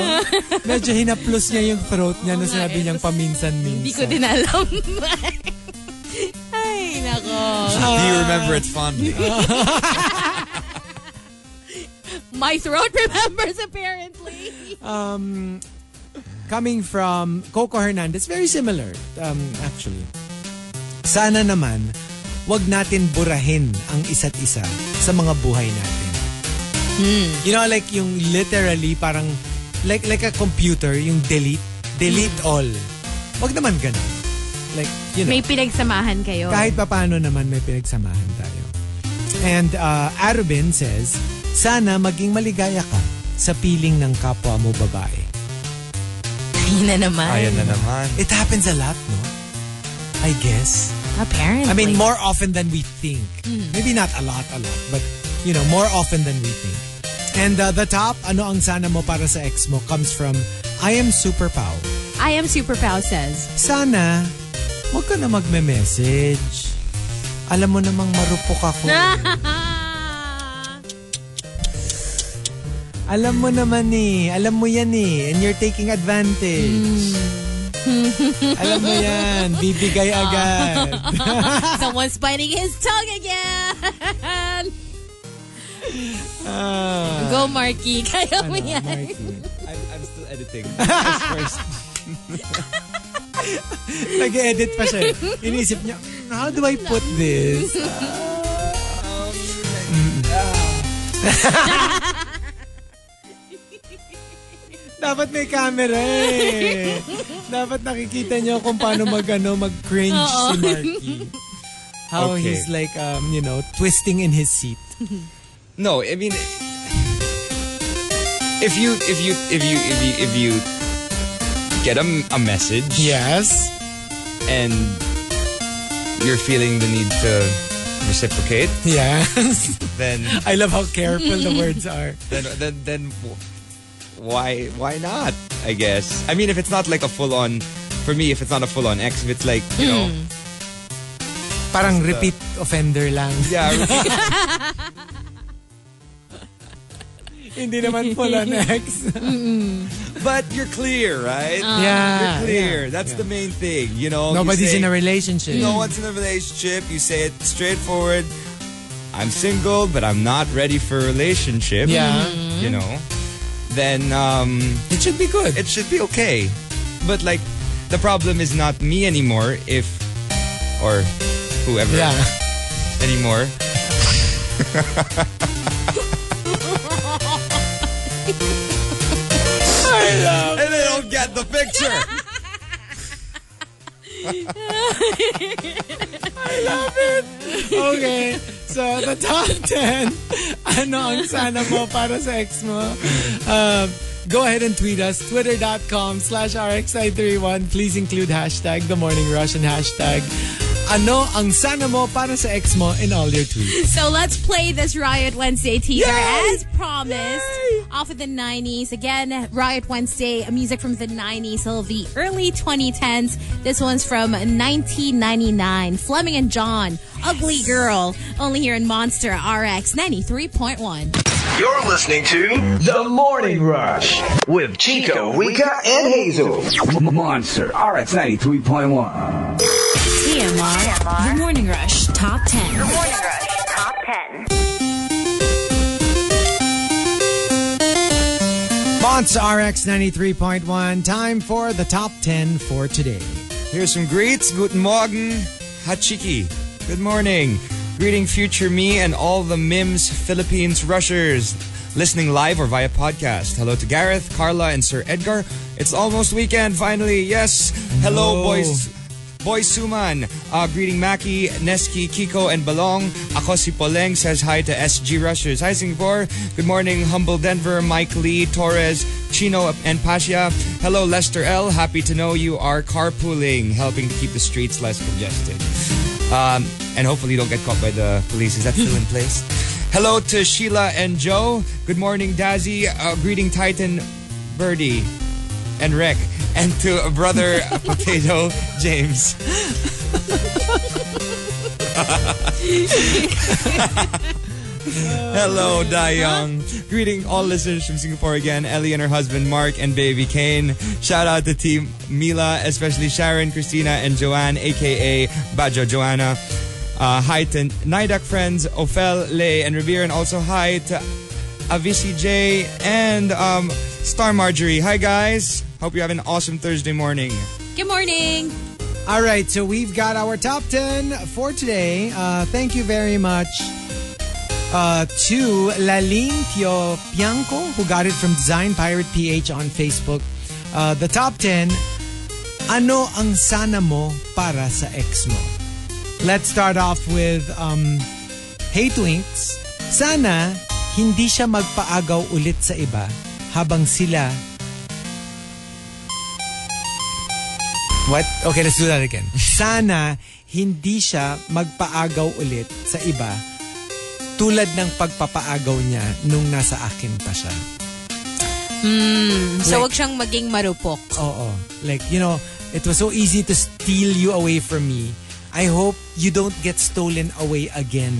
S3: Medyo hinaplos niya yung throat niya nung
S4: nga
S3: sinabi
S4: eh.
S3: niyang
S4: Hindi ko
S3: paminsan-minsan.
S4: din alam. Ay, nako.
S5: Do you remember it fondly?
S4: My throat remembers apparently.
S3: Coming from Coco Hernandez, very similar, um, actually. Sana naman, wag natin burahin ang isa't isa sa mga buhay natin. You know, like yung literally parang, like like a computer, yung delete, delete all. Wag naman ganun. like, you know.
S4: May pinagsamahan kayo.
S3: kahit papano naman may pinagsamahan tayo. And uh, Arubin says, sana maging maligaya ka sa piling ng kapwa mo babae.
S4: Ayun na naman.
S5: Ayan na naman.
S3: It happens a lot, no? I guess.
S4: Apparently.
S3: I mean, more often than we think. Maybe not a lot, a lot, but you know, more often than we think. And uh, the top, ano ang sana mo para sa ex mo, comes from I am super pow.
S4: I am super proud says.
S3: Sana, huwag ka na magme-message. Alam mo namang marupok ako. Alam mo naman eh. Alam mo yan eh. And you're taking advantage. Alam mo yan. Bibigay agad.
S4: Someone's biting his tongue again.
S3: Ah,
S4: Go, Marky. Kaya mo yan.
S3: Marky.
S5: I'm, I'm still editing. That's first.
S3: Nag-edit pa siya. eh. Iniisip niya, how do I put this? Dapat may camera eh. Dapat nakikita niyo kung paano mag, ano, mag-cringe si Marky. How
S5: Okay.
S3: he's like, um, you know, twisting in his seat.
S5: No, I mean, if you if you if you if you if you get a, a message,
S3: Yes.
S5: and you're feeling the need to reciprocate,
S3: Yes.
S5: then
S3: I love how careful the words are.
S5: then then then w- why why not? I guess. I mean, if it's not like a full on, for me, if it's not a full on X, if it's like you know,
S3: Hmm. Parang repeat offender lang.
S5: yeah,
S3: Hindi naman pala next.
S5: but you're clear, right?
S3: yeah.
S5: clear. That's the main thing. You know, You
S3: Nobody's
S5: say-
S3: in a relationship.
S5: No one's in a relationship. You say it straightforward. I'm single, but I'm not ready for a relationship.
S3: Yeah.
S5: You know, then um,
S3: It should be good.
S5: it should be okay. But like, the problem is not me anymore. If or whoever
S3: yeah.
S5: anymore. And they don't get the picture.
S3: Okay. So, the top 10. Ano ang sana mo para sa ex mo? Um, go ahead and tweet us. Twitter.com slash RX931. Please include hashtag The Morning Rush and hashtag ano ang sana mo para sa ex mo in all your tweets.
S4: So let's play this Riot Wednesday teaser
S3: Yay!
S4: as promised. Off of the 90s. Again, Riot Wednesday, music from the 90s till the early 2010s. This one's from 1999. Fleming and John, Ugly Girl. Only here in Monster RX 93.1.
S1: You're listening to The Morning Rush with Chico, Rika, and Hazel. Monster RX 93.1.
S2: TMR. The Morning Rush Top 10.
S6: Morning Rush Top 10.
S3: Monts RX 93.1. Time for the top 10 for today.
S5: Here's some greets. Guten Morgen, Hachiki. Good morning. Greeting future me and all the MIMS Philippines rushers. Listening live or via podcast. Hello to Gareth, Carla, and Sir Edgar. It's almost weekend, finally. Yes. Hello,
S3: No.
S5: boys. Boy Suman, uh, greeting Maki, Neski, Kiko, and Balong. Ako si Poleng says hi to SG Rushers. Hi, Singapore. Good morning, humble Denver, Mike Lee, Torres, Chino, and Pasha. Hello, Lester L. Happy to know you are carpooling, helping to keep the streets less congested. Um, and hopefully you don't get caught by the police. Is that still in place? Hello to Sheila and Joe. Good morning, Dazzy. Uh, greeting Titan Birdie and Rick, and to a brother Potato James. Hello, Dayang. Greeting all listeners from Singapore again. Ellie and her husband Mark and baby Kane. Shout out to team Mila, especially Sharon, Christina, and Joanne, aka Bajo Joanna. Uh, hi to Nidak friends Ophel, Lay, and Revere, and also hi to Avisi J and um, Star Marjorie. Hi guys. Hope you have an awesome Thursday morning.
S4: Good morning.
S3: All right, so we've got our top 10 for today. Uh, thank you very much uh, to Laline Pio Pianco, who got it from Design Pirate PH on Facebook. Uh, the top 10 Ano ang sana mo para sa ex mo? Let's start off with um, Hey Twinks. Sana hindi siya magpaagaw ulit sa iba habang sila What? Okay, let's do that again. Sana hindi siya magpaagaw ulit sa iba tulad ng pagpapaagaw niya nung nasa akin pa siya.
S4: So, wag siyang maging marupok.
S3: Oo. Like, you know, it was so easy to steal you away from me. I hope you don't get stolen away again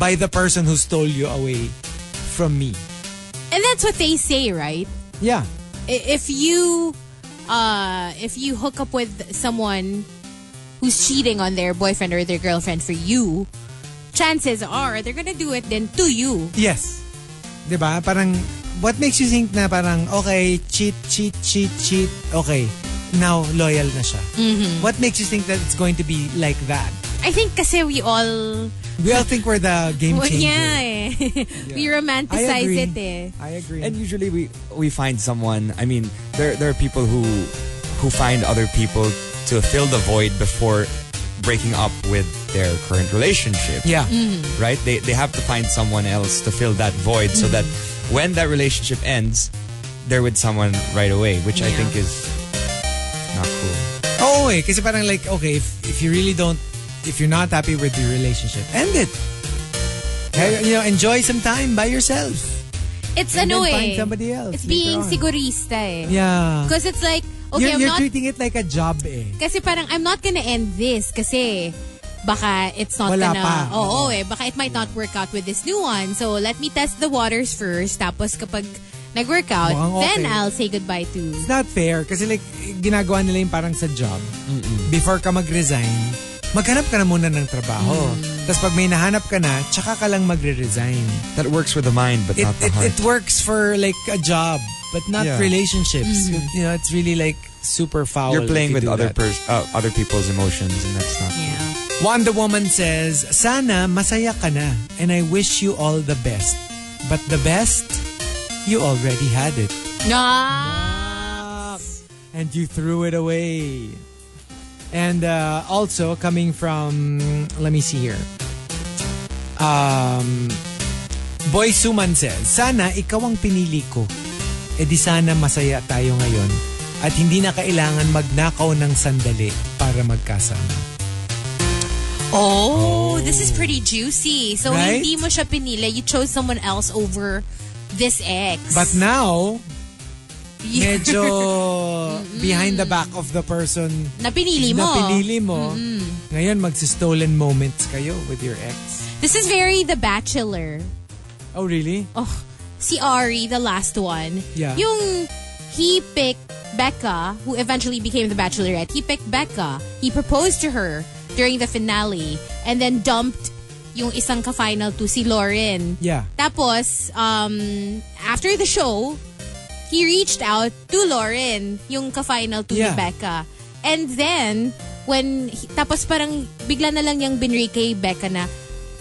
S3: by the person who stole you away from me.
S4: And that's what they say, right?
S3: Yeah.
S4: I- If you, uh, if you hook up with someone who's cheating on their boyfriend or their girlfriend for you, chances are they're gonna do it then to you.
S3: Yes. 'Di ba? Parang, what makes you think na parang, okay, cheat, cheat, cheat, cheat, okay, now loyal na siya.
S4: Mm-hmm.
S3: What makes you think that it's going to be like that?
S4: I think kasi we all,
S3: We all think we're the game
S4: well,
S3: changer.
S4: yeah, eh. we
S3: I
S4: romanticize
S3: agree.
S4: it. Eh.
S3: I agree.
S5: And usually we we find someone. I mean, there there are people who who find other people to fill the void before breaking up with their current relationship.
S3: yeah.
S4: Mm.
S3: Mm-hmm.
S5: Right? They they have to find someone else to fill that void so that
S3: Mm-hmm.
S5: when that relationship ends, they're with someone right away, which I think is not cool.
S3: Oo eh, kasi parang like, okay, if, if you really don't, if you're not happy with your relationship, end it. Hey, You know, enjoy some time by yourself.
S4: It's
S3: And
S4: ano
S3: then find
S4: eh.
S3: somebody else
S4: It's
S3: later
S4: being
S3: on.
S4: sigurista eh.
S3: Yeah.
S4: Because it's like, okay,
S3: you're
S4: I'm
S3: you're
S4: not
S3: treating it like a job eh.
S4: Kasi parang, I'm not gonna end this kasi baka it's not
S3: Wala
S4: gonna...
S3: pa.
S4: Oo, eh. Baka it might not work out with this new one. So, let me test the waters first. Tapos kapag nag-work out,
S3: Mukhang okay.
S4: then I'll say goodbye to...
S3: It's not fair kasi like ginagawa nila yung parang sa job. Before ka mag-resign, maghanap ka na muna ng trabaho.
S5: Mm.
S3: Tapos pag may nahanap ka na, tsaka ka lang magre-resign.
S5: That works with the mind, but
S3: It,
S5: not the
S3: it,
S5: heart.
S3: it works for like a job, but not
S5: Yeah.
S3: relationships. You know, it's really like super foul.
S5: You're playing
S3: if
S5: with
S3: you do
S5: other
S3: that.
S5: pers- uh, other people's emotions, and that's not.
S4: Yeah.
S3: Wonder Woman says, Sana masaya ka na and I wish you all the best. But the best, you already had it.
S4: No!
S3: And you threw it away. And uh, also coming from, let me see here. Um, Boy Suman says, Sana ikaw ang pinili ko. E di sana masaya tayo ngayon at hindi na kailangan magnakaw ng sandali para magkasama.
S4: Oh, this is pretty juicy. So,
S3: Right?
S4: hindi mo siya pinili. You chose someone else over this ex.
S3: But now,
S4: Yeah.
S3: medyo behind the back of the person
S4: na pinili mo.
S3: na pinili mo. Ngayon, magsistolen moments kayo with your ex.
S4: This is very The Bachelor.
S3: Oh, really?
S4: oh, si Ari, the last one.
S3: Yeah.
S4: Yung he picked Becca, who eventually became the bachelorette. He picked Becca. He proposed to her during the finale and then dumped yung isang ka-final to si Lauren.
S3: Yeah.
S4: Tapos, um, after the show, he reached out to Lauren, yung ka-final to
S3: Yeah.
S4: ni Becca. And then, when, he- tapos parang bigla na lang niyang binray kay Becca na,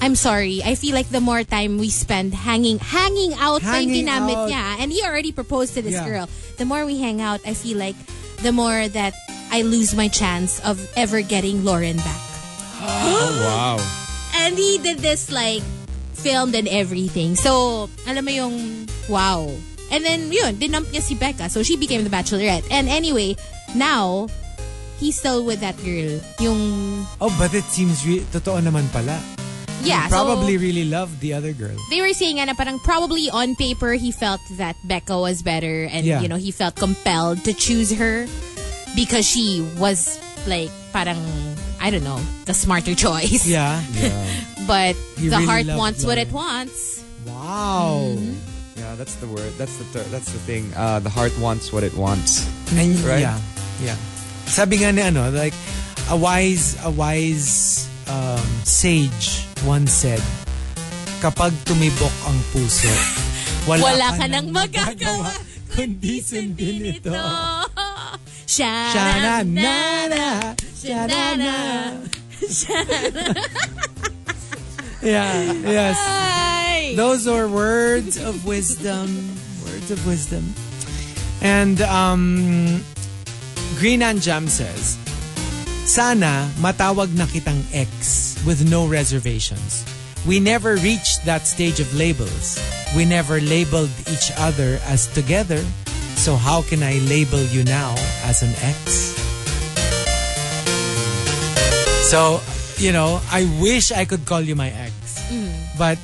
S4: I'm sorry, I feel like the more time we spend hanging, hanging out
S3: Hanging
S4: hanging pa yung ginamit
S3: out.
S4: niya. And he already proposed to this
S3: Yeah.
S4: girl. The more we hang out, I feel like the more that I lose my chance of ever getting Lauren back.
S5: Oh, Wow.
S4: And he did this like filmed and everything. So, alam mo yung wow. And then yun, dinump niya si Becca. So she became the bachelorette. And anyway, now he's still with that girl. Yung
S3: Oh, but it seems re- totoo naman pala.
S4: yeah, so-
S3: Probably really loved the other girl.
S4: they were saying nga na parang probably on paper he felt that Becca was better and
S3: Yeah.
S4: you know he felt compelled to choose her because she was like parang I don't know the smarter choice
S3: Yeah.
S4: but
S3: He
S4: the
S3: really
S4: heart
S3: loved
S4: wants what it
S3: Lauren.
S4: wants
S3: Wow.
S4: Mm-hmm.
S5: Yeah, that's the word. That's the ter- that's the thing. Uh, the heart wants what it wants.
S3: Nan-
S5: Right?
S3: Yeah. Yeah. Sabi nga ni ano, like, a wise, a wise um, sage once said, kapag tumibok ang puso, wala,
S4: wala ka
S3: nang
S4: nang magagawa
S3: kundi sundin ito.
S4: Shana
S3: Sha-na-na-na. Sha-na-na. Yeah, yes. Those are words of wisdom. Words of wisdom. And um, Green and Jam says, Sana matawag na kitang ex with no reservations. We never reached that stage of labels. We never labeled each other as together. So how can I label you now as an ex? So, you know, I wish I could call you my ex. But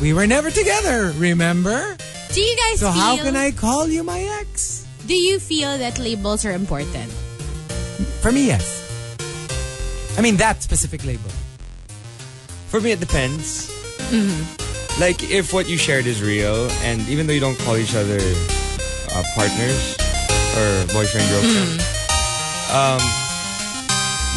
S3: we were never together, remember?
S4: Do you guys
S3: So
S4: feel
S3: how can I call you my ex?
S4: do you feel that labels are important?
S3: For me, yes. I mean, that specific label.
S5: For me, it depends. Like, if what you shared is real, and even though you don't call each other uh, partners or boyfriend, girlfriend, um,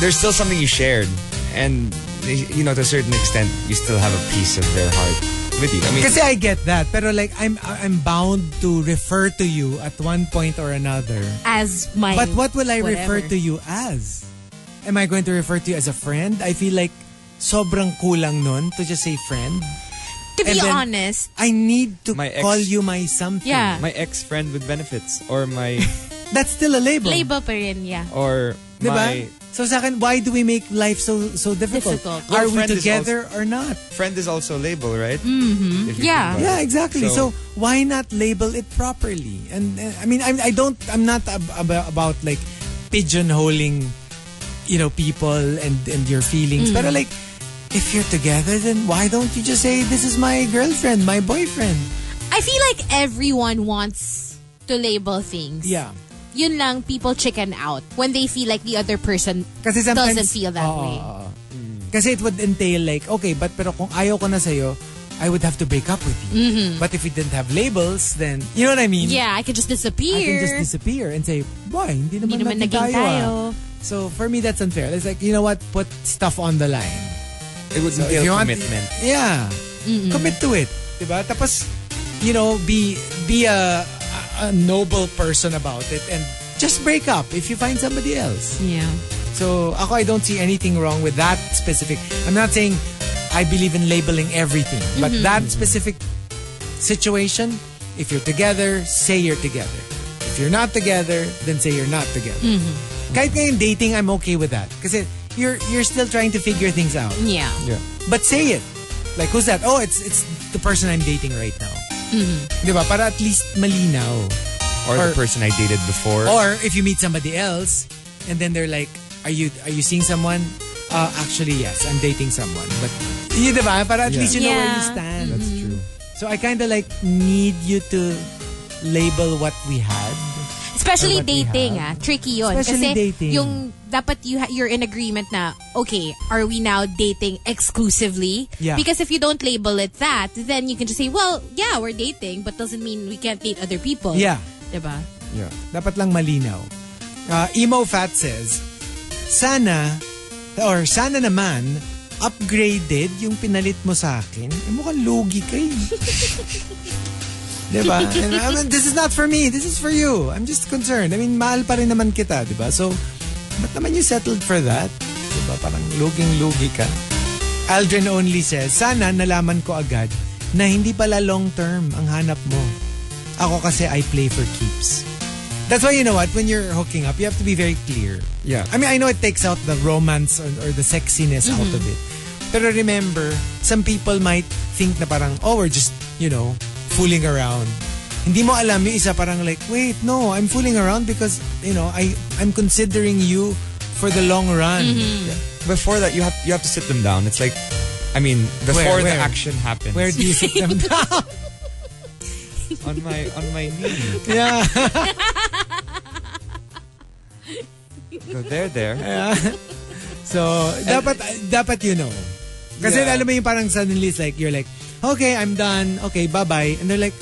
S5: there's still something you shared. And, you know, to a certain extent, you still have a piece of their heart with you. I mean,
S3: Kasi I get that, pero like I'm I'm bound to refer to you at one point or another.
S4: As my
S3: But what will I refer
S4: whatever.
S3: to you as? Am I going to refer to you as a friend? I feel like sobrang kulang nun to just say friend.
S4: To be
S3: And then-
S4: honest,
S3: I need to
S5: My ex-
S3: call you my something.
S4: Yeah.
S5: my ex friend with benefits, or my,
S3: That's still a label.
S4: label pa rin, yeah.
S5: or
S3: Diba?
S5: my
S3: So sa akin, why do we make life so so difficult?
S4: Difficult.
S3: Are
S5: Well,
S3: we
S5: friend is
S3: together or not?
S5: friend is also a label, right? Mm-hmm.
S4: Yeah.
S3: Yeah, exactly.
S5: So-
S3: So, why not label it properly? And uh, I mean, I, I don't, I'm not ab- ab- about like pigeonholing, you know, people and and your feelings.
S4: Mm.
S3: But like, if you're together, then why don't you just say this is my girlfriend, my boyfriend?
S4: I feel like everyone wants to label things.
S3: Yeah.
S4: Yun lang, people chicken out when they feel like the other person
S3: Kasi sometimes- oh.
S4: doesn't feel that
S3: Oo.
S4: way.
S3: Kasi it would entail like, okay, but pero kung ayaw ko na sa'yo, I would have to break up with you. But if we didn't have labels, then, you know what I mean?
S4: Mm-hmm. Yeah, I could just
S3: I can
S4: disappear.
S3: just disappear and say, boy, hindi naman,
S4: Hindi naman
S3: natin
S4: naging
S3: ah."
S4: tayo.
S3: So for me, that's unfair. It's like, you know what? Put stuff on the line.
S5: It would
S3: So
S5: entail
S3: want-
S5: commitment.
S3: yeah. Commit to it. Diba? Tapos, you know, be be a, a noble person about it and just break up if you find somebody else.
S4: Yeah.
S3: So ako, I don't see anything wrong with that specific. I'm not saying I believe in labeling everything, but that specific situation, if you're together, say you're together. If you're not together, then say you're not together. Kahit ngayon dating, I'm okay with that. Kasi you're you're still trying to figure things out.
S4: Yeah.
S3: But say it. Like, who's that? Oh, it's it's the person I'm dating right now. Diba? Para at least malinaw.
S5: Or,
S3: Or-
S5: the person I dated before.
S3: Or if you meet somebody else and then they're like, "Are you are you seeing someone?" Uh, actually, yes, I'm dating someone. But you diba? Para at
S5: Yeah.
S3: least you know where you
S4: Yeah.
S3: stand.
S5: That's true.
S3: So I kind of like need you to label what we had.
S4: Especially
S3: Or what we
S4: dating, ah.
S3: have.
S4: Tricky yun.
S3: Especially
S4: Kasi
S3: dating.
S4: yung dapat you ha- you're in agreement na, okay, are we now dating exclusively?
S3: Yeah.
S4: Because if you don't label it that, then you can just say, well, yeah, we're dating, but doesn't mean we can't date other people.
S5: Oh.
S3: Yeah.
S4: Diba?
S5: Yeah.
S3: Dapat lang malinaw. Uh, Emo Fat says, sana or sana naman upgraded yung pinalit mo sa akin. Eh, mukhang lugi ka eh. diba? And, I mean, this is not for me. This is for you. I'm just concerned. I mean, mahal pa rin naman kita, diba? So, ba't naman you settled for that? Diba? Parang luging-lugi ka. Aldrin only says, sana nalaman ko agad na hindi pala long term ang hanap mo. Ako kasi I play for keeps. That's why you know what, when you're hooking up, you have to be very clear.
S5: Yeah.
S3: I mean, I know it takes out the romance or, or the sexiness out of it. Pero remember, some people might think na parang, oh, we're just, you know, fooling around. Hindi mo alam yung isa parang like, wait, no, I'm fooling around because, you know, I, I'm considering you for the long run.
S5: before that you have you have to sit them down. It's like I mean before the
S3: where?
S5: action happens.
S3: Where do you sit them down?
S5: on my on my knee.
S3: yeah.
S5: Go there there.
S3: So, dapat dapat you know. Kasi
S5: Yeah.
S3: alam mo yung parang suddenly it's like, you're like, okay, I'm done. Okay, bye-bye. And they're like,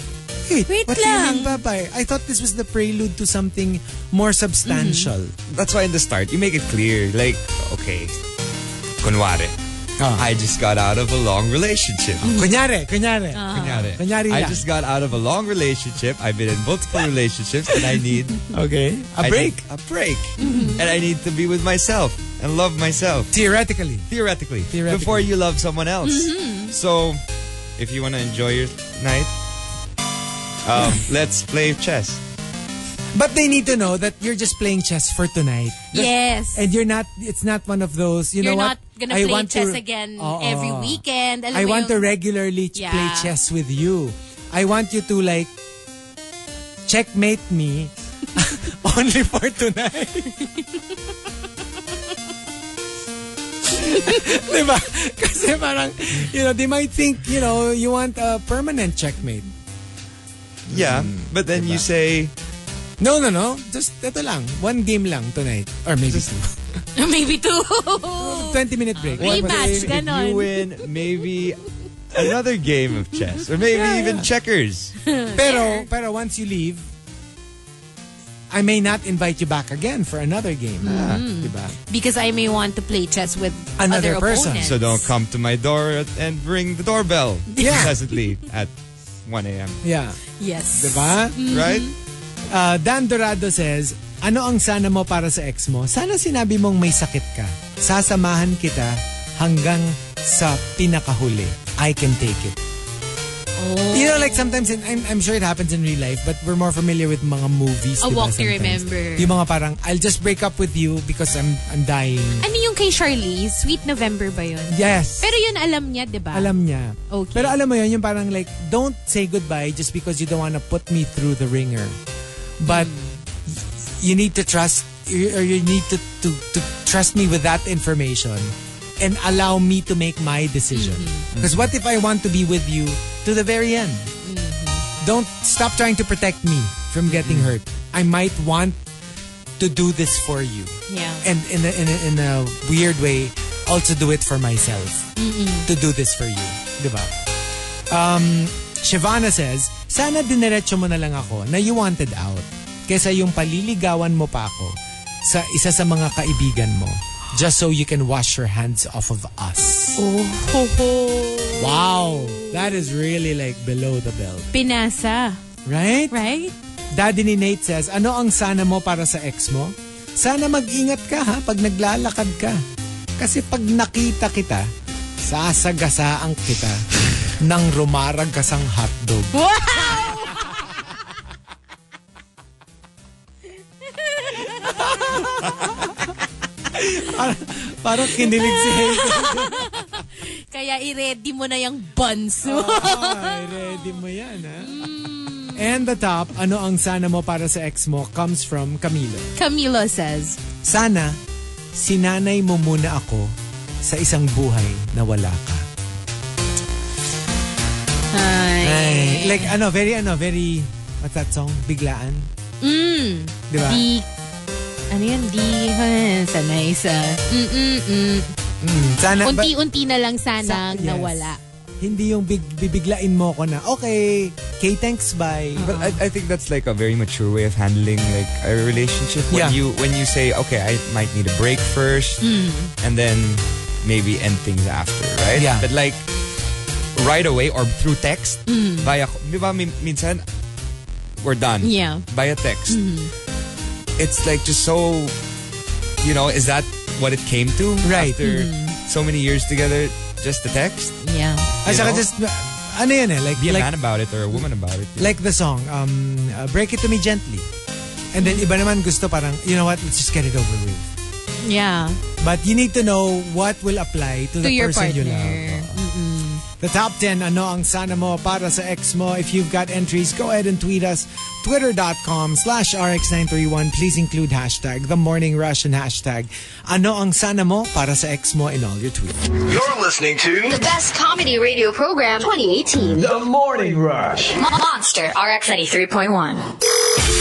S3: wait,
S4: Wait
S3: what do
S4: lang."
S3: you mean bye-bye? I thought this was the prelude to something more substantial.
S4: Mm-hmm.
S5: That's why in the start you make it clear like okay. Kunwari. I just got out of a long relationship.
S4: Mm-hmm.
S3: Kunyari, kunyari.
S4: Ah.
S5: Kunyari.
S3: Kunyari
S5: I
S3: lang.
S5: just got out of a long relationship. I've been in multiple relationships and I need
S3: Okay. A
S5: I
S3: break.
S5: need a break. Mm-hmm. And I need to be with myself and love myself.
S3: Theoretically.
S5: Theoretically,
S3: Theoretically. Mm-hmm.
S5: before you love someone else. So, if you want to enjoy your night, um, let's play chess.
S3: But they need to know that you're just playing chess for tonight. That's-
S4: Yes.
S3: And you're not, it's not one of those, Eh, you
S4: You're
S3: know
S4: not
S3: what?
S4: gonna
S3: I
S4: play
S3: want
S4: chess
S3: to-
S4: again
S3: Oo.
S4: every weekend. Alam
S3: I
S4: mo
S3: want to
S4: yung-
S3: regularly ch- play
S4: Yeah.
S3: chess with you. I want you to like checkmate me only for tonight. diba? Kasi parang, you know, they might think, you know, you want a permanent checkmate.
S5: Yeah,
S3: Mm-hmm.
S5: but then you say,
S3: No, no, no. Just ito lang. One game lang tonight. Or maybe two.
S4: Maybe two.
S3: 20 minute break.
S4: One Rematch,
S5: if
S4: ganon.
S5: you win, maybe another game of chess, or maybe even checkers.
S3: Pero, pero once you leave, I may not invite you back again for another game.
S4: Ah.
S3: Diba?
S4: because I may want to play chess with
S3: Another
S4: other
S3: person.
S4: Opponents.
S5: So don't come to my door and ring the doorbell
S3: Yeah.
S5: pleasantly at 1 a.m.
S3: Yeah.
S4: Yes.
S3: Diba?
S5: Right?
S3: Uh, Dan Dorado says, ano ang sana mo para sa ex mo? Sana sinabi mong may sakit ka. Sasamahan kita hanggang sa pinakahuli. I can take it.
S4: Oh.
S3: You know, like sometimes, in, I'm, I'm sure it happens in real life, but we're more familiar with mga movies.
S4: A
S3: diba,
S4: Walk to
S3: sometimes?
S4: Remember.
S3: Yung mga parang, I'll just break up with you because I'm I'm dying.
S4: Ano yung kay Charlie? Sweet November ba yun?
S3: Yes.
S4: Pero yun alam niya, di ba?
S3: alam niya.
S4: Okay.
S3: Pero alam mo yun, yung parang like, don't say goodbye just because you don't want to put me through the ringer. But
S4: Mm.
S3: you need to trust, or you need to, to, to trust me with that information and allow me to make my decision.
S4: Mm-hmm.
S3: Because what if I want to be with you to the very end? Don't stop trying to protect me from getting
S4: Mm-hmm.
S3: hurt. I might want to do this for you.
S4: Yeah.
S3: And in a, in a, in a weird way, also do it for myself. To do this for you. Diba? Um, Shivana says, Sana dinerecho mo na lang ako na you wanted out kesa yung paliligawan mo pa ako sa isa sa mga kaibigan mo just so you can wash your hands off of us.
S4: Oh, ho, ho.
S3: Wow! That is really like below the belt.
S4: Pinasa.
S3: Right?
S4: Right?
S3: Daddy ni Nate says, ano ang sana mo para sa ex mo? Sana mag-ingat ka ha pag naglalakad ka. Kasi pag nakita kita, sasagasaan kita ng rumaragasang hotdog. Wow! Parang kinilig si Hazel.
S4: Kaya i-ready mo na yung buns
S2: Oh.
S4: mo.
S3: Ay, ready mo yan, ha? And the top, ano ang sana mo para sa ex mo comes from Camilo.
S4: Camilo says,
S3: Sana, sinanay mo muna ako sa isang buhay na wala ka. Ay, like ano, very ano, very, what's that song? Biglaan?
S4: Mm,
S3: Di ba?
S4: di, ano yun? Di, eh, sanay sa, mm-mm-mm.
S3: Mm, Sana, but
S4: Unti-unti na lang
S3: Sa-
S4: sanang
S3: yes.
S4: nawala.
S3: hindi yung big, bibiglain mo ko na, okay, okay, thanks, bye.
S5: But I, I think that's like a very mature way of handling like a relationship when
S3: Yeah. Hmm.
S5: you when you say okay I might need a break first and then maybe end things after right
S3: Yeah.
S5: but like right away or through text
S3: Hmm.
S5: via di ba min- minsan we're done
S4: Yeah.
S5: via text
S3: Hmm.
S5: it's like just so you know is that what it came to
S3: Right. Hmm.
S5: after so many years together just the text
S4: Yeah.
S3: At
S5: you
S3: saka
S5: know?
S3: just, ano yan eh, like,
S5: be a
S3: like,
S5: man about it or a woman about it
S3: like the song, um, uh, Break It To Me Gently. And then iba naman gusto parang, you know what, let's just get it over with.
S4: Yeah.
S3: But you need to know what will apply to,
S4: To
S3: the
S4: your
S3: person you
S4: partner.
S3: love. Oh. The top 10, ano ang sana mo para sa ex mo? If you've got entries, go ahead and tweet us. Twitter.com slash RX931. Please include hashtag The Morning Rush and hashtag ano ang sana mo para sa ex mo in all your tweets.
S1: You're listening to
S7: The best comedy radio program 2018.
S1: The Morning Rush.
S7: Monster RX 83.1.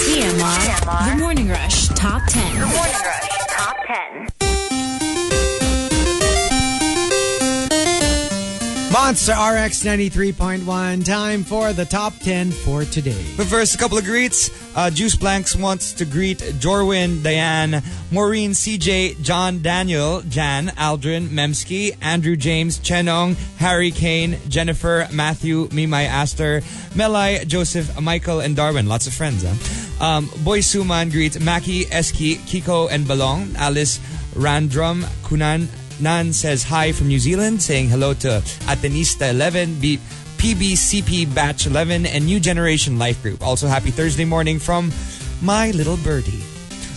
S2: TMR. The Morning Rush Top 10.
S6: Morning Rush Top 10.
S3: Monster RX 93.1. Time for the top 10 for today.
S5: But first, a couple of greets. Uh, Juice Blanks wants to greet Jorwin, Diane, Maureen, CJ, John, Daniel, Jan, Aldrin, Memski, Andrew James, Chenong, Harry Kane, Jennifer, Matthew, Mimai Astor, Melai, Joseph, Michael, and Darwin. Lots of friends, huh? Um, Boy Suman greets Maki, Eski, Kiko, and Balong. Alice, Randrum, Kunan, Nan says hi from New Zealand, saying hello to Atenista 11, Beep, PBCP Batch 11 and New Generation Life Group. Also, happy Thursday morning from My Little Birdie.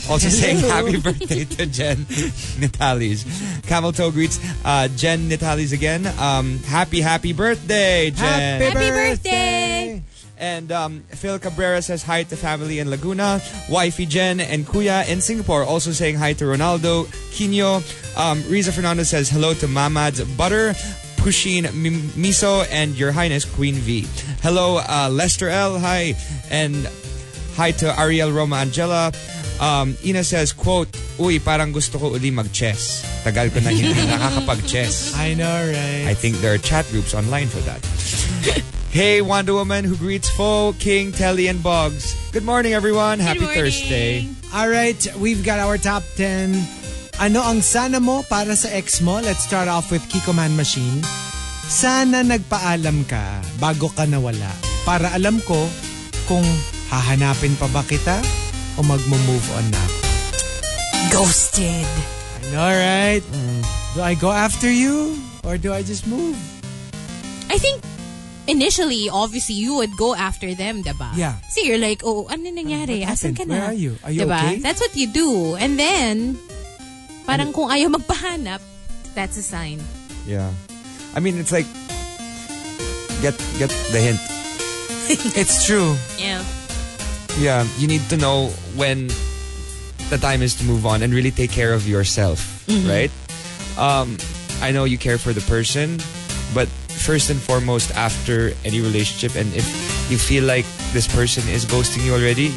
S5: Also saying happy birthday to Jen Natalis. Camel Toe greets uh, Jen Natalis again. Um, happy, happy birthday, Jen.
S4: Happy birthday!
S5: And um, Phil Cabrera says hi to family in Laguna, wifey Jen and Kuya in Singapore. Also saying hi to Ronaldo, Quino. Um, Riza Fernandez says hello to Mamad's Butter, Pusheen M- Miso, and Your Highness Queen V. Hello, uh, Lester L. Hi. And hi to Ariel Roma Angela. Um, Ina says, quote, Uy, parang gusto ko uli mag-chess. Tagal ko na hindi nakakapag-chess.
S3: I know, right?
S5: I think there are chat groups online for that. hey, Wonder Woman who greets Fo, King, Telly, and Boggs. Good morning, everyone. Happy
S4: morning.
S5: Thursday.
S3: All right, we've got our top 10. Ano ang sana mo para sa ex mo? Let's start off with Kiko Man Machine. Sana nagpaalam ka bago ka nawala para alam ko kung hahanapin pa ba kita o magmo-move on na. ako.
S4: Ghosted.
S3: I know, right? Do I go after you or do I just move?
S4: I think initially, obviously, you would go after them, diba?
S3: Yeah.
S4: So you're like, oh, ano nangyari?
S3: What
S4: Asan
S3: happened?
S4: ka
S3: Where
S4: na?
S3: are you? Are you
S4: Diba?
S3: okay?
S4: That's what you do. And then, parang kung ayaw magpahanap, that's a sign.
S5: Yeah. I mean, it's like, get get the hint.
S3: It's true.
S4: Yeah.
S5: Yeah, you need to know when the time is to move on and really take care of yourself, right? Um, I know you care for the person, but first and foremost, after any relationship, and if you feel like this person is ghosting you already,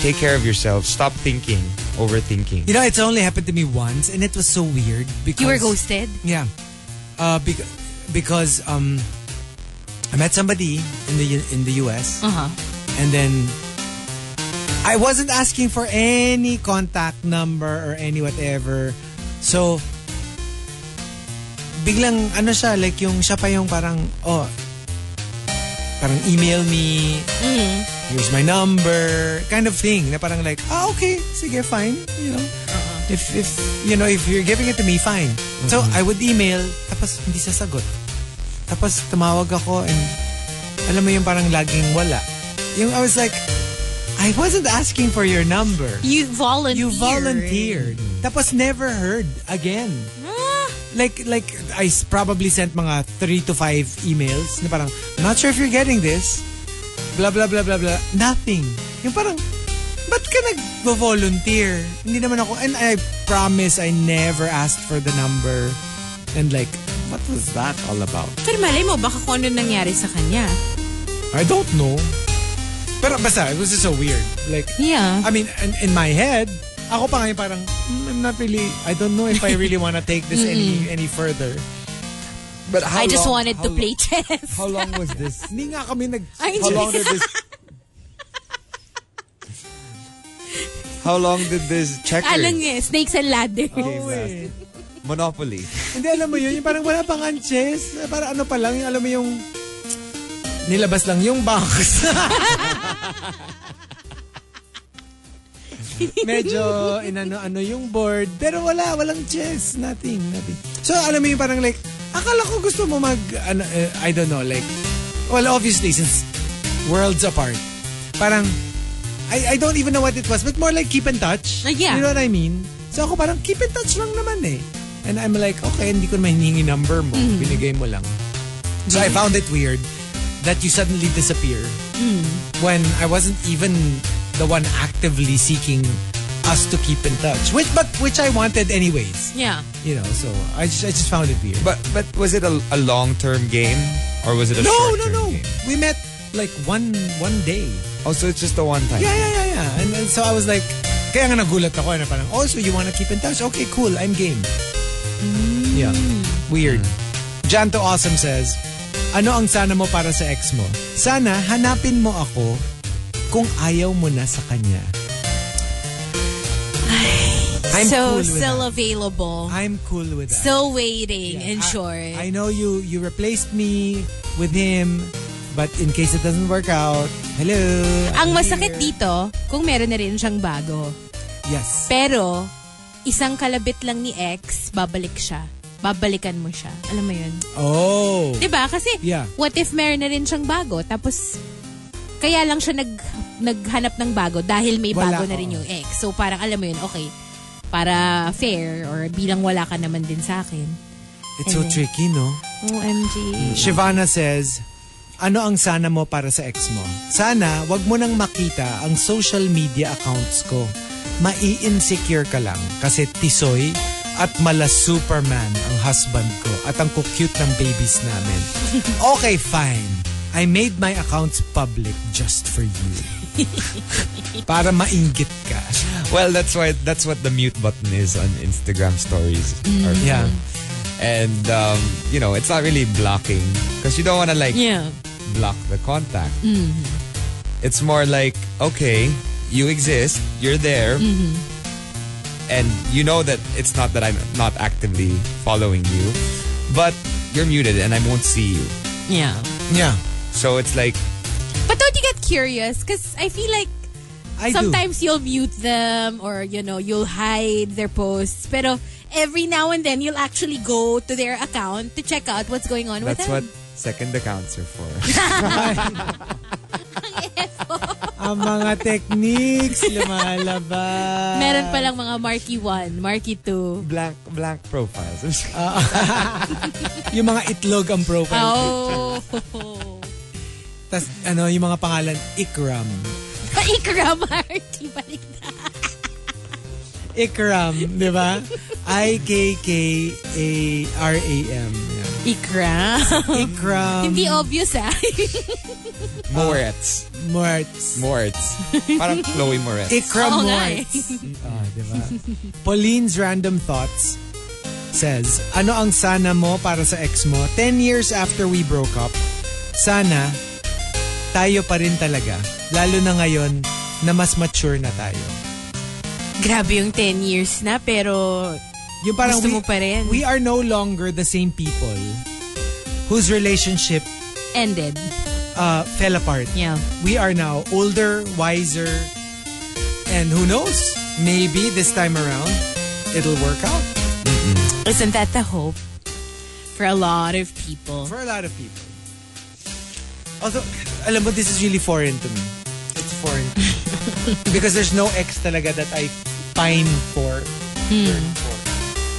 S5: take care of yourself. Stop thinking, overthinking.
S3: You know, it's only happened to me once and it was so weird because
S4: You were ghosted?
S3: Yeah. Uh, bec- because um, I met somebody in the U- in the US,
S4: Uh-huh.
S3: and then I wasn't asking for any contact number or any whatever. So, biglang ano siya, like yung siya pa yung parang, oh, parang email me, here's my number, kind of thing. Na parang like, ah, okay, sige, fine. You know, if, if, you know, if you're giving it to me, fine. So, I would email, tapos hindi sasagot. Tapos, tumawag ako and, alam mo yung parang laging wala. Yung I was like, I wasn't asking for your number.
S4: You volunteered.
S3: You volunteered. Tapos never heard again.
S4: Ah,
S3: Like, like I s- probably sent mga three to five emails na parang, not sure if you're getting this. Blah, blah, blah, blah, blah. Nothing. Yung parang, ba't ka nag-volunteer? Hindi naman ako, and I promise I never asked for the number. And like, what was that all about?
S4: pero malay mo, baka kung ano nangyari sa kanya.
S3: I don't know. Pero basta, it was just so weird. Like,
S4: Yeah.
S3: I mean, in, in my head, ako pa ngayon parang, mm, I'm not really, I don't know if I really want to take this any any further.
S5: But how
S4: I just
S5: long-
S4: wanted
S5: how
S4: to
S5: lo-
S4: play chess.
S5: How long was this?
S3: Hindi nga kami nag...
S4: Ay,
S5: How long did this? How long did this checker?
S4: Alam niya, snakes and ladders.
S3: Oh, eh.
S5: Monopoly.
S3: Hindi, alam mo yun, yung parang wala pang ang chess. Parang ano pa lang, yung, alam mo yung... Nilabas lang yung box. Medyo inano-ano yung board. Pero wala, walang chess. Nothing, nothing. So alam mo yung parang like, akala ko gusto mo mag, ano, eh, I don't know, like, well obviously since worlds apart, parang, I, I don't even know what it was, but more like keep in touch.
S4: Uh, yeah.
S3: You know what I mean? So ako parang keep in touch lang naman eh. And I'm like, okay, hindi ko naman hiningi number mo.
S4: Mm-hmm.
S3: Binigay mo lang. So I found it weird that you suddenly disappear when I wasn't even the one actively seeking us to keep in touch, which but which I wanted anyways.
S4: Yeah.
S3: You know, so I just I just found it weird.
S5: But but was it a, a long term game or was it a
S3: no,
S5: short
S3: no,
S5: term
S3: no.
S5: game?
S3: We met like one one day.
S5: Oh, so it's just a one time.
S3: Yeah, yeah, yeah, yeah. And, and so I was like, kaya nga nagulat ako na parang, oh, so you wanna keep in touch? Okay, cool. I'm game.
S4: Hmm.
S3: Yeah. Weird. Janto Awesome says, ano ang sana mo para sa ex mo? Sana hanapin mo ako kung ayaw mo na sa kanya. I'm
S4: so,
S3: cool with
S4: still
S3: that.
S4: available.
S3: I'm cool with that.
S4: Still waiting,
S3: Yeah,
S4: in
S3: I-
S4: short.
S3: I, know you you replaced me with him, but in case it doesn't work out, hello. I'm
S4: Ang masakit
S3: here.
S4: dito, kung meron na rin siyang bago.
S3: Yes.
S4: Pero, isang kalabit lang ni ex, babalik siya. Babalikan mo siya. Alam mo yun?
S3: Oh.
S4: 'Di ba Kasi,
S3: Yeah.
S4: what if meron na rin siyang bago? Tapos, kaya lang siya nag naghanap ng bago dahil may
S3: Wala,
S4: bago na rin
S3: oo.
S4: yung ex. So parang alam mo yun, okay, para fair or bilang wala ka naman din sa akin.
S3: It's so
S4: Ayun.
S3: tricky, no? Mm.
S4: OMG.
S3: Shivana says, ano ang sana mo para sa ex mo? Sana, wag mo nang makita ang social media accounts ko. Mai-insecure ka lang kasi tisoy at mala Superman ang husband ko at ang cute ng babies namin. Okay, fine. I made my accounts public just for you. para mainggit ka.
S5: Well, that's why that's what the mute button is on Instagram stories. Or,
S3: Yeah.
S5: And um, you know, it's not really blocking because you don't want to like
S4: Yeah.
S5: block the contact.
S4: Mm-hmm.
S5: It's more like, okay, you exist, you're there,
S4: Mm-hmm.
S5: and you know that it's not that I'm not actively following you, but you're muted and I won't see you.
S4: Yeah.
S3: Yeah.
S5: So it's like,
S4: But don't you get curious? Because I feel like
S3: I do.
S4: sometimes you'll mute them or, you know, you'll hide their posts. Pero every now and then, you'll actually go to their account to check out what's going on
S5: that's
S4: with
S5: what
S4: them.
S5: second accounts are for.
S3: Ang mga techniques lumalabas.
S4: Meron palang mga Marky 1, Marky 2.
S5: blank blank profiles. I'm just-
S3: Yung mga itlog ang profile.
S4: Oh.
S3: Tapos ano, yung mga pangalan, Ikram.
S4: Paikram, Marky. Balik na.
S3: Ikram, di ba? I-K-K-A-R-A-M. Yeah.
S4: Ikram.
S3: Ikram
S4: Hindi obvious, ah.
S5: Moretz.
S3: Mortz.
S5: Moritz. Parang Chloe Moretz.
S3: Ikram
S4: Oo nga eh.
S3: Mortz. Oh, di ba? Pauline's Random Thoughts says, Ano ang sana mo para sa ex mo 10 years after we broke up? Sana, tayo pa rin talaga. Lalo na ngayon na mas mature na tayo.
S4: Grabe yung 10 years na, pero
S3: Yung parang
S4: Gusto
S3: we,
S4: mo pa rin.
S3: we are no longer the same people whose relationship
S4: ended.
S3: uh, fell apart.
S4: Yeah.
S3: We are now older, wiser, and who knows? Maybe this time around, it'll work out
S4: Isn't that the hope for a lot of people?
S3: for a lot of people. Although, alam mo, this is really foreign to me. It's foreign to me. Because there's no ex talaga that I pine for. yearn for.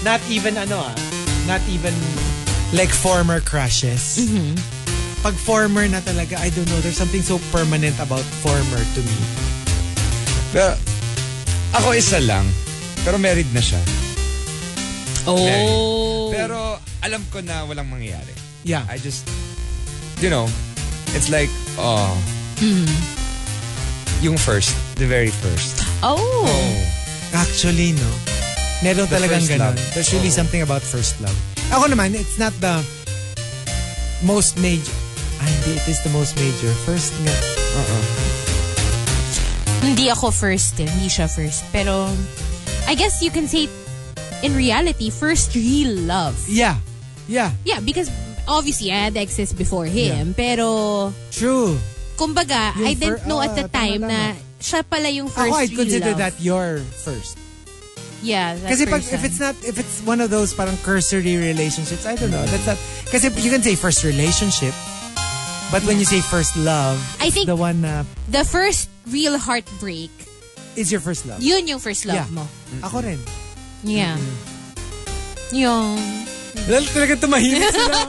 S3: Not even ano ah, not even like former crushes. Pag former na talaga, I don't know, there's something so permanent about former to me.
S5: Pero, ako isa lang. Pero married na siya.
S4: Oh.
S5: Pero alam ko na walang mangyayari.
S3: Yeah.
S5: I just, you know, it's like, oh. Yung first. The very first.
S4: oh.
S3: Actually, no. Meron
S5: The
S3: talagang
S5: first
S3: ganun.
S5: love.
S3: There's really
S5: Oo.
S3: something about first love. Ako naman, it's not the most major. Ah, hindi. It is the most major. First nga.
S4: Hindi ako first eh. Hindi siya first. Pero, I guess you can say, in reality, first real love.
S3: Yeah. Yeah.
S4: Yeah, because obviously I had exes before him. Pero,
S3: True.
S4: kumbaga,
S3: Yung
S4: I didn't
S3: fir-
S4: know at the
S3: ah, tama,
S4: time na siya pala yung first
S3: Ako, I'd
S4: real
S3: consider
S4: love.
S3: that your first.
S4: Yeah, that
S3: Kasi pag,
S4: person.
S3: if it's not, if it's one of those parang cursory relationships, I don't know. That's not, kasi you can say first relationship, but when you say first love,
S4: I
S3: it's
S4: think-
S3: the one na
S4: The first real heartbreak,
S3: is your first love.
S4: yun yung first love
S3: Yeah.
S4: mo.
S3: Ako rin.
S4: Yeah.
S3: Mm-hmm.
S4: Yung...
S3: Lalo talaga tumahimik sila.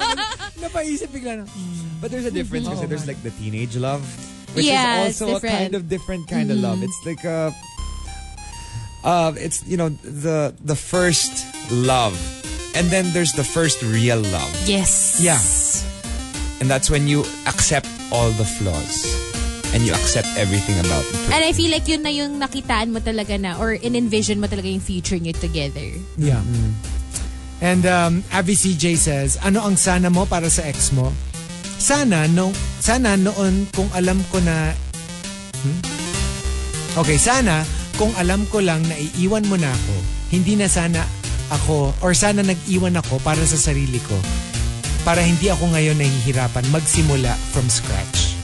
S3: Napaisip bigla na.
S5: But there's a difference because there's like the teenage love, which
S4: Yeah,
S5: is
S4: it's
S5: also a
S4: different.
S5: kind of different kind of love. It's like a, uh, it's you know the the first love, and then there's the first real love,
S4: Yes.
S3: Yeah.
S5: and that's when you accept all the flaws, and you accept everything about the person.
S4: And I feel like yun na yung nakitaan mo talaga na or in-envision mo talaga yung future nyo together.
S3: Yeah. Mm. And um, Abby CJ says, ano ang sana mo para sa ex mo? Sana, no, sana noon kung alam ko na... Hmm? Okay, sana kung alam ko lang na iiwan mo na ako, hindi na sana ako, or sana nag-iwan ako para sa sarili ko, para hindi ako ngayon nahihirapan magsimula from scratch.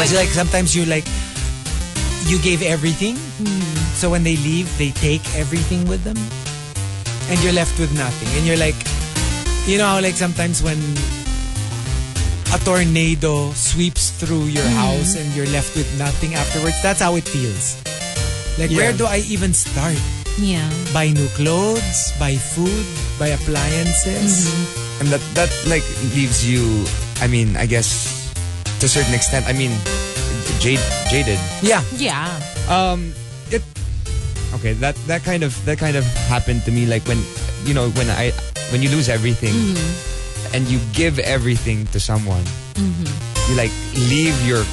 S3: Kasi like sometimes you like, you gave everything, so when they leave, they take everything with them. And you're left with nothing. And you're like, you know how like sometimes when a tornado sweeps through your house and you're left with nothing afterwards. That's how it feels. Like, where do I even start?
S4: Yeah.
S3: Buy new clothes, buy food, buy appliances.
S5: and that that like leaves you i mean i guess to a certain extent i mean jade, jaded
S3: Yeah.
S4: Yeah.
S5: um it okay that that kind of that kind of happened to me like when you know when i when you lose everything and you give everything to someone you like leave your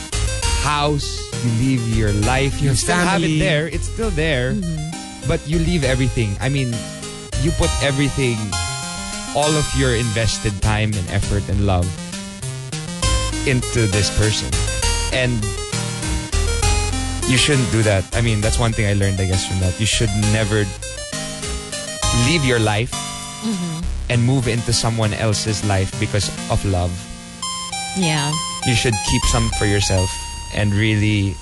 S5: house you leave your life
S3: Your
S5: you still have it
S3: family.
S5: there it's still there but you leave everything i mean you put everything all of your invested time and effort and love into this person and you shouldn't do that. I mean, that's one thing I learned, I guess, from that. You should never leave your life and move into someone else's life because of love.
S4: Yeah.
S5: You should keep some for yourself and really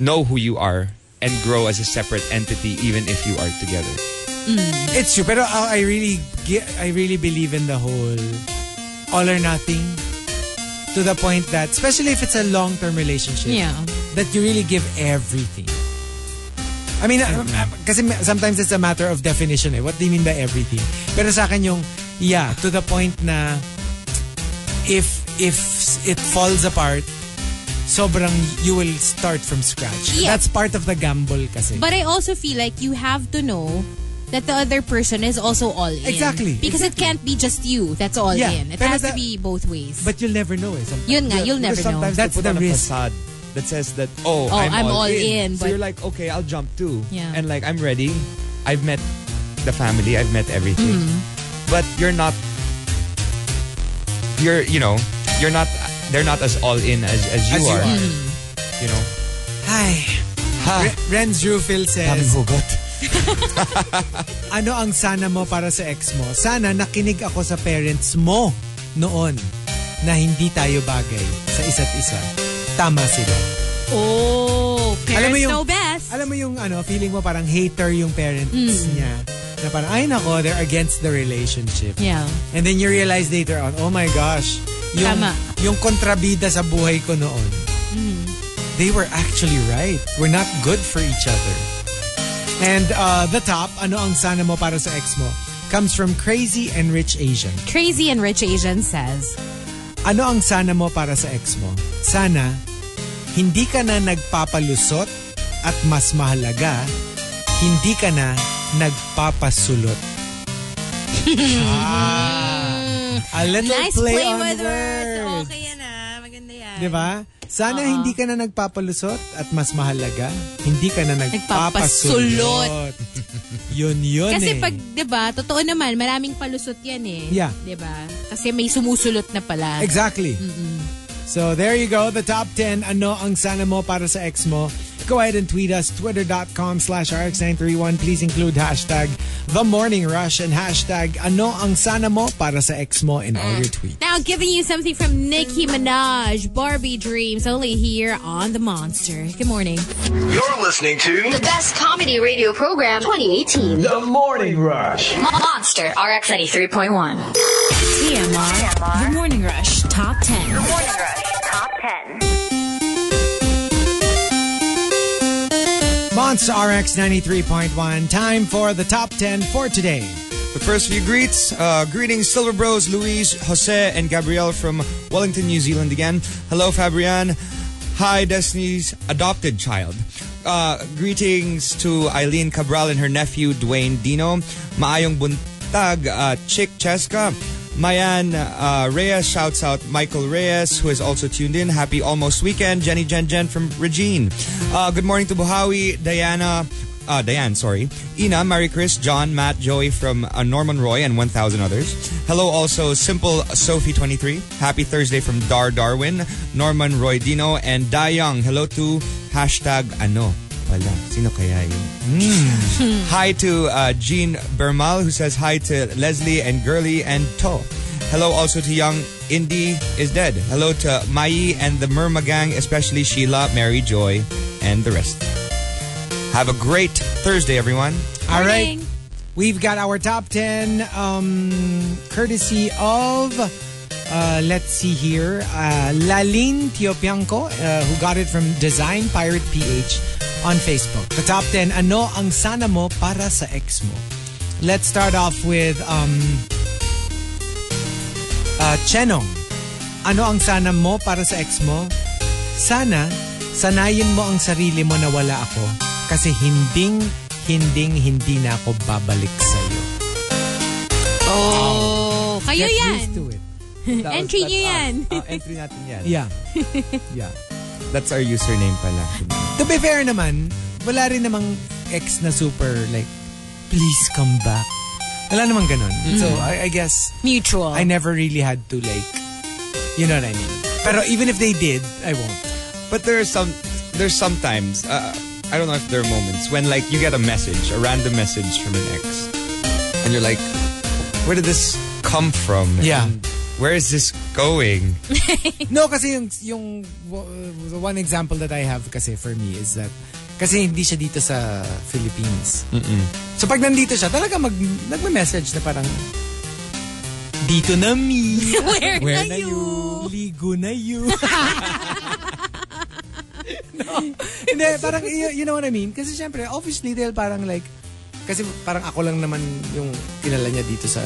S5: know who you are and grow as a separate entity, even if you are together.
S3: It's true, pero uh, I really, gi- I really believe in the whole all or nothing. To the point that, especially if it's a long-term relationship,
S4: Yeah.
S3: that you really give everything. I mean, uh, uh, kasi ma- sometimes it's a matter of definition. Eh. What do you mean by everything? Pero sa akin yung, yeah, to the point na if if it falls apart, sobrang you will start from scratch.
S4: Yeah.
S3: That's part of the gamble kasi.
S4: But I also feel like you have to know that the other person is also all in.
S3: Exactly.
S4: Because it can't be just you that's all
S3: Yeah.
S4: in. It
S3: Pero
S4: has to
S3: that-
S4: be both ways.
S3: But you'll never know eh. Sometimes.
S4: Yun nga, you'll never
S5: Because
S4: know.
S5: sometimes
S3: That's
S5: they put
S3: the
S5: on
S3: risk.
S5: a facade that says that oh,
S4: Oh,
S5: I'm,
S4: I'm all in,
S5: so
S4: but-
S5: you're like okay, I'll jump too.
S4: Yeah.
S5: And like I'm ready. I've met the family. I've met everything. But you're not. You're you know you're not. They're not as all in as as
S3: As
S5: you
S3: you
S5: are.
S3: are.
S5: You know.
S3: Ay. Re- Renz Rufil says, Ano ang sana mo para sa ex mo? Sana nakinig ako sa parents mo noon na hindi tayo bagay sa isa't isa. Tama sila.
S4: oh, parents
S3: Alam mo yung-
S4: know best. Hmm.
S3: Alam mo yung ano, feeling mo parang hater yung parents niya. Na parang, ay nako, they're against the relationship.
S4: yeah.
S3: And then you realize later on, oh my gosh, yung,
S4: Tama.
S3: yung kontrabida sa buhay ko noon, they were actually right. We're not good for each other. And uh, the top, ano ang sana mo para sa ex mo, comes from Crazy and Rich Asian.
S4: Crazy and Rich Asian says,
S3: Ano ang sana mo para sa ex mo? Sana, hindi ka na nagpapalusot at mas mahalaga, hindi ka na nagpapasulot. ah, a little
S4: Nice
S3: play,
S4: play,
S3: on
S4: with words. Uh-huh.
S3: words.
S4: Okay yan ah. Maganda yan.
S3: Di ba? Sana hindi ka na nagpapalusot at mas mahalaga, hindi ka na nagpapasulot.
S4: Nagpapasulot.
S3: yun yun
S4: Kasi
S3: eh.
S4: pag, di ba, totoo naman, maraming palusot yan eh.
S3: Yeah.
S4: Di ba? Kasi may sumusulot na pala.
S3: Exactly. So there you go, the top 10 ano ang sana mo para sa ex mo. Go ahead and tweet us, twitter.com slash rx931. Please include hashtag the morning rush and hashtag ano ang sana mo para sa ex mo in all your tweets.
S4: Now, giving you something from Nicki Minaj, Barbie Dreams, only here on The Monster. Good morning.
S1: You're listening to
S7: The best comedy radio program 2018.
S1: The Morning Rush.
S7: Monster RX 93.1.
S4: E
S2: TMR, The Morning Rush Top 10.
S6: Morning Rush Top 10.
S3: Monster RX 93.1, time for the top 10 for today.
S5: But first few greets. Uh, greetings, Silver Bros, Luis, Jose, and Gabrielle from Wellington, New Zealand again. Hello, Fabian. Hi, Destiny's adopted child. Uh, greetings to Eileen Cabral and her nephew, Dwayne Dino. Maayong Buntag, uh, Chick Cheska. Mayan uh, Reyes shouts out Michael Reyes, who is also tuned in. Happy almost weekend, Jenny Jen Jen from Regine. Uh, good morning to Buhawi, Diana, uh, Diane, sorry. Ina, Mary Chris, John, Matt, Joey from uh, Norman Roy, and 1,000 others. Hello also, Simple Sophie23. Happy Thursday from Dar Darwin, Norman Roy Dino, and Dayang. Hello to hashtag ano. Wala. Sino kaya yun? Mm. hi to uh, Jean Bermal, who says hi to Leslie and Girly and To. Hello also to young Indy is dead. Hello to Mai and the Murma Gang, especially Sheila, Mary, Joy, and the rest. Have a great Thursday, everyone.
S3: All right.
S4: Morning.
S3: We've got our top 10 um, courtesy of Uh, let's see here. Uh, Laline Tiopianco, uh, who got it from Design Pirate PH on Facebook. The top 10, ano ang sana mo para sa ex mo? Let's start off with um, uh, Chenong. Ano ang sana mo para sa ex mo? Sana, sanayin mo ang sarili mo na wala ako kasi hinding, hinding, hindi na ako babalik sa'yo.
S4: Oh, kayo
S5: Get
S4: yan.
S5: used to it. That
S4: Entry
S5: that's
S4: nyo
S5: us.
S4: yan.
S5: Oh, entry natin yan.
S3: uh, Yeah.
S5: Yeah. That's our username pala.
S3: To be fair naman, wala rin namang ex na super like, please come back. Wala namang ganun. So, I, I guess,
S4: Mutual.
S3: I never really had to like, you know what I mean? Pero even if they did, I won't.
S5: But there are some, there's sometimes, uh, I don't know if there are moments when like you get a message, a random message from an ex, and you're like, where did this come from?
S3: Yeah.
S5: And where is this going?
S3: No, kasi yung, yung uh, one example that I have kasi for me is that kasi hindi siya dito sa Philippines. So pag nandito siya, talaga mag, nagme-message na parang dito na mi.
S4: Where,
S5: Where
S4: na
S5: na
S4: you?
S3: Ligo na you. no. Hindi, parang, you, you know what I mean? Kasi syempre, obviously, they'll parang like, kasi parang ako lang naman yung kilala niya dito sa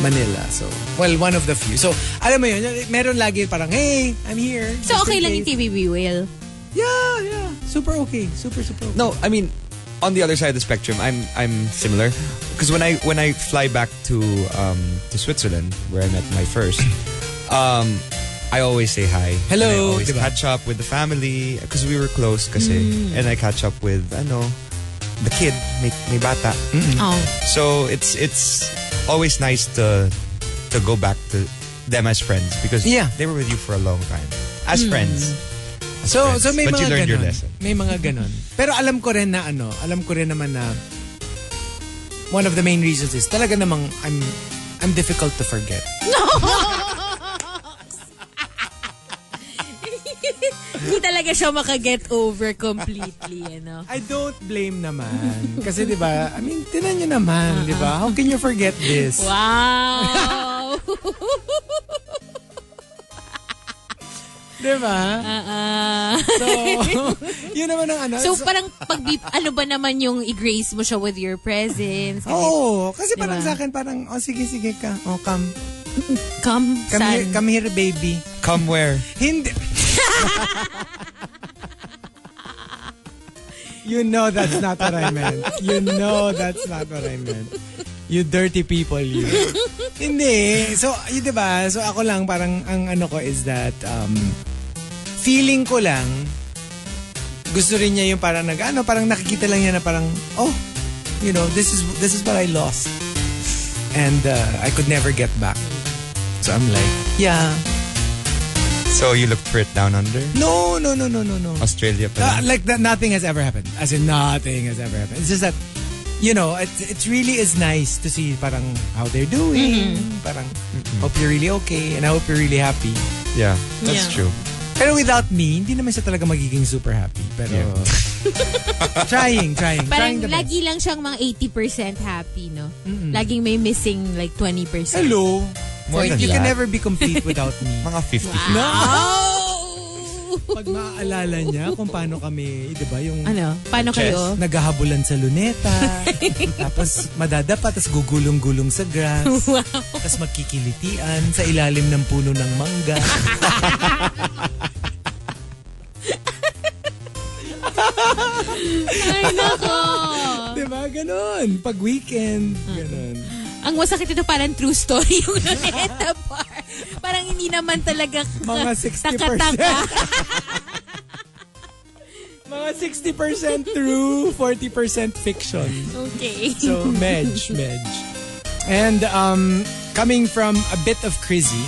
S3: Manila. So, well, one of the few. So, alam mo yun, meron lagi parang, hey, I'm here.
S4: So,
S3: Just
S4: okay
S3: in
S4: lang yung
S3: case.
S4: TBB, Will.
S3: Yeah, yeah. Super okay. Super, super okay.
S5: No, I mean, on the other side of the spectrum, I'm I'm similar because when I when I fly back to um, to Switzerland where I met my first, um, I always say hi.
S3: Hello,
S5: And I always
S3: diba? Mm.
S5: catch up with the family because we were close, kasi, and I catch up with I know the kid, may, may bata.
S4: Oh.
S5: So it's it's always nice to to go back to them as friends because
S3: Yeah. Mm.
S5: they were with you for a long time as friends. As
S3: So,
S5: friends.
S3: so may
S5: but
S3: mga
S5: you learned
S3: ganon.
S5: your lesson.
S3: May mga ganon. Pero alam ko rin na ano, alam ko rin naman na one of the main reasons is talaga namang I'm I'm difficult to forget.
S4: Hindi talaga siya makaget over completely, ano?
S3: I don't blame naman. Kasi 'di ba? I mean, tinan niyo naman, 'di ba? How can you forget this?
S4: Wow!
S3: 'Di ba?
S4: Ah.
S3: Diba? So, yun naman ang ano.
S4: so, parang pag ano ba naman yung i-grace mo siya with your presence?
S3: Oo, oh, kasi
S4: Diba?
S3: parang sa akin parang oh sige sige ka. Oh come.
S4: Come,
S3: Come
S4: son.
S3: here, come here baby.
S5: Come where?
S3: Hindi. you know that's not what I meant. You know that's not what I meant. You dirty people, you. Hindi. So, yun diba? So, ako lang parang ang ano ko is that um, feeling ko lang gusto rin niya yung parang nag ano, parang nakikita lang niya na parang oh, you know, this is this is what I lost. And uh, I could never get back. So I'm like, yeah.
S5: So you look for it down under?
S3: No, no, no, no, no, no.
S5: Australia
S3: Uh,
S5: pa lang.
S3: like that, nothing has ever happened. As in, nothing has ever happened. It's just that, you know, it, it really is nice to see parang how they're doing.
S4: Mm-hmm.
S3: Parang, hope you're really okay and I hope you're really happy.
S5: yeah, that's
S4: Yeah.
S5: true.
S3: Pero without me, hindi naman siya talaga magiging super happy. Pero, trying, trying, trying
S4: Parang
S3: the best.
S4: lagi lang siyang mga 80% happy, no? Laging may missing like 20%.
S3: Hello.
S5: More
S3: Boy,
S5: than
S3: you can
S5: that.
S3: never be complete without me.
S5: Mga 50.
S4: Oh!
S3: Pag maaalala niya kung paano kami, di ba, yung
S4: ano? Paano
S3: Oh.
S4: kayo?
S3: naghahabulan sa luneta, tapos madadapa, tapos gugulong-gulong sa grass,
S4: Wow.
S3: tapos magkikilitian sa ilalim ng puno ng mangga.
S4: Uh-huh. Ay, nako!
S3: diba? Ganon. Pag weekend,
S4: Uh-huh.
S3: ganon.
S4: Ang masakit ito parang true story yung Luneta Bar. Parang hindi naman talaga
S3: Mga 60%.
S4: taka-taka.
S3: Mga 60% true, 40% fiction.
S4: Okay.
S3: So, medge, medge. And um, coming from a bit of crazy,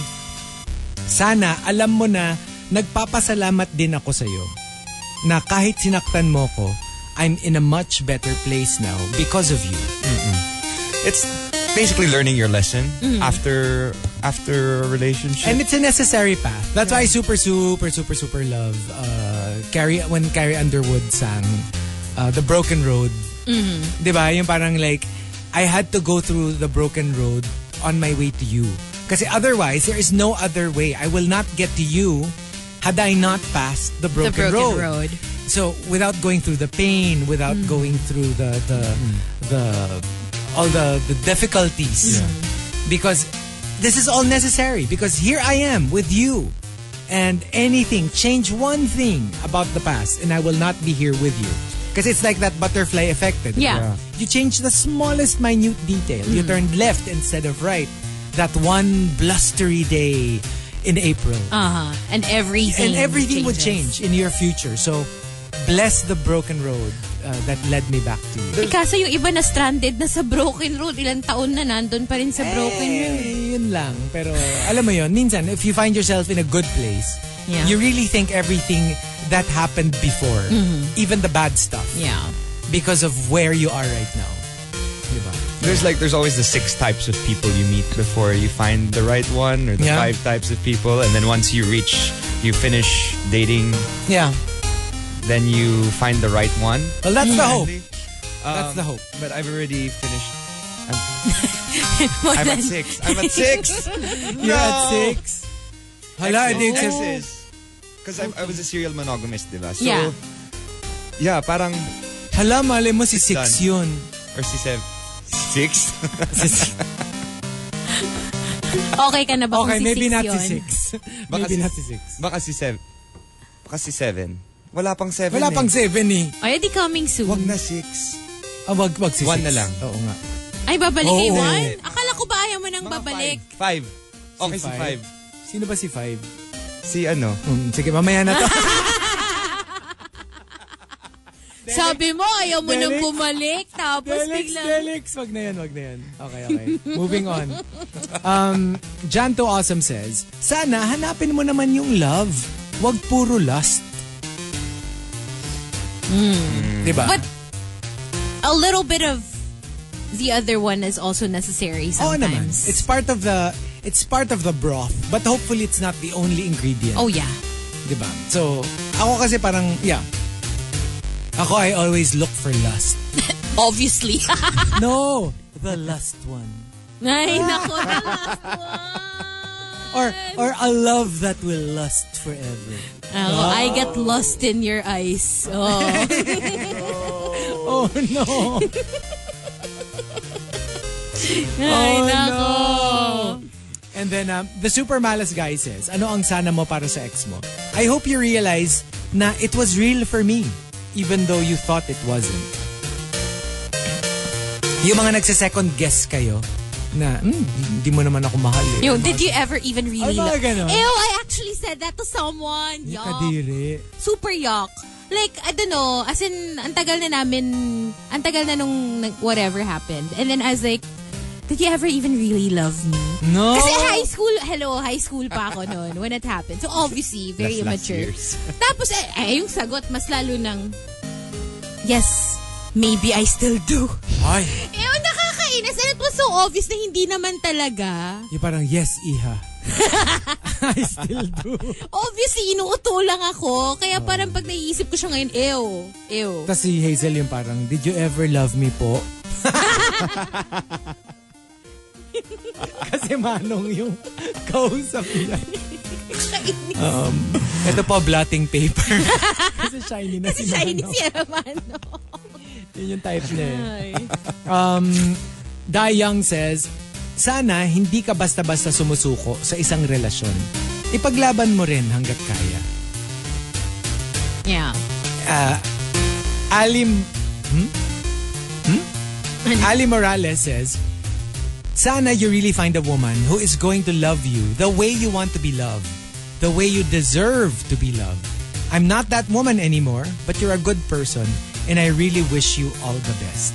S3: sana alam mo na nagpapasalamat din ako sa'yo na kahit sinaktan mo ko, I'm in a much better place now because of you.
S5: It's basically learning your lesson after after a relationship.
S3: Mm-hmm. And it's a necessary path. That's why I super, super, super, super love uh, Carrie, when Carrie Underwood sang uh, The Broken Road. Mm-hmm. Di ba? Yung parang like, I had to go through the broken road on my way to you. Kasi otherwise, there is no other way. I will not get to you had I not passed the broken,
S4: the broken road.
S3: So without going through the pain, without going through the the the all the, the difficulties. Because this is all necessary because here I am with you. And anything, change one thing about the past and I will not be here with you. Because it's like that butterfly effect. eh, di ba?
S4: Yeah.
S3: You change the smallest minute detail. You turned left instead of right. That one blustery day in April.
S4: Uh huh. And
S3: and
S4: everything.
S3: everything would
S4: changes.
S3: change in your future. So, bless the broken road uh, that led me back to you.
S4: Eh, kaso yung iba na stranded na sa broken road, ilang taon na nandun pa rin sa broken road.
S3: Eh, yun lang. Pero alam mo yun, minsan, if you find yourself in a good place,
S4: Yeah.
S3: you really think everything that happened before, even the bad stuff,
S4: Mm-hmm. Yeah.
S3: because of where you are right now. Diba?
S5: There's like there's always the six types of people you meet before you find the right one, or the
S3: Yeah.
S5: five types of people, and then once you reach, you finish dating,
S3: Yeah.
S5: then you find the right one.
S3: Well, that's the hope.
S5: Um,
S3: That's the hope.
S5: But I've already finished.
S4: More
S5: I'm at
S4: than-
S5: six. I'm at six.
S3: You're at six. Hala, hindi accepted.
S5: Because I, I was a serial monogamist, diba? So,
S4: Yeah.
S5: Yeah, parang
S3: Hala, mali mo si six
S5: Done.
S3: yun.
S5: or si Sev. Six?
S3: Si-
S4: Okay ka na ba
S3: okay,
S4: kung si
S3: maybe
S4: six
S3: not
S4: yun?
S3: si six.
S5: Baka
S3: maybe
S5: si-
S3: not si six.
S5: Baka si Sev. Baka si seven. Wala pang seven
S3: Wala
S5: eh.
S3: pang seven eh.
S4: Ay, Oh, di coming soon.
S5: Wag na six.
S3: Ah, wag, wag si
S5: One
S3: six.
S5: na lang.
S3: Oo nga.
S4: Ay, babalik kay
S3: Oh.
S4: Juan? Akala ko ba ayaw mo nang
S5: Mga
S4: babalik?
S5: Five. five. Okay, si
S3: five.
S5: five.
S3: Sino ba si five?
S5: Si ano?
S3: Hmm, sige, mamaya na to.
S4: Sabi mo, ayaw mo nang
S3: Delix.
S4: bumalik. Tapos
S3: Delix,
S4: biglang...
S3: Delix. Wag na yan, wag na yan. Okay, okay. Moving on. Um, Janto Awesome says, Sana hanapin mo naman yung love. Wag puro lust. Mm. Diba?
S4: Hmm. But a little bit of the other one is also necessary
S3: Oo
S4: sometimes.
S3: naman. It's part of the it's part of the broth. But hopefully it's not the only ingredient.
S4: oh, yeah.
S3: Diba? So, ako kasi parang, yeah. Ako, I always look for lust.
S4: Obviously.
S3: No! The lust one.
S4: Ay,
S5: Ah.
S4: naku.
S3: Or, or a love that will lust forever.
S4: Oh, I get lost in your eyes. Oh.
S3: Oh no!
S4: Ay,
S3: Oh,
S4: naku.
S3: And then, um, the Super Malas guy says, ano ang sana mo para sa ex mo? I hope you realize na it was real for me, even though you thought it wasn't. Yung mga nagsa-second guess kayo na, hmm, hindi mo naman ako mahal eh.
S4: Yo, did you ever even
S3: Ay,
S4: really
S3: Ano mga
S4: love?
S3: ganon.
S4: Ew, I actually said that to someone.
S3: Yung
S4: Yuck.
S3: Kadiri.
S4: Super yuck. Like, I don't know, as in, ang tagal na namin, ang tagal na nung nag- whatever happened. And then I was like, did you ever even really love me?
S3: No!
S4: Kasi
S5: Oh.
S4: high school, hello, high school pa ako noon when it happened. So obviously, very
S5: Last- last
S4: immature.
S5: years.
S4: Tapos, ay, ay, yung sagot, mas lalo ng, yes, maybe I still do.
S3: Ay,
S4: Ew, nakakainis. And it was so obvious na hindi naman talaga.
S3: yung parang, yes, iha. I still do.
S4: Obviously, inuuto lang ako.
S5: Oh,
S4: Kaya parang pag naiisip ko siya ngayon, ew, ew.
S3: Tapos si Hazel yung parang, did you ever love me po? Kasi manong yung kausap niya.
S4: Nakakainis.
S3: Ito po, blotting paper. Kasi shiny na si
S4: Siya ini
S3: Manong.
S4: si Aramano.
S3: Yun yung type niya eh.
S4: Ay.
S3: Dai Young says, Sana hindi ka basta-basta sumusuko sa isang relasyon. Ipaglaban mo rin hanggat kaya.
S4: Yeah.
S3: Alim... Hmm? Hmm? Ali Morales says, Sana you really find a woman who is going to love you the way you want to be loved, the way you deserve to be loved. I'm not that woman anymore, but you're a good person, and I really wish you all the best.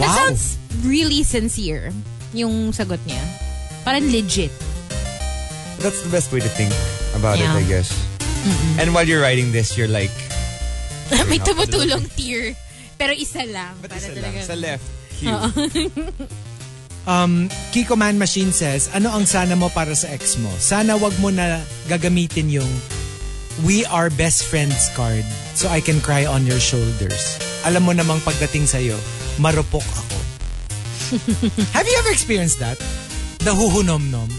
S4: That
S3: Wow!
S4: sounds really sincere, yung sagot niya. Parang legit.
S5: That's the best way to think about
S4: Yeah.
S5: it, I guess. And while you're writing this, you're like,
S4: May tumutulong tear. Pero isa lang.
S5: but
S4: Para
S5: isa lang,
S4: talaga-
S5: sa left, cute.
S3: Kiko Man Machine says, ano ang sana mo para sa ex mo? Sana wag mo na gagamitin yung We Are Best Friends card so I can cry on your shoulders. Alam mo namang pagdating sa'yo, marupok ako. Have you ever experienced that? The huhunom-nom?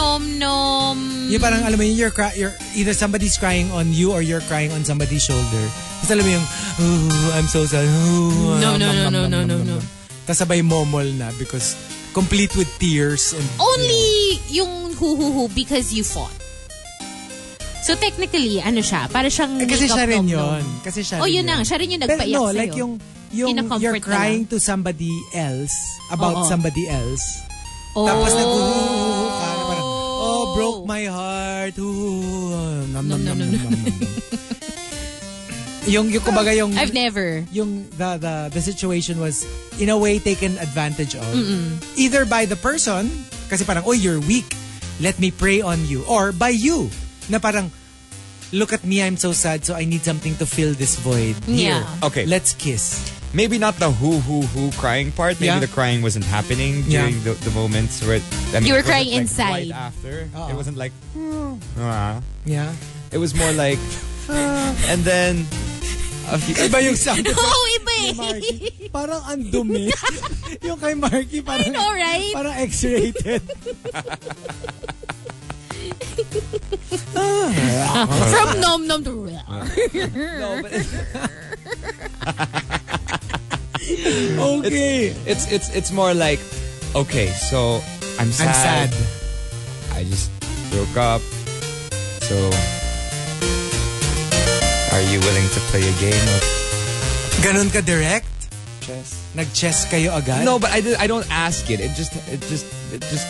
S4: nom-nom.
S3: Yung parang, alam mo yun, you're, cry, you're, either somebody's crying on you or you're crying on somebody's shoulder. Tapos alam mo yung, "Ooh, I'm so sad. Ooh, ah, nom, nom,
S4: No, no, no, no,
S3: nom,
S4: no,
S3: nom,
S4: no,
S3: nom,
S4: no.
S3: nom." Tapos sabay momol na because complete with tears. And,
S4: Only yung hu-hu-hu because you fought. So technically, ano siya? Para siyang
S3: Eh, kasi
S4: makeup
S3: siya rin
S4: nom-nom.
S3: yun. Kasi siya
S4: Oh,
S3: rin
S4: yun na. Siya rin yung
S3: Pero
S4: nagpaiyak
S3: no,
S4: sa'yo.
S3: like yung, yung
S4: Kinacomfort
S3: you're
S4: na lang.
S3: crying to somebody else about
S4: Oo.
S3: somebody else.
S4: oh.
S3: Tapos nag-uhuhuhu ka. na Parang, oh, broke my heart. Uhuhuhu. Nom, nom, nom, nom, nom, nom. yung, yung, kumbaga yung,
S4: I've never.
S3: yung the, the, the situation was, in a way, taken advantage of. Either by the person, kasi parang, oh, you're weak. Let me prey on you. Or by you, na parang, look at me, I'm so sad, so I need something to fill this void. Here,
S4: Yeah.
S5: Okay.
S3: Let's kiss.
S5: maybe not the who who who crying part. Maybe
S3: Yeah.
S5: the crying wasn't happening
S3: Yeah.
S5: during the, the moments where it, I mean,
S4: You were
S5: it wasn't,
S4: crying
S5: like,
S4: inside.
S5: Right after,
S3: Uh-uh.
S5: it wasn't like. "Ah."
S3: Yeah.
S5: It was more like, "Ah," and then. a few-
S3: Iba yung sound effect
S4: Oh, iba
S3: ni
S4: eh.
S3: Marky. Parang ang dumi. yung kay Marky, parang,
S4: I know, right?
S3: parang X-rated.
S4: From nom-nom to...
S3: Okay.
S5: It's it's it's more like, okay, so I'm sad.
S3: I'm sad.
S5: I just broke up. So, are you willing to play a game of
S3: Ganun ka direct?
S5: chess?
S3: Nag-chess kayo agad?
S5: No, but I, did- I don't ask it. It just it just it just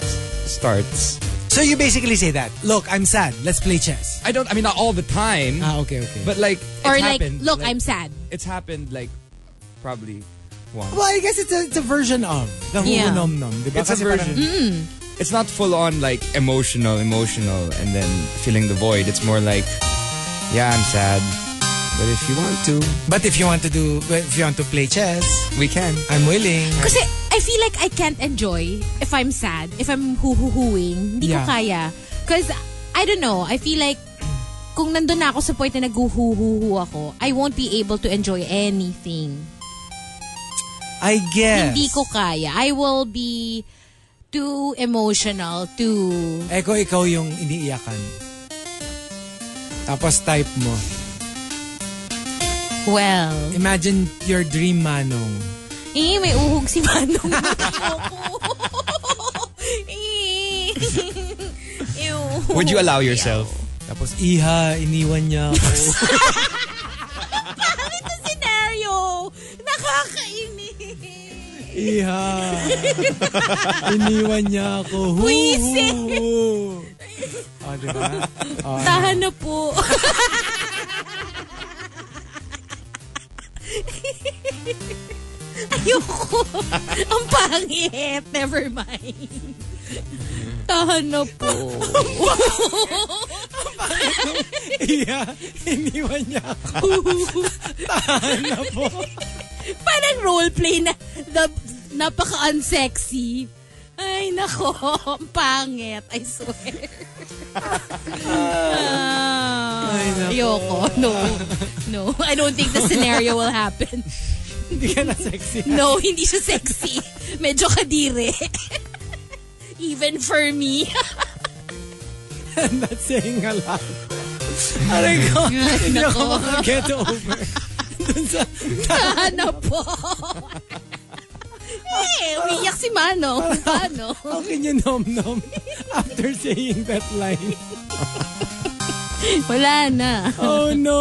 S5: starts.
S3: So you basically say that, look, I'm sad. Let's play chess.
S5: I don't. I mean, not all the time.
S3: Ah, okay, okay.
S5: But like, it's
S4: Or like,
S5: happened,
S4: look,
S5: like,
S4: I'm sad.
S5: It's happened like probably once.
S3: well, I guess it's a, it's a version of the
S4: Yeah.
S3: nom nom. Diba?
S5: It's a
S3: Kasi
S5: version.
S3: parang-
S5: It's not full on like emotional, emotional, and then filling the void. It's more like, yeah, I'm sad, but if you want to,
S3: but if you want to do, if you want to play chess,
S5: we can.
S3: I'm willing.
S4: Kasi I feel like I can't enjoy if I'm sad, if I'm huhuhuing. Hindi
S3: Yeah.
S4: ko kaya. Because, I don't know, I feel like kung nandun na ako sa point na naghuhuhuhu ako, I won't be able to enjoy anything.
S3: I guess.
S4: Hindi ko kaya. I will be too emotional, too...
S3: Eko, ikaw yung iniiyakan. Tapos type mo.
S4: Well,
S3: Imagine your dream manong.
S4: eh, may uhog si Manong. Eh. Ew.
S5: Would you allow yourself?
S3: Tapos, iha, iniwan niya ako.
S4: Ito scenario! Nakakainis!
S3: iha, iniwan niya ako. Hu,
S4: Buisit!
S3: hu, hu. O, diba?
S4: Tahan na po. Ayoko. Ang pangit. Never mind. Tahan na po.
S3: iha, iniwan niya ako. Tahan na po.
S4: Parang roleplay na the, napaka-unsexy. Ay, nako. Ang pangit. I swear. Ah, ayoko. No. No. I don't think the scenario will happen.
S3: Hindi ka na sexy.
S4: No, hindi siya sexy. Medyo kadiri. Even for me.
S3: I'm not saying a lot. Aray ko, hindi ako makaget over.
S4: Tahan na ano po. eh, umiyak si Ano? Mano. Paano?
S3: How can you nom-nom after saying that line?
S4: Wala na.
S3: Oh no!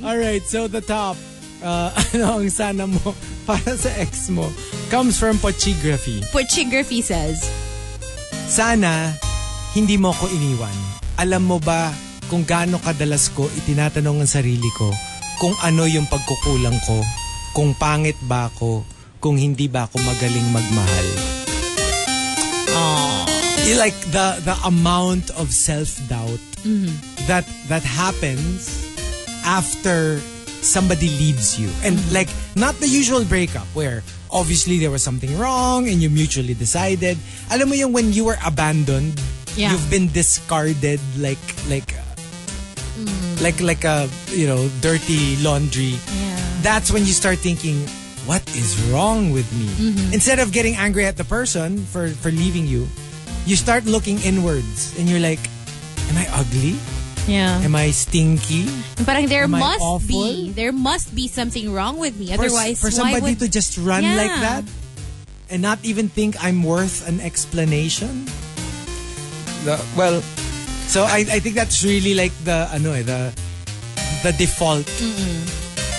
S3: Alright, so the top. Uh, ano ang sana mo para sa ex mo comes from Pochigraphy.
S4: Porchigraphy says,
S3: Sana hindi mo ko iniwan. Alam mo ba kung gaano kadalas ko itinatanong ang sarili ko kung ano yung pagkukulang ko, kung pangit ba ako, kung hindi ba ako magaling magmahal. Aww. Like the the amount of self-doubt that that happens after somebody leaves you. And like not the usual breakup where obviously there was something wrong and you mutually decided. Alam mo yung when you were abandoned,
S4: Yeah.
S3: you've been discarded like like uh, like like a you know dirty laundry. That's when you start thinking what
S4: Mm-hmm.
S3: is wrong with me? Instead of getting angry at the person for for leaving you, you start looking inwards and you're like, am I ugly?
S4: Yeah.
S3: Am I stinky?
S4: Parang there
S3: Am I
S4: must be
S3: awful?
S4: there must be something wrong with me.
S3: For-
S4: Otherwise,
S3: for,
S4: why
S3: somebody to
S4: would
S3: just run
S4: Yeah.
S3: like that and not even think I'm worth an explanation.
S5: The- well,
S3: So I, I think that's really like the ano eh, the the default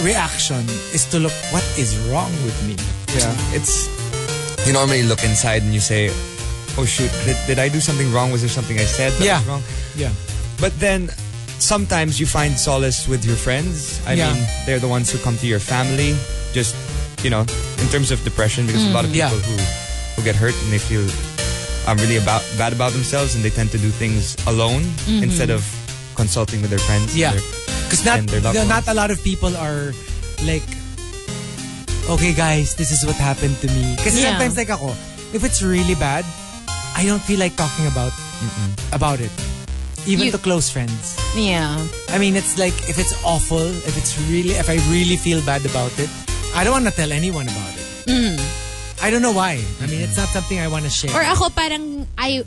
S3: reaction is to look what is wrong with me.
S5: yeah, it's you normally look inside and you say, "Oh shoot, did, did I do something wrong? Was there something I said that
S3: Yeah.
S5: was wrong?"
S3: Yeah.
S5: But then sometimes you find solace with your friends. I
S3: Yeah.
S5: mean, they're the ones who come to your family. Just you know, in terms of depression, because a lot of
S3: Mm, yeah.
S5: people who who get hurt and they feel um, really about bad about themselves, and they tend to do things alone instead of consulting with their friends. and
S3: Mm-hmm. Yeah.
S5: their-
S3: Because not
S5: And their loved
S3: no, not
S5: ones.
S3: a lot of people are like, okay guys, this is what happened to me. Because
S4: Yeah.
S3: sometimes like ako, if it's really bad, I don't feel like talking about about it, even
S4: You-
S3: to close friends.
S4: Yeah.
S3: I mean, it's like if it's awful, if it's really, if I really feel bad about it, I don't want to tell anyone about it. I don't know why. I mean, it's not something I want to share.
S4: Mm-hmm. Or ako parang I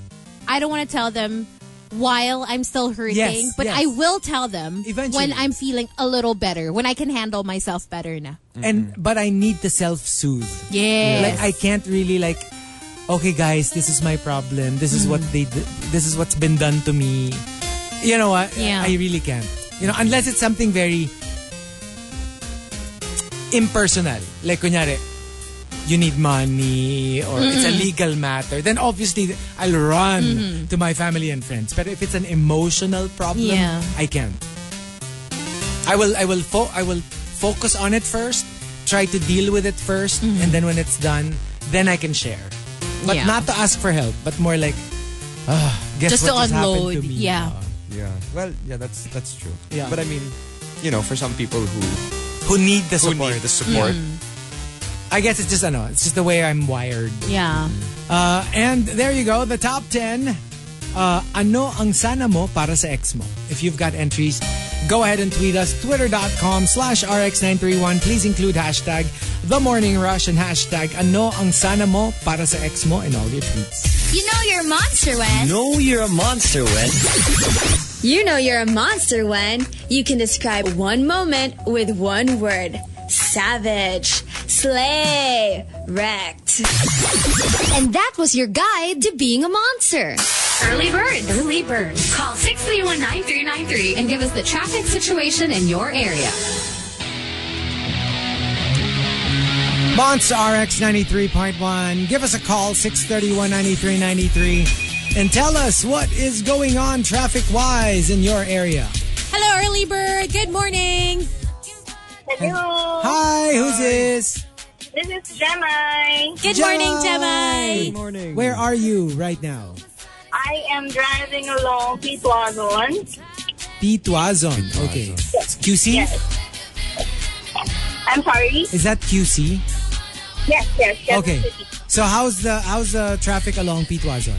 S4: I don't want to tell them while I'm still hurting,
S3: Yes,
S4: but
S3: yes.
S4: I will tell them
S3: Eventually.
S4: when I'm feeling a little better, when I can handle myself better na.
S3: and but I need to self-soothe.
S4: Yes.
S3: Like I can't really like okay guys, this is my problem. This is what
S4: Mm.
S3: they d- this is what's been done to me. You know what?
S4: Yeah.
S3: I really can't. You know, unless it's something very impersonal. Like kunyari, you need money or it's a legal matter, then obviously I'll run
S4: Mm-hmm.
S3: to my family and friends. But if it's an emotional problem,
S4: Yeah.
S3: I can't. I will I will fo- I will focus on it first, try to deal with it 1st and then when it's done, then I can share. But
S4: Mm-hmm. Yeah.
S3: not to ask for help, but more like ah, guess
S4: Just
S3: what
S4: to
S3: just happened
S4: unload,
S3: to me.
S4: yeah.
S3: Uh,
S5: Yeah. Well, yeah, that's that's true.
S3: Yeah.
S5: But I mean, you know, for some people who
S3: who need the
S5: who
S3: support. Mm.
S5: need the support,
S3: I guess it's just I know, it's just the way I'm wired.
S4: yeah.
S3: Uh, and there you go, the top 10. Uh, ano ang sana mo para sa ex mo? If you've got entries, go ahead and tweet us, twitter.com slash rx931. Please include hashtag the morning rush and hashtag ano ang sana mo para sa ex mo in all your tweets.
S2: You know you're a monster when...
S8: Know you're a monster when
S9: You know you're a monster when you can describe one moment with one word. Savage, slay, wrecked.
S2: And that was your guide to being a monster.
S7: Early bird. Early bird. Call 631-9393 and give us the traffic situation in your area.
S3: Monts RX 93.1. Give us a call, 631-9393, and tell us what is going on traffic-wise in your area.
S4: Hello early bird. Good morning.
S6: Hello,
S3: Hi, who's this?
S6: this is Gemini.
S4: Good
S3: Jai.
S4: morning, Gemini.
S5: Good morning.
S3: Where are you right now?
S6: I am driving along P Plaza
S3: Pituazon. Okay. It's QC?
S6: Yes. I'm sorry.
S3: Is that QC?
S6: Yes, yes, yes.
S3: okay. So how's the how's the traffic along Pituazon?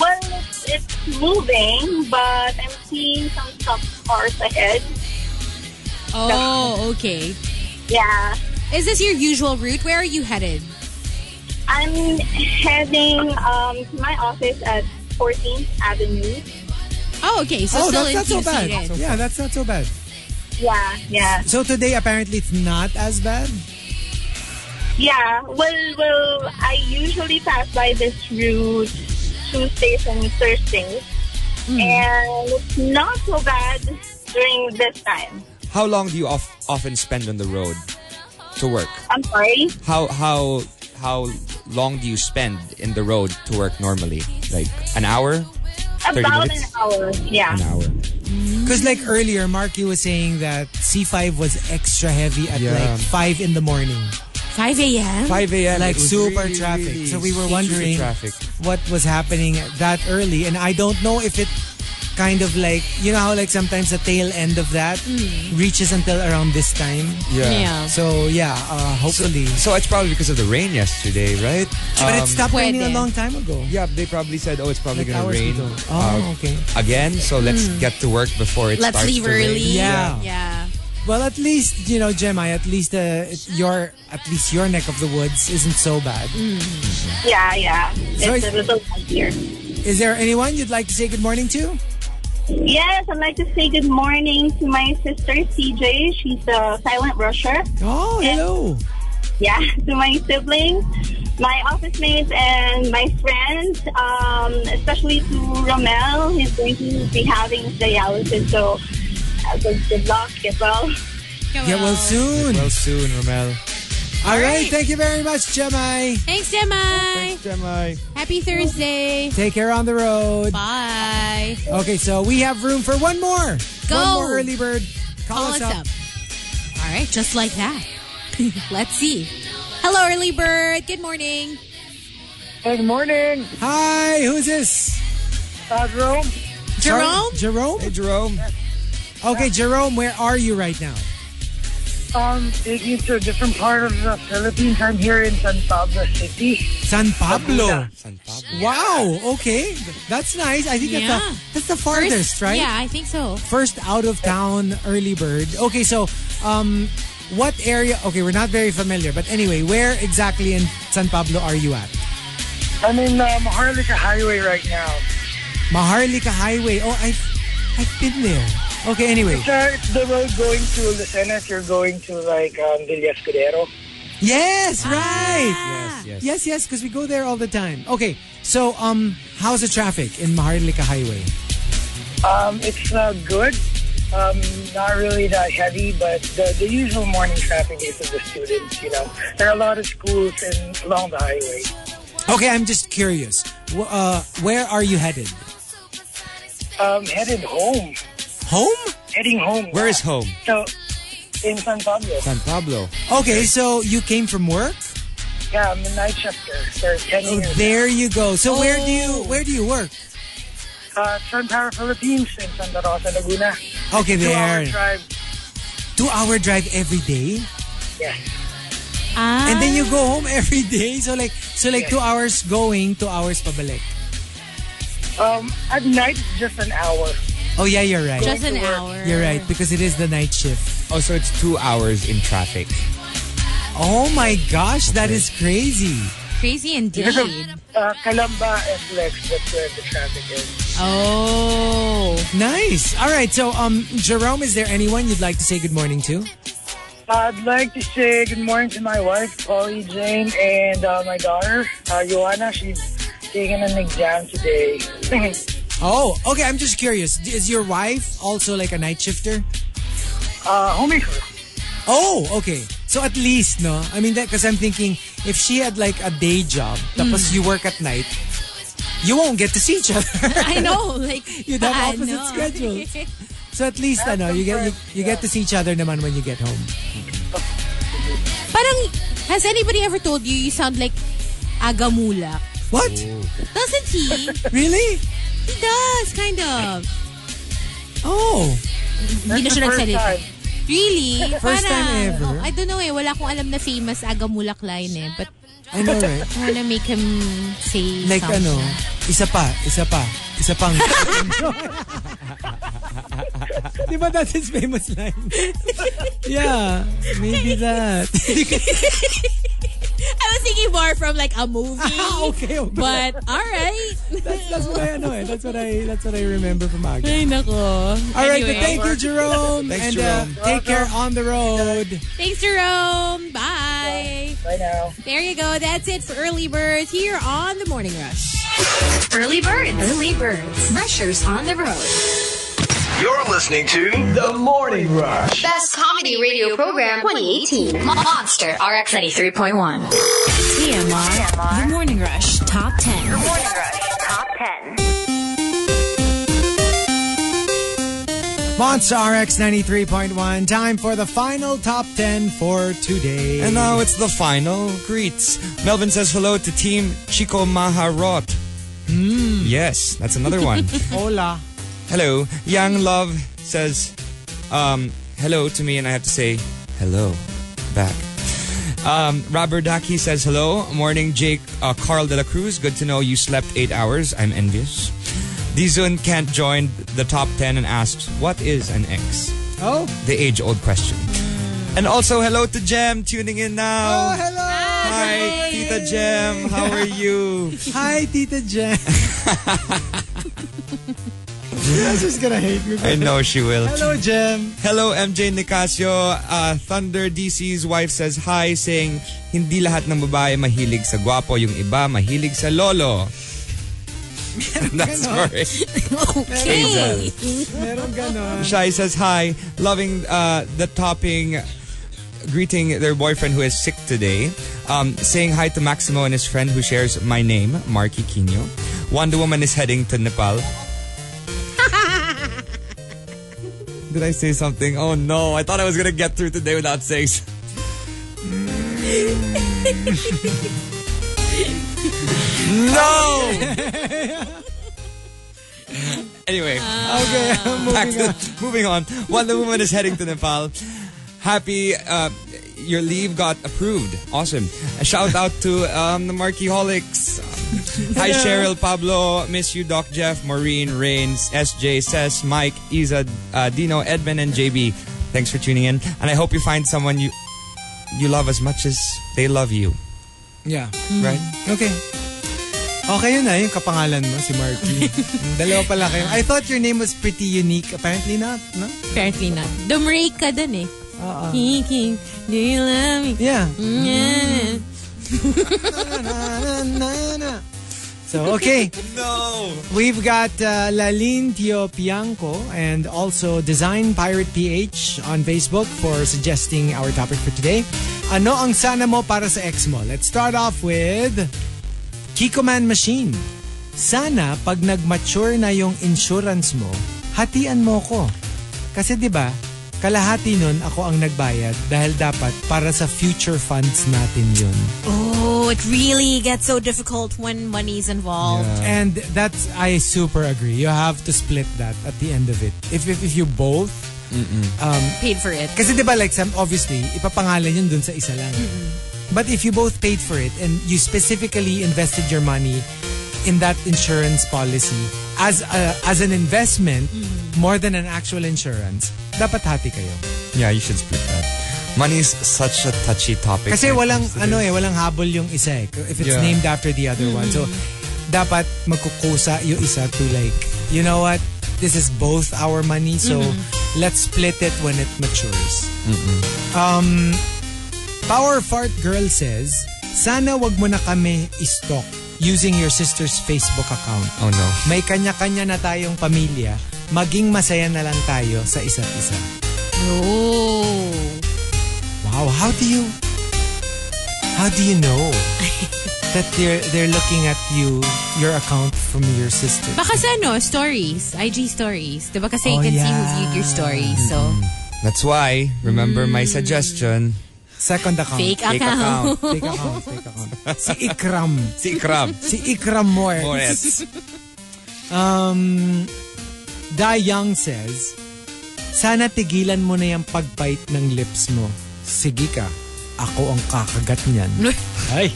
S6: Well, it's, it's moving, but I'm seeing some stop cars ahead.
S4: Oh, okay.
S6: Yeah,
S4: Is this your usual route? Where are you headed?
S6: I'm heading um, to my office at 14th Avenue.
S4: Oh, okay. So
S3: oh,
S4: still
S3: that's not so
S4: in
S3: bad.
S4: QC then.
S3: Yeah, that's not so bad.
S6: Yeah, yeah,
S3: So today apparently it's not as bad.
S6: yeah. Well, well, I usually pass by this route Tuesdays and Thursdays,
S5: Mm.
S6: and it's not so bad during this time.
S5: how long do you of, often spend on the road to work?
S6: I'm sorry.
S5: How how how long do you spend in the road to work normally? Like an hour?
S6: About an
S5: minutes?
S6: hour. Yeah.
S5: An hour.
S3: Because like earlier, Marky was saying that C5 was extra heavy at
S5: Yeah.
S3: like 5 in the morning.
S4: 5 a.m.
S5: 5 a.m.
S3: Like
S5: it was
S3: super
S5: really,
S3: traffic.
S5: really
S3: so we were
S5: super
S3: wondering
S5: traffic.
S3: what was happening that early. And I don't know if it kind of like, you know how like sometimes the tail end of that reaches until around this time?
S4: Yeah.
S3: So yeah, uh, hopefully.
S5: So it's probably because of the rain yesterday, right?
S3: but it
S5: Um,
S3: stopped raining a
S4: Pwede.
S3: long time ago.
S5: Yeah, they probably said, "Oh, it's probably
S3: Like
S5: gonna
S3: hours
S5: rain
S3: ago. Oh,
S5: uh,
S3: okay. Hmm.
S5: again." So let's get to work before it
S4: Let's
S5: starts
S4: leave
S5: to rain.
S4: early.
S3: Yeah.
S4: Yeah.
S3: Well, at least you know, Gemma. At least uh, it- your at least your neck of the woods isn't so bad.
S6: Yeah, yeah.
S3: So
S6: It's
S3: if-
S6: a little happier.
S3: Is there anyone you'd like to say good morning to?
S6: Yes, I'd like to say good morning to my sister CJ. She's a silent rusher.
S3: Oh, hello.
S6: Yeah, to my siblings, my office mates, and my friends, um, especially to Romel. He's going to be having dialysis, so uh, good, good luck as well.
S3: Get well soon.
S5: Well, soon, Romel.
S3: All right. Thank you very much, Gemma.
S4: Thanks,
S3: Oh,
S4: Gemma.
S5: Gemma.
S4: Happy Thursday.
S3: Take care on the road.
S4: Bye.
S3: Okay, so we have room for one more. One
S4: Go.
S3: more early bird. Call,
S4: Call us up. All right, just like that. Let's see. Hello, early bird. Good morning.
S8: Good morning,
S3: Hi, who's this?
S8: Padro.
S4: Jerome?
S3: Jerome?
S5: Hey, Jerome.
S3: Okay, Jerome, where are you right now?
S8: Um, taking you to a different part of the Philippines. I'm here in San Pablo City.
S3: San Pablo.
S5: San Pablo.
S3: Wow, okay. That's nice. I think
S4: Yeah.
S3: that's, the, that's the farthest, right?
S4: Yeah, I think so.
S3: First out of town early bird. Okay, so um what area? Okay, we're not very familiar, but anyway, where exactly in San Pablo are you at?
S8: I'm in um, Harlika Highway right now.
S3: Maharlika Highway. Oh, I've I've been there. Okay, anyway.
S8: It's, uh, it's the road going to Lucena if you're going to, like, um, Del Escudero.
S3: Yes,
S8: Ah.
S3: right.
S5: Yes, yes.
S3: Yes, yes, because we go there all the time. Okay, so um, how's the traffic in Maharlika Highway?
S8: Um, it's uh, good. Um, not really that heavy, but the, the usual morning traffic is of the students, you know. There are a lot of schools and along the highway.
S3: Okay, I'm just curious. Wh- uh, where are you headed?
S8: Um, headed home.
S3: Home?
S8: Heading home.
S5: Where
S8: yeah.
S5: is home?
S8: So, in San Pablo.
S5: San Pablo.
S3: Okay, so you came from work.
S8: Yeah, I'm a night shifter for 10
S3: Oh,
S8: years.
S3: there you go. So where do
S8: Oh.
S3: you where do you work?
S8: Uh, Sun Tower, Philippines in Santa Rosa, Laguna.
S3: Okay,
S8: Two hour
S3: there.
S8: drive.
S3: Two hour drive every day,
S8: Yes.
S4: Ah,
S3: and then you go home every day. So like so like two
S8: Yeah.
S3: hours going, two hours pabalik.
S8: Um, at night, just an hour.
S3: Oh yeah, you're right.
S4: Ah, just an
S8: to work.
S4: hour.
S3: You're right because it is the night shift.
S5: Oh, so it's two hours in traffic.
S3: Oh my gosh, that is crazy.
S4: Crazy indeed.
S8: Because of uh, Calamba and Lex, that's where the traffic is.
S4: Oh.
S3: Nice. All right. So, um, Jerome, is there anyone you'd like to say good morning to?
S8: I'd like to say good morning to my wife, Polly Jane, and uh, my daughter, uh, Joanna. She's taking an exam today.
S3: Oh, okay. I'm just curious. Is your wife also like a night shifter?
S8: uh, homemaker.
S3: Oh, okay. So at least, no. I mean, because I'm thinking if she had like a day job,
S4: Mm.
S3: tapos you work at night, you won't get to see each other.
S4: I know. Oh, Like,
S3: You'd have
S4: I
S3: opposite
S4: know.
S3: schedules. so at least, ano, you get you, you get to see each other naman when you get home.
S4: Parang, has anybody ever told you you sound like Agamula?
S3: What?
S4: Doesn't he?
S3: Really?
S4: he does, kind of.
S3: Oh,
S4: Hindi na siya nagsalita.
S8: time.
S4: Really?
S3: First
S4: Parang,
S3: time ever.
S4: oh, I don't know eh. Wala akong alam na famous Agamula Klein eh. But
S3: I know, right?
S4: I wanna make him say
S3: Like
S4: something.
S3: ano, isa pa, isa pa, isa pang. Di ba that's his famous line? yeah, maybe that.
S4: I was thinking more from like a movie.
S3: Ah, okay, okay.
S4: But, alright.
S3: that's, that's what I ano eh. That's what I that's what I remember from Aga.
S4: Ay, nako.
S3: All right, but
S4: Anyway.
S3: thank you, Jerome. and
S5: Thanks,
S3: uh,
S5: Jerome.
S3: take care on the road.
S4: Thanks, Jerome. Bye.
S8: Bye now.
S4: There you go. That's it for Early Birds here on The Morning Rush.
S7: Early birds. Early birds. Rushers on the road.
S1: You're listening to The Morning Rush.
S7: Best comedy radio program 2018. Monster RX 83.1.
S3: E
S2: TMR. E The Morning Rush Top 10.
S3: Monster RX 93.1. Time for the final top 10 for today.
S5: And now it's the final greets. Melvin says hello to Team Chico Maharot. Yes, that's another one.
S3: Hmm. hola.
S5: hello. Young Love says um, hello to me, and I have to say hello back. Um, Robert Daki says hello. Morning, Jake uh, Carl de la Cruz. Good to know you slept eight hours. I'm envious. Dizun can't join the top 10 and asks, What is an X?
S3: Oh.
S5: The age old question. And also, hello to Jem tuning in now.
S3: Oh, hello.
S5: Hi, Tita Jem. How are you?
S3: Hi, Tita Jen. you guys are just gonna hate me.
S5: I know she will.
S3: Hello, Jem.
S5: Hello, MJ Nicasio. Uh, Thunder DC's wife says hi, saying, Hindi lahat ng babae mahilig sa gwapo, yung iba mahilig sa lolo. That's correct.
S4: Okay.
S3: Meron ganon.
S5: Um, Shai says hi, loving uh, the topping, greeting their boyfriend who is sick today, um, saying hi to Maximo and his friend who shares my name, Marky Quino. Wonder Woman is heading to Nepal. Did I say something? Oh no, I thought I was gonna get through today without saying. s- no! anyway.
S3: Okay, I'm
S5: Back
S3: moving
S5: to-
S3: on.
S5: moving on. Wonder Woman is heading to Nepal. Happy uh, your leave got approved. Awesome. A shout out to um, the Marky Holics. Hi Cheryl, Pablo, miss you, Doc Jeff, Maureen, Rains, SJ, Sess, Mike, Isa, uh, Dino, Edmund, and JB. Thanks for tuning in, and I hope you find someone you you love as much as they love you.
S3: Yeah.
S5: Right?
S3: Okay. Okay yun na, yung kapangalan mo, si Marky. Dalawa pala kayo. I thought your name was pretty unique. Apparently not, no?
S4: Apparently not. Dumray ka dun eh.
S3: Oo.
S4: King, king, do you love me?
S3: Yeah.
S4: Yeah.
S3: Na, na, na. So, okay.
S5: No.
S3: We've got uh, Lalin Tio Pianco and also Design Pirate PH on Facebook for suggesting our topic for today. Ano ang sana mo para sa ex mo? Let's start off with Kiko Man Machine. Sana pag nag-mature na yung insurance mo, hatian mo ko. Kasi 'di ba? Kalahati nun ako ang nagbayad dahil dapat para sa future funds natin yun.
S4: Oh, it really gets so difficult when money's involved.
S3: And that's I super agree. You have to split that at the end of it. If if, if you both
S4: Paid for it.
S3: kasi 'di ba like some obviously ipapangalan yun dun sa isa lang. But if you both paid for it and you specifically invested your money in that insurance policy as a, as an investment more than an actual insurance, dapat hati kayo.
S5: Yeah, you should split that. Money is such a touchy topic.
S3: Kasi
S5: when it
S3: walang
S5: comes to
S3: ano
S5: this.
S3: eh, walang habol yung isa eh. If it's
S5: Yeah.
S3: named after the other one. So dapat magkukusa yung isa to like, you know what? This is both our money, so let's split it when it matures. Um Power Fart Girl says, "Sana wag mo na kami istalk using your sister's Facebook account.
S5: Oh no.
S3: May kanya-kanya na tayong pamilya. Maging masaya na lang tayo sa isa't isa."
S4: Oh.
S3: Wow, how do you how do you know that they're they're looking at you your account from your sister?
S4: Baka sa ano, stories, IG stories. Diba kasi you
S3: Oh,
S4: can see who
S3: yeah.
S4: viewed your story. So,
S5: That's why, remember my
S3: Hmm.
S5: suggestion.
S3: Second account.
S4: fake
S5: Fake
S4: account.
S5: account.
S3: Fake account, fake account. Si Ikram.
S5: Si Crab.
S3: Si Ikram Moore.
S5: Forest.
S3: Um, Dai Young says, Sana tigilan mo na yung pagbite ng lips mo. Sige ka, ako ang kakagat niyan. Ay!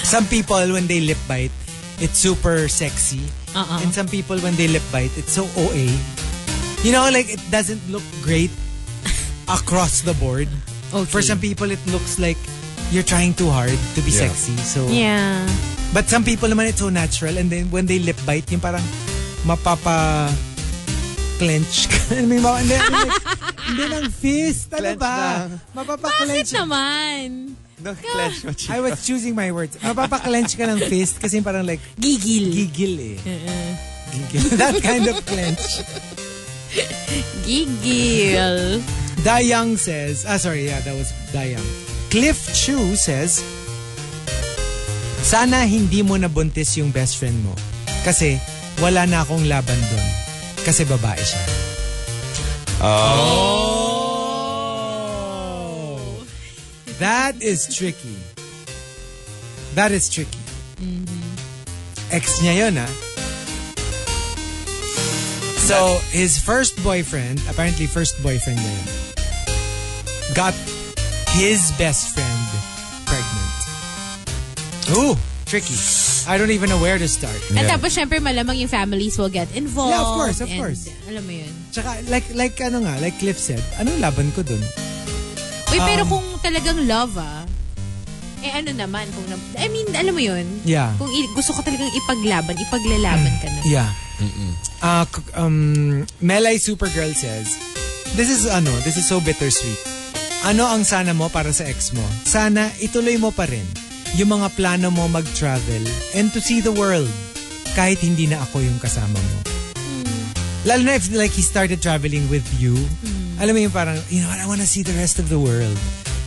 S3: some people, when they lip bite, it's super sexy.
S4: Uh-uh.
S3: And some people, when they lip bite, it's so OA. You know, like, it doesn't look great across the board. Oh, For
S4: Okay.
S3: some people, it looks like you're trying too hard to be
S5: Yeah.
S3: sexy. So,
S4: Yeah.
S3: But some people naman, it's so natural. And then when they lip bite, yung parang mapapa clench ka. I mean, ma- hindi, hindi, hindi ng fist. Ano
S5: Clench
S3: ba?
S5: lang.
S4: Bakit
S3: Mapapa-clench.
S4: naman?
S5: No, clash mo,
S3: I was choosing my words. Mapapa-clench ka ng fist kasi parang like,
S4: Gigil.
S3: gigil eh. Gigil. That kind of clench.
S4: Gigil.
S3: Dayang says, ah sorry, yeah, that was Dayang. Cliff Chu says, Sana hindi mo nabuntis yung best friend mo. Kasi wala na akong laban doon. Kasi babae siya. Oh! That is tricky. That is tricky. Ex niya yun, ah. So, his first boyfriend, apparently first boyfriend niya yun, got his best friend pregnant. Ooh, tricky. I don't even know where to start.
S4: At tapos, syempre, malamang yung families will get involved.
S3: Yeah, of course, of
S4: and,
S3: course.
S4: Alam mo yun.
S3: Tsaka, like, like ano nga, like Cliff said, ano laban ko dun?
S4: Uy, pero
S3: Um,
S4: kung talagang love, ah, eh ano naman, kung, nam- I mean, alam mo yun,
S3: Yeah.
S4: kung i- gusto ko talagang ipaglaban, ipaglalaban ka na.
S3: Yeah. Uh, k- um, Melay Supergirl says, This is ano, this is so bittersweet. Ano ang sana mo para sa ex mo? Sana ituloy mo pa rin yung mga plano mo mag-travel and to see the world kahit hindi na ako yung kasama mo. Lalo na if like he started traveling with you. Alam mo yung parang, you know what, I wanna see the rest of the world.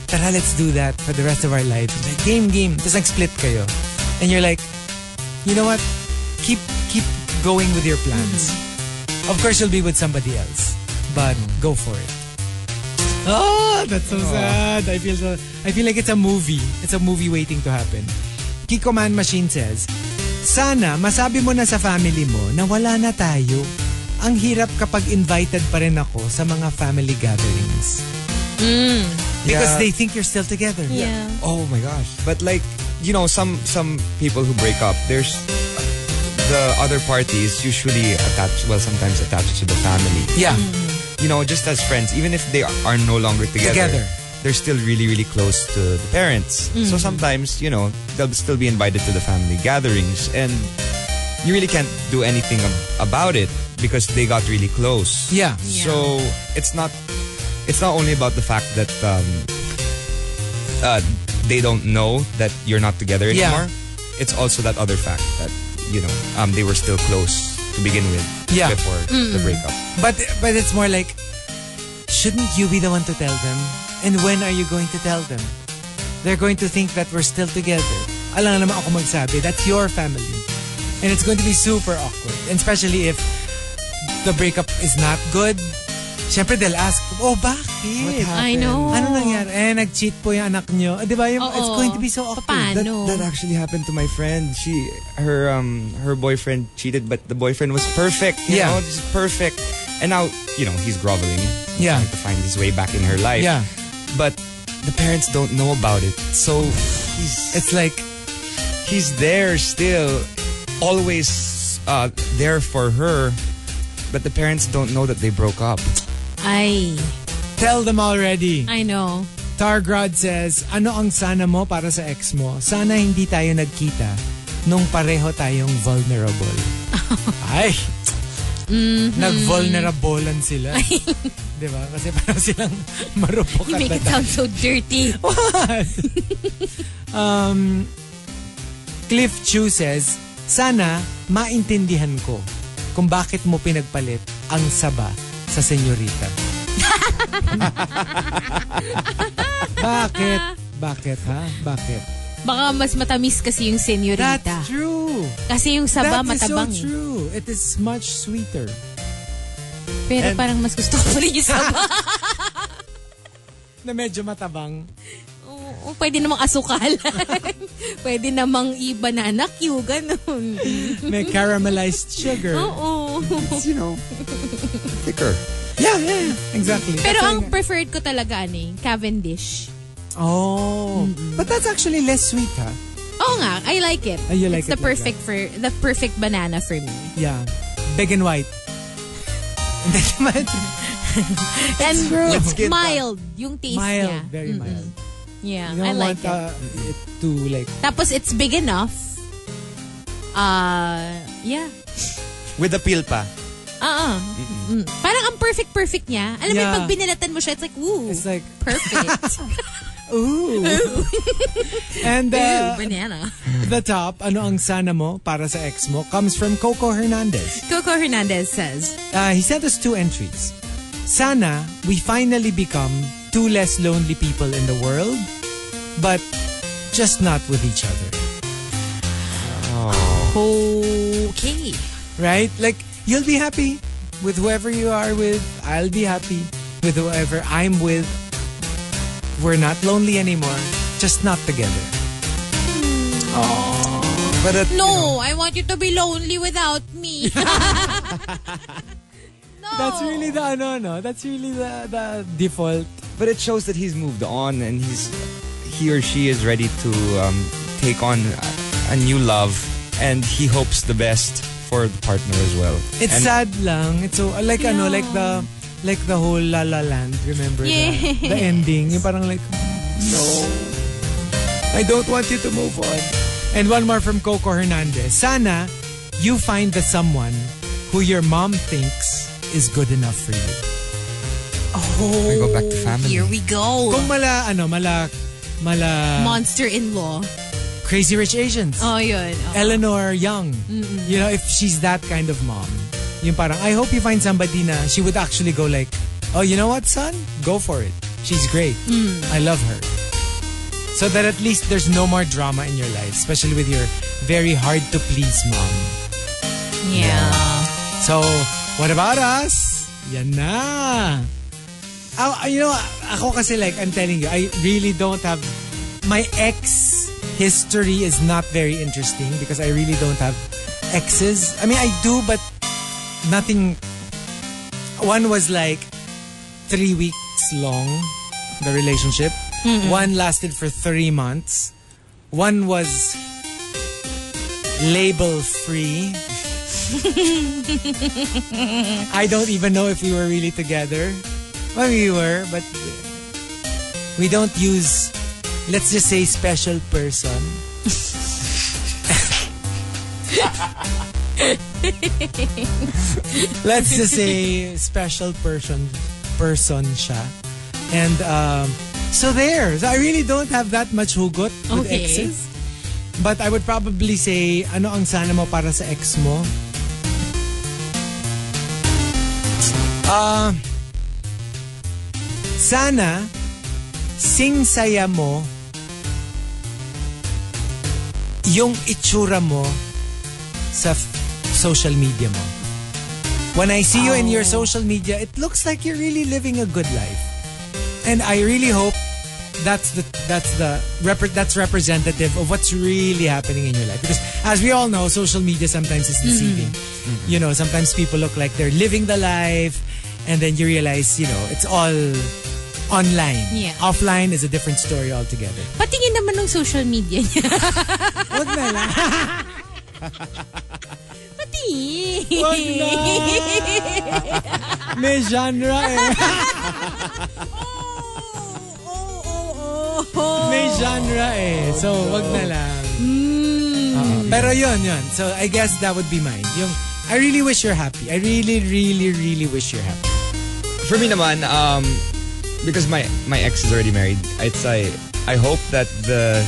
S3: Tara, let's do that for the rest of our lives. Like, game, game. Tapos nag-split kayo. And you're like, you know what, keep keep going with your plans. Of course, you'll be with somebody else, but go for it. Oh, that's so sad. I feel so. I feel like it's a movie. It's a movie waiting to happen. Kiko Man Machine says, Sana masabi mo na sa family mo na wala na tayo. Ang hirap kapag invited pa rin ako sa mga family gatherings. Because
S5: Yeah.
S3: they think you're still together.
S4: Yeah.
S5: Oh my gosh. But like, you know, some some people who break up, there's the other party is usually attached, well, sometimes attached to the family. Mm-hmm.
S3: Yeah.
S5: You know, just as friends, even if they are no longer together,
S3: Together. Mm-hmm.
S5: they're still really, really close to the parents. So sometimes, you know, they'll still be invited to the family gatherings and you really can't do anything ab- about it because they got really close.
S3: Yeah.
S5: So it's not it's not only about the fact that um, uh, they don't know that you're not together
S3: Yeah.
S5: anymore. It's also that other fact that you know um, they were still close to begin with
S3: Yeah.
S5: before the breakup.
S3: But but it's more like, shouldn't you be the one to tell them? And when are you going to tell them? They're going to think that we're still together. Alam na naman ako magsabi. That's your family. And it's going to be super awkward. And especially if the breakup is not good. Siyempre, they'll ask, oh, bakit?
S4: I know.
S3: Ano nangyari? Eh, nag-cheat po yung anak nyo. Di ba? Yung-
S4: Oo.
S3: It's going to be so awkward.
S5: That,
S4: Paano?
S5: that actually happened to my friend. She her um her boyfriend cheated, but the boyfriend was perfect. You
S3: Yeah.
S5: know, just perfect. And now you know he's groveling.
S3: Yeah.
S5: trying to find his way back in her life.
S3: Yeah.
S5: but the parents don't know about it. So he's
S3: It's like,
S5: he's there still, always uh, there for her, but the parents don't know that they broke up.
S4: Ay,
S3: tell them already.
S4: I know.
S3: Targrod says, Ano ang sana mo para sa ex mo? Sana hindi tayo nagkita nung pareho tayong vulnerable. Ay! Nag-vulnerablean sila. Di ba? Kasi parang silang marupok
S4: You
S3: at
S4: make it
S3: bata.
S4: sound so dirty.
S3: um, Cliff Chu says, Sana maintindihan ko kung bakit mo pinagpalit ang saba sa senyorita. bakit? Bakit ha? Bakit?
S4: Baka mas matamis kasi yung senyorita.
S3: That's true.
S4: Kasi yung saba
S3: That is so
S4: matabang. eh.
S3: true. It is much sweeter.
S4: Pero parang mas gusto ko pa rin yung saba.
S3: Na medyo matabang.
S4: Oo, pwede namang asukal. pwede namang i-banana Q, ganun.
S3: May caramelized sugar.
S4: Oh. Oo.
S5: you know, thicker.
S3: Yeah, yeah, yeah. Exactly.
S4: Pero
S3: That's
S4: ang preferred ko talaga, ano eh, Cavendish.
S3: like- Oh. But that's actually less sweet, ha?
S4: Oo nga, I like it.
S3: Ah, you like
S4: It's the
S3: it like
S4: perfect for the perfect banana for me.
S3: Yeah. Big and white. And then naman,
S4: And
S3: true.
S4: it's
S3: Let's get
S4: mild yung taste
S3: mild.
S4: niya. Mm,
S3: Very mild.
S4: Yeah,
S3: You don't
S4: I like
S3: want
S4: it.
S3: uh, it to like...
S4: Tapos it's big enough. Uh, yeah.
S5: With the peel pa.
S4: Ah, ah. Mm. Parang ang perfect-perfect niya. Alam mo,
S3: Yeah.
S4: yung pag binilatan mo siya, it's like, ooh,
S3: It's like,
S4: perfect.
S3: ooh. and uh,
S4: ooh, banana.
S3: the top, ano ang sana mo para sa ex mo, comes from Coco Hernandez.
S4: Coco Hernandez says,
S3: Uh, he sent us two entries. Sana we finally become two less lonely people in the world, but just not with each other.
S4: okay.
S3: Right? Like, you'll be happy with whoever you are with. I'll be happy with whoever I'm with. We're not lonely anymore, just not together.
S5: But at,
S4: No, I want you to be lonely without me. no.
S3: That's really the, ano, no, that's really the, the default.
S5: but it shows that he's moved on and he's he or she is ready to um, take on a, a new love and he hopes the best for the partner as well.
S3: It's
S5: and
S3: sad lang. It's so like ano, like the like the whole La La Land. Remember the-
S4: Yeah.
S3: the, ending? Yung parang like no, I don't want you to move on. And one more from Coco Hernandez. Sana you find the someone who your mom thinks is good enough for you.
S5: we go back to
S4: Here
S5: family.
S4: we go.
S3: Kung mala ano, mala mala
S4: Monster in law.
S3: Crazy Rich Asians.
S4: Oh, yun. Oh.
S3: Eleanor Young. You know, if she's that kind of mom. Yung parang, I hope you find somebody na she would actually go like, oh, you know what, son? Go for it. She's great. I love her. So that at least there's no more drama in your life, especially with your very hard to please mom.
S4: Yeah.
S3: So, what about us? Yan na. Ah, you know, ako kasi like, I'm telling you, I really don't have, my ex history is not very interesting because I really don't have exes. I mean, I do, but nothing, one was like three weeks long, the relationship. One lasted for three months. One was label free. I don't even know if we were really together. Well, we were, but we don't use, let's just say, special person. let's just say special person person siya. And um, so there. So I really don't have that much hugot with
S4: Okay.
S3: exes. But I would probably say, ano ang sana mo para sa ex mo? Ah, sana sing saya mo yung itsura mo sa f- social media mo. When I see you in your social media, it looks like you're really living a good life. And I really hope that's the that's the repre- that's representative of what's really happening in your life because as we all know social media sometimes is deceiving you know sometimes people look like they're living the life and then you realize you know it's all online
S4: Yeah.
S3: offline is a different story altogether
S4: Patingin naman ng social media niya.
S3: Wag na lang.
S4: Patingin.
S3: Wag na. May genre eh.
S4: Oh, oh, oh, oh.
S3: May genre eh. So, wag na lang.
S4: Hmm.
S3: Uh-uh. Pero yun, yun. So, I guess that would be mine. Yung, I really wish you're happy. I really, really, really wish you're happy.
S5: For me naman, um, because my, my ex is already married, it's I I hope that the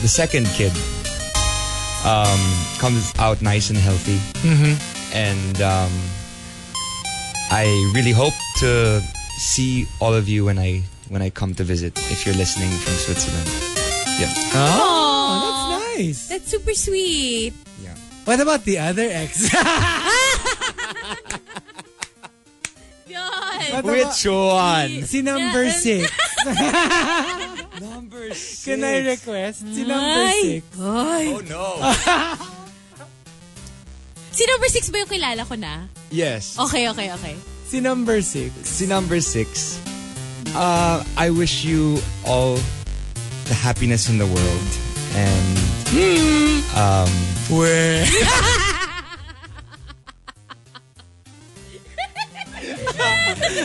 S5: the second kid um, comes out nice and healthy. And um, I really hope to see all of you when I when I come to visit if you're listening from Switzerland. Yeah.
S3: That's nice.
S4: That's super sweet.
S5: Yeah.
S3: What about the other ex?
S4: Yun.
S3: What about-
S5: one?
S3: Si number
S4: Yeah, um,
S3: six.
S5: Number six.
S3: Can I request? Si number
S4: My
S3: six.
S4: God.
S5: Oh no.
S4: Si number 6 ba yung kilala ko na?
S5: yes.
S4: Okay, okay, okay.
S3: Si number six.
S5: See number six. Uh, I wish you all the happiness in the world and
S3: Where?
S5: in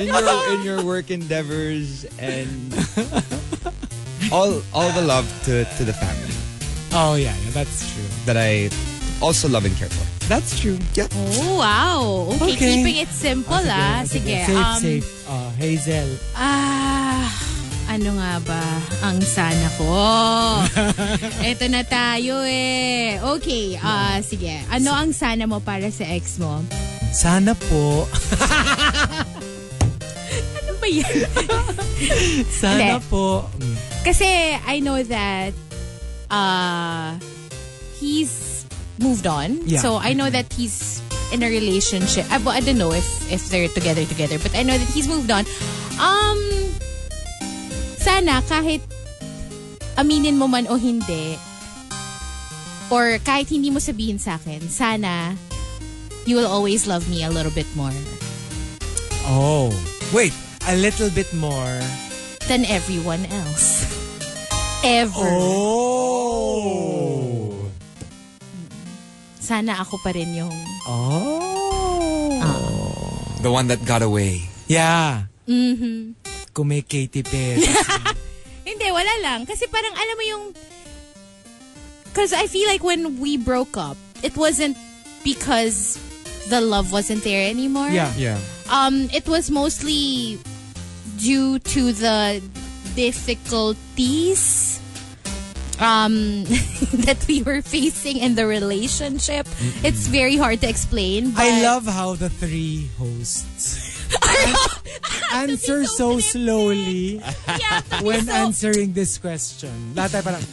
S5: your, in your work endeavors and all all the love to, to the family
S3: Oh, yeah, yeah. That's true.
S5: that I also love and care for.
S3: That's true. Yeah.
S4: Oh, wow. Okay,
S3: Okay.
S4: keeping it simple ah. Sige.
S3: Safe,
S4: um,
S3: safe. Oh, Hazel.
S4: Ah, ano nga ba ang sana ko? Ito na tayo eh. Okay, ah sige. Ano ang sana mo para sa ex mo?
S3: Sana po.
S4: Ano ba yan?
S3: Sana
S4: Hindi.
S3: po. Mm.
S4: Kasi I know that uh, he's moved on.
S3: Yeah.
S4: So I know that he's in a relationship. I, I don't know if if they're together together, but I know that he's moved on. Um sana kahit aminin mo man o hindi or kahit hindi mo sabihin sa akin, sana you will always love me a little bit more
S3: Oh. Wait, a little bit more.
S4: than everyone else. Ever.
S3: Oh.
S4: sana ako pa rin yung...
S3: Oh.
S5: The one that got away.
S3: Yeah. Mm-hmm. Kung may Katy Perry.
S4: Hindi, wala lang. Kasi parang alam mo yung... Because I feel like when we broke up, it wasn't because the love wasn't there anymore.
S3: yeah.
S5: Yeah.
S4: Um, it was mostly due to the difficulties um, that we were facing in the relationship. It's very hard to explain. But
S3: I love how the three hosts answer so slowly
S4: Yeah, but
S3: when
S4: so-
S3: answering this question. Lahat tayo parang,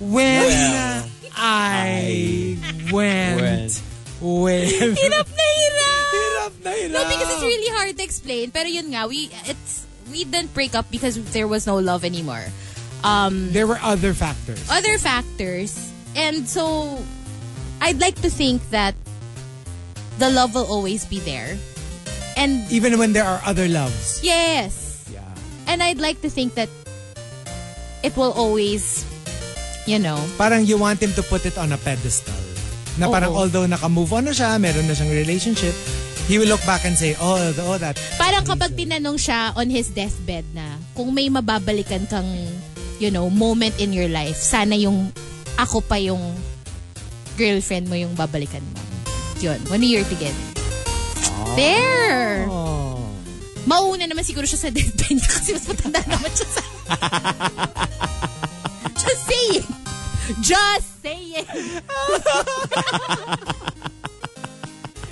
S3: when I went with...
S4: Hirap na hirap!
S3: Hirap na hirap.
S4: No, because it's really hard to explain. Pero yun nga, we it's we didn't break up because there was no love anymore. Um,
S3: There were other factors.
S4: other factors, and so I'd like to think that the love will always be there. And
S3: Even when there are other loves.
S4: yes,
S3: Yeah.
S4: and I'd like to think that it will always, you know,
S3: Parang you want him to put it on a pedestal. Na parang
S4: Oo.
S3: although naka-move on na siya, meron na siyang relationship, he will look back and say, oh, the, oh that.
S4: Parang kapag tinanong siya on his deathbed na kung may mababalikan kang, you know, moment in your life, sana yung ako pa yung girlfriend mo yung babalikan mo. Yun, when you're together. There! Mauuna naman siguro siya sa deathbed niya kasi mas matanda naman siya sa... Just saying! Just saying!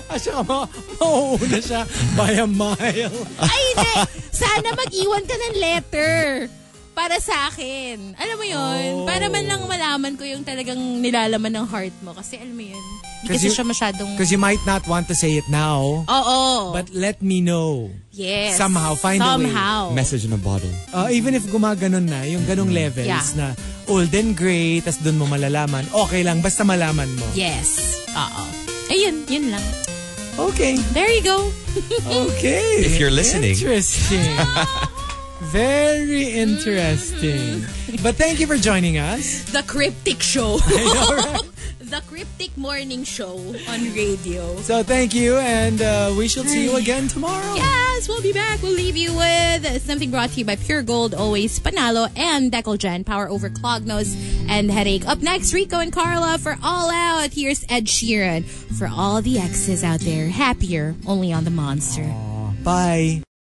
S3: Asya ka ma, Ah, mauuna siya by a mile.
S4: Ay, hindi! Sana mag-iwan ka ng letter para sa akin. Alam mo yun?
S3: Oh.
S4: Para man lang malaman ko yung talagang nilalaman ng heart mo. Kasi alam mo yun, hindi kasi
S3: Kasi-
S4: siya masyadong...
S3: Because you might not want to say it now,
S4: Oo.
S3: but let me know.
S4: yes.
S3: somehow, find a way.
S4: Somehow.
S5: Message in a bottle. Mm.
S3: Uh, even if gumaganon na, yung ganong levels
S4: Yeah.
S3: na old and gray, tas doon mo malalaman, okay lang, basta malaman mo.
S4: Yes. Oo. Ayun, yun lang.
S3: Okay.
S4: There you go.
S3: Okay.
S5: If you're listening.
S3: Interesting. Very interesting. But thank you for joining us.
S4: The Cryptic Show.
S3: Alright.
S4: the Cryptic Morning Show on radio.
S3: So thank you, and uh, we shall see you again tomorrow.
S4: Yes, we'll be back. We'll leave you with something brought to you by Pure Gold, Always Panalo, and Decolgen, Power Over Clog Nose and Headache. Up next, Rico and Carla for All Out. Here's Ed Sheeran for all the exes out there. Happier, only on the monster.
S3: Bye.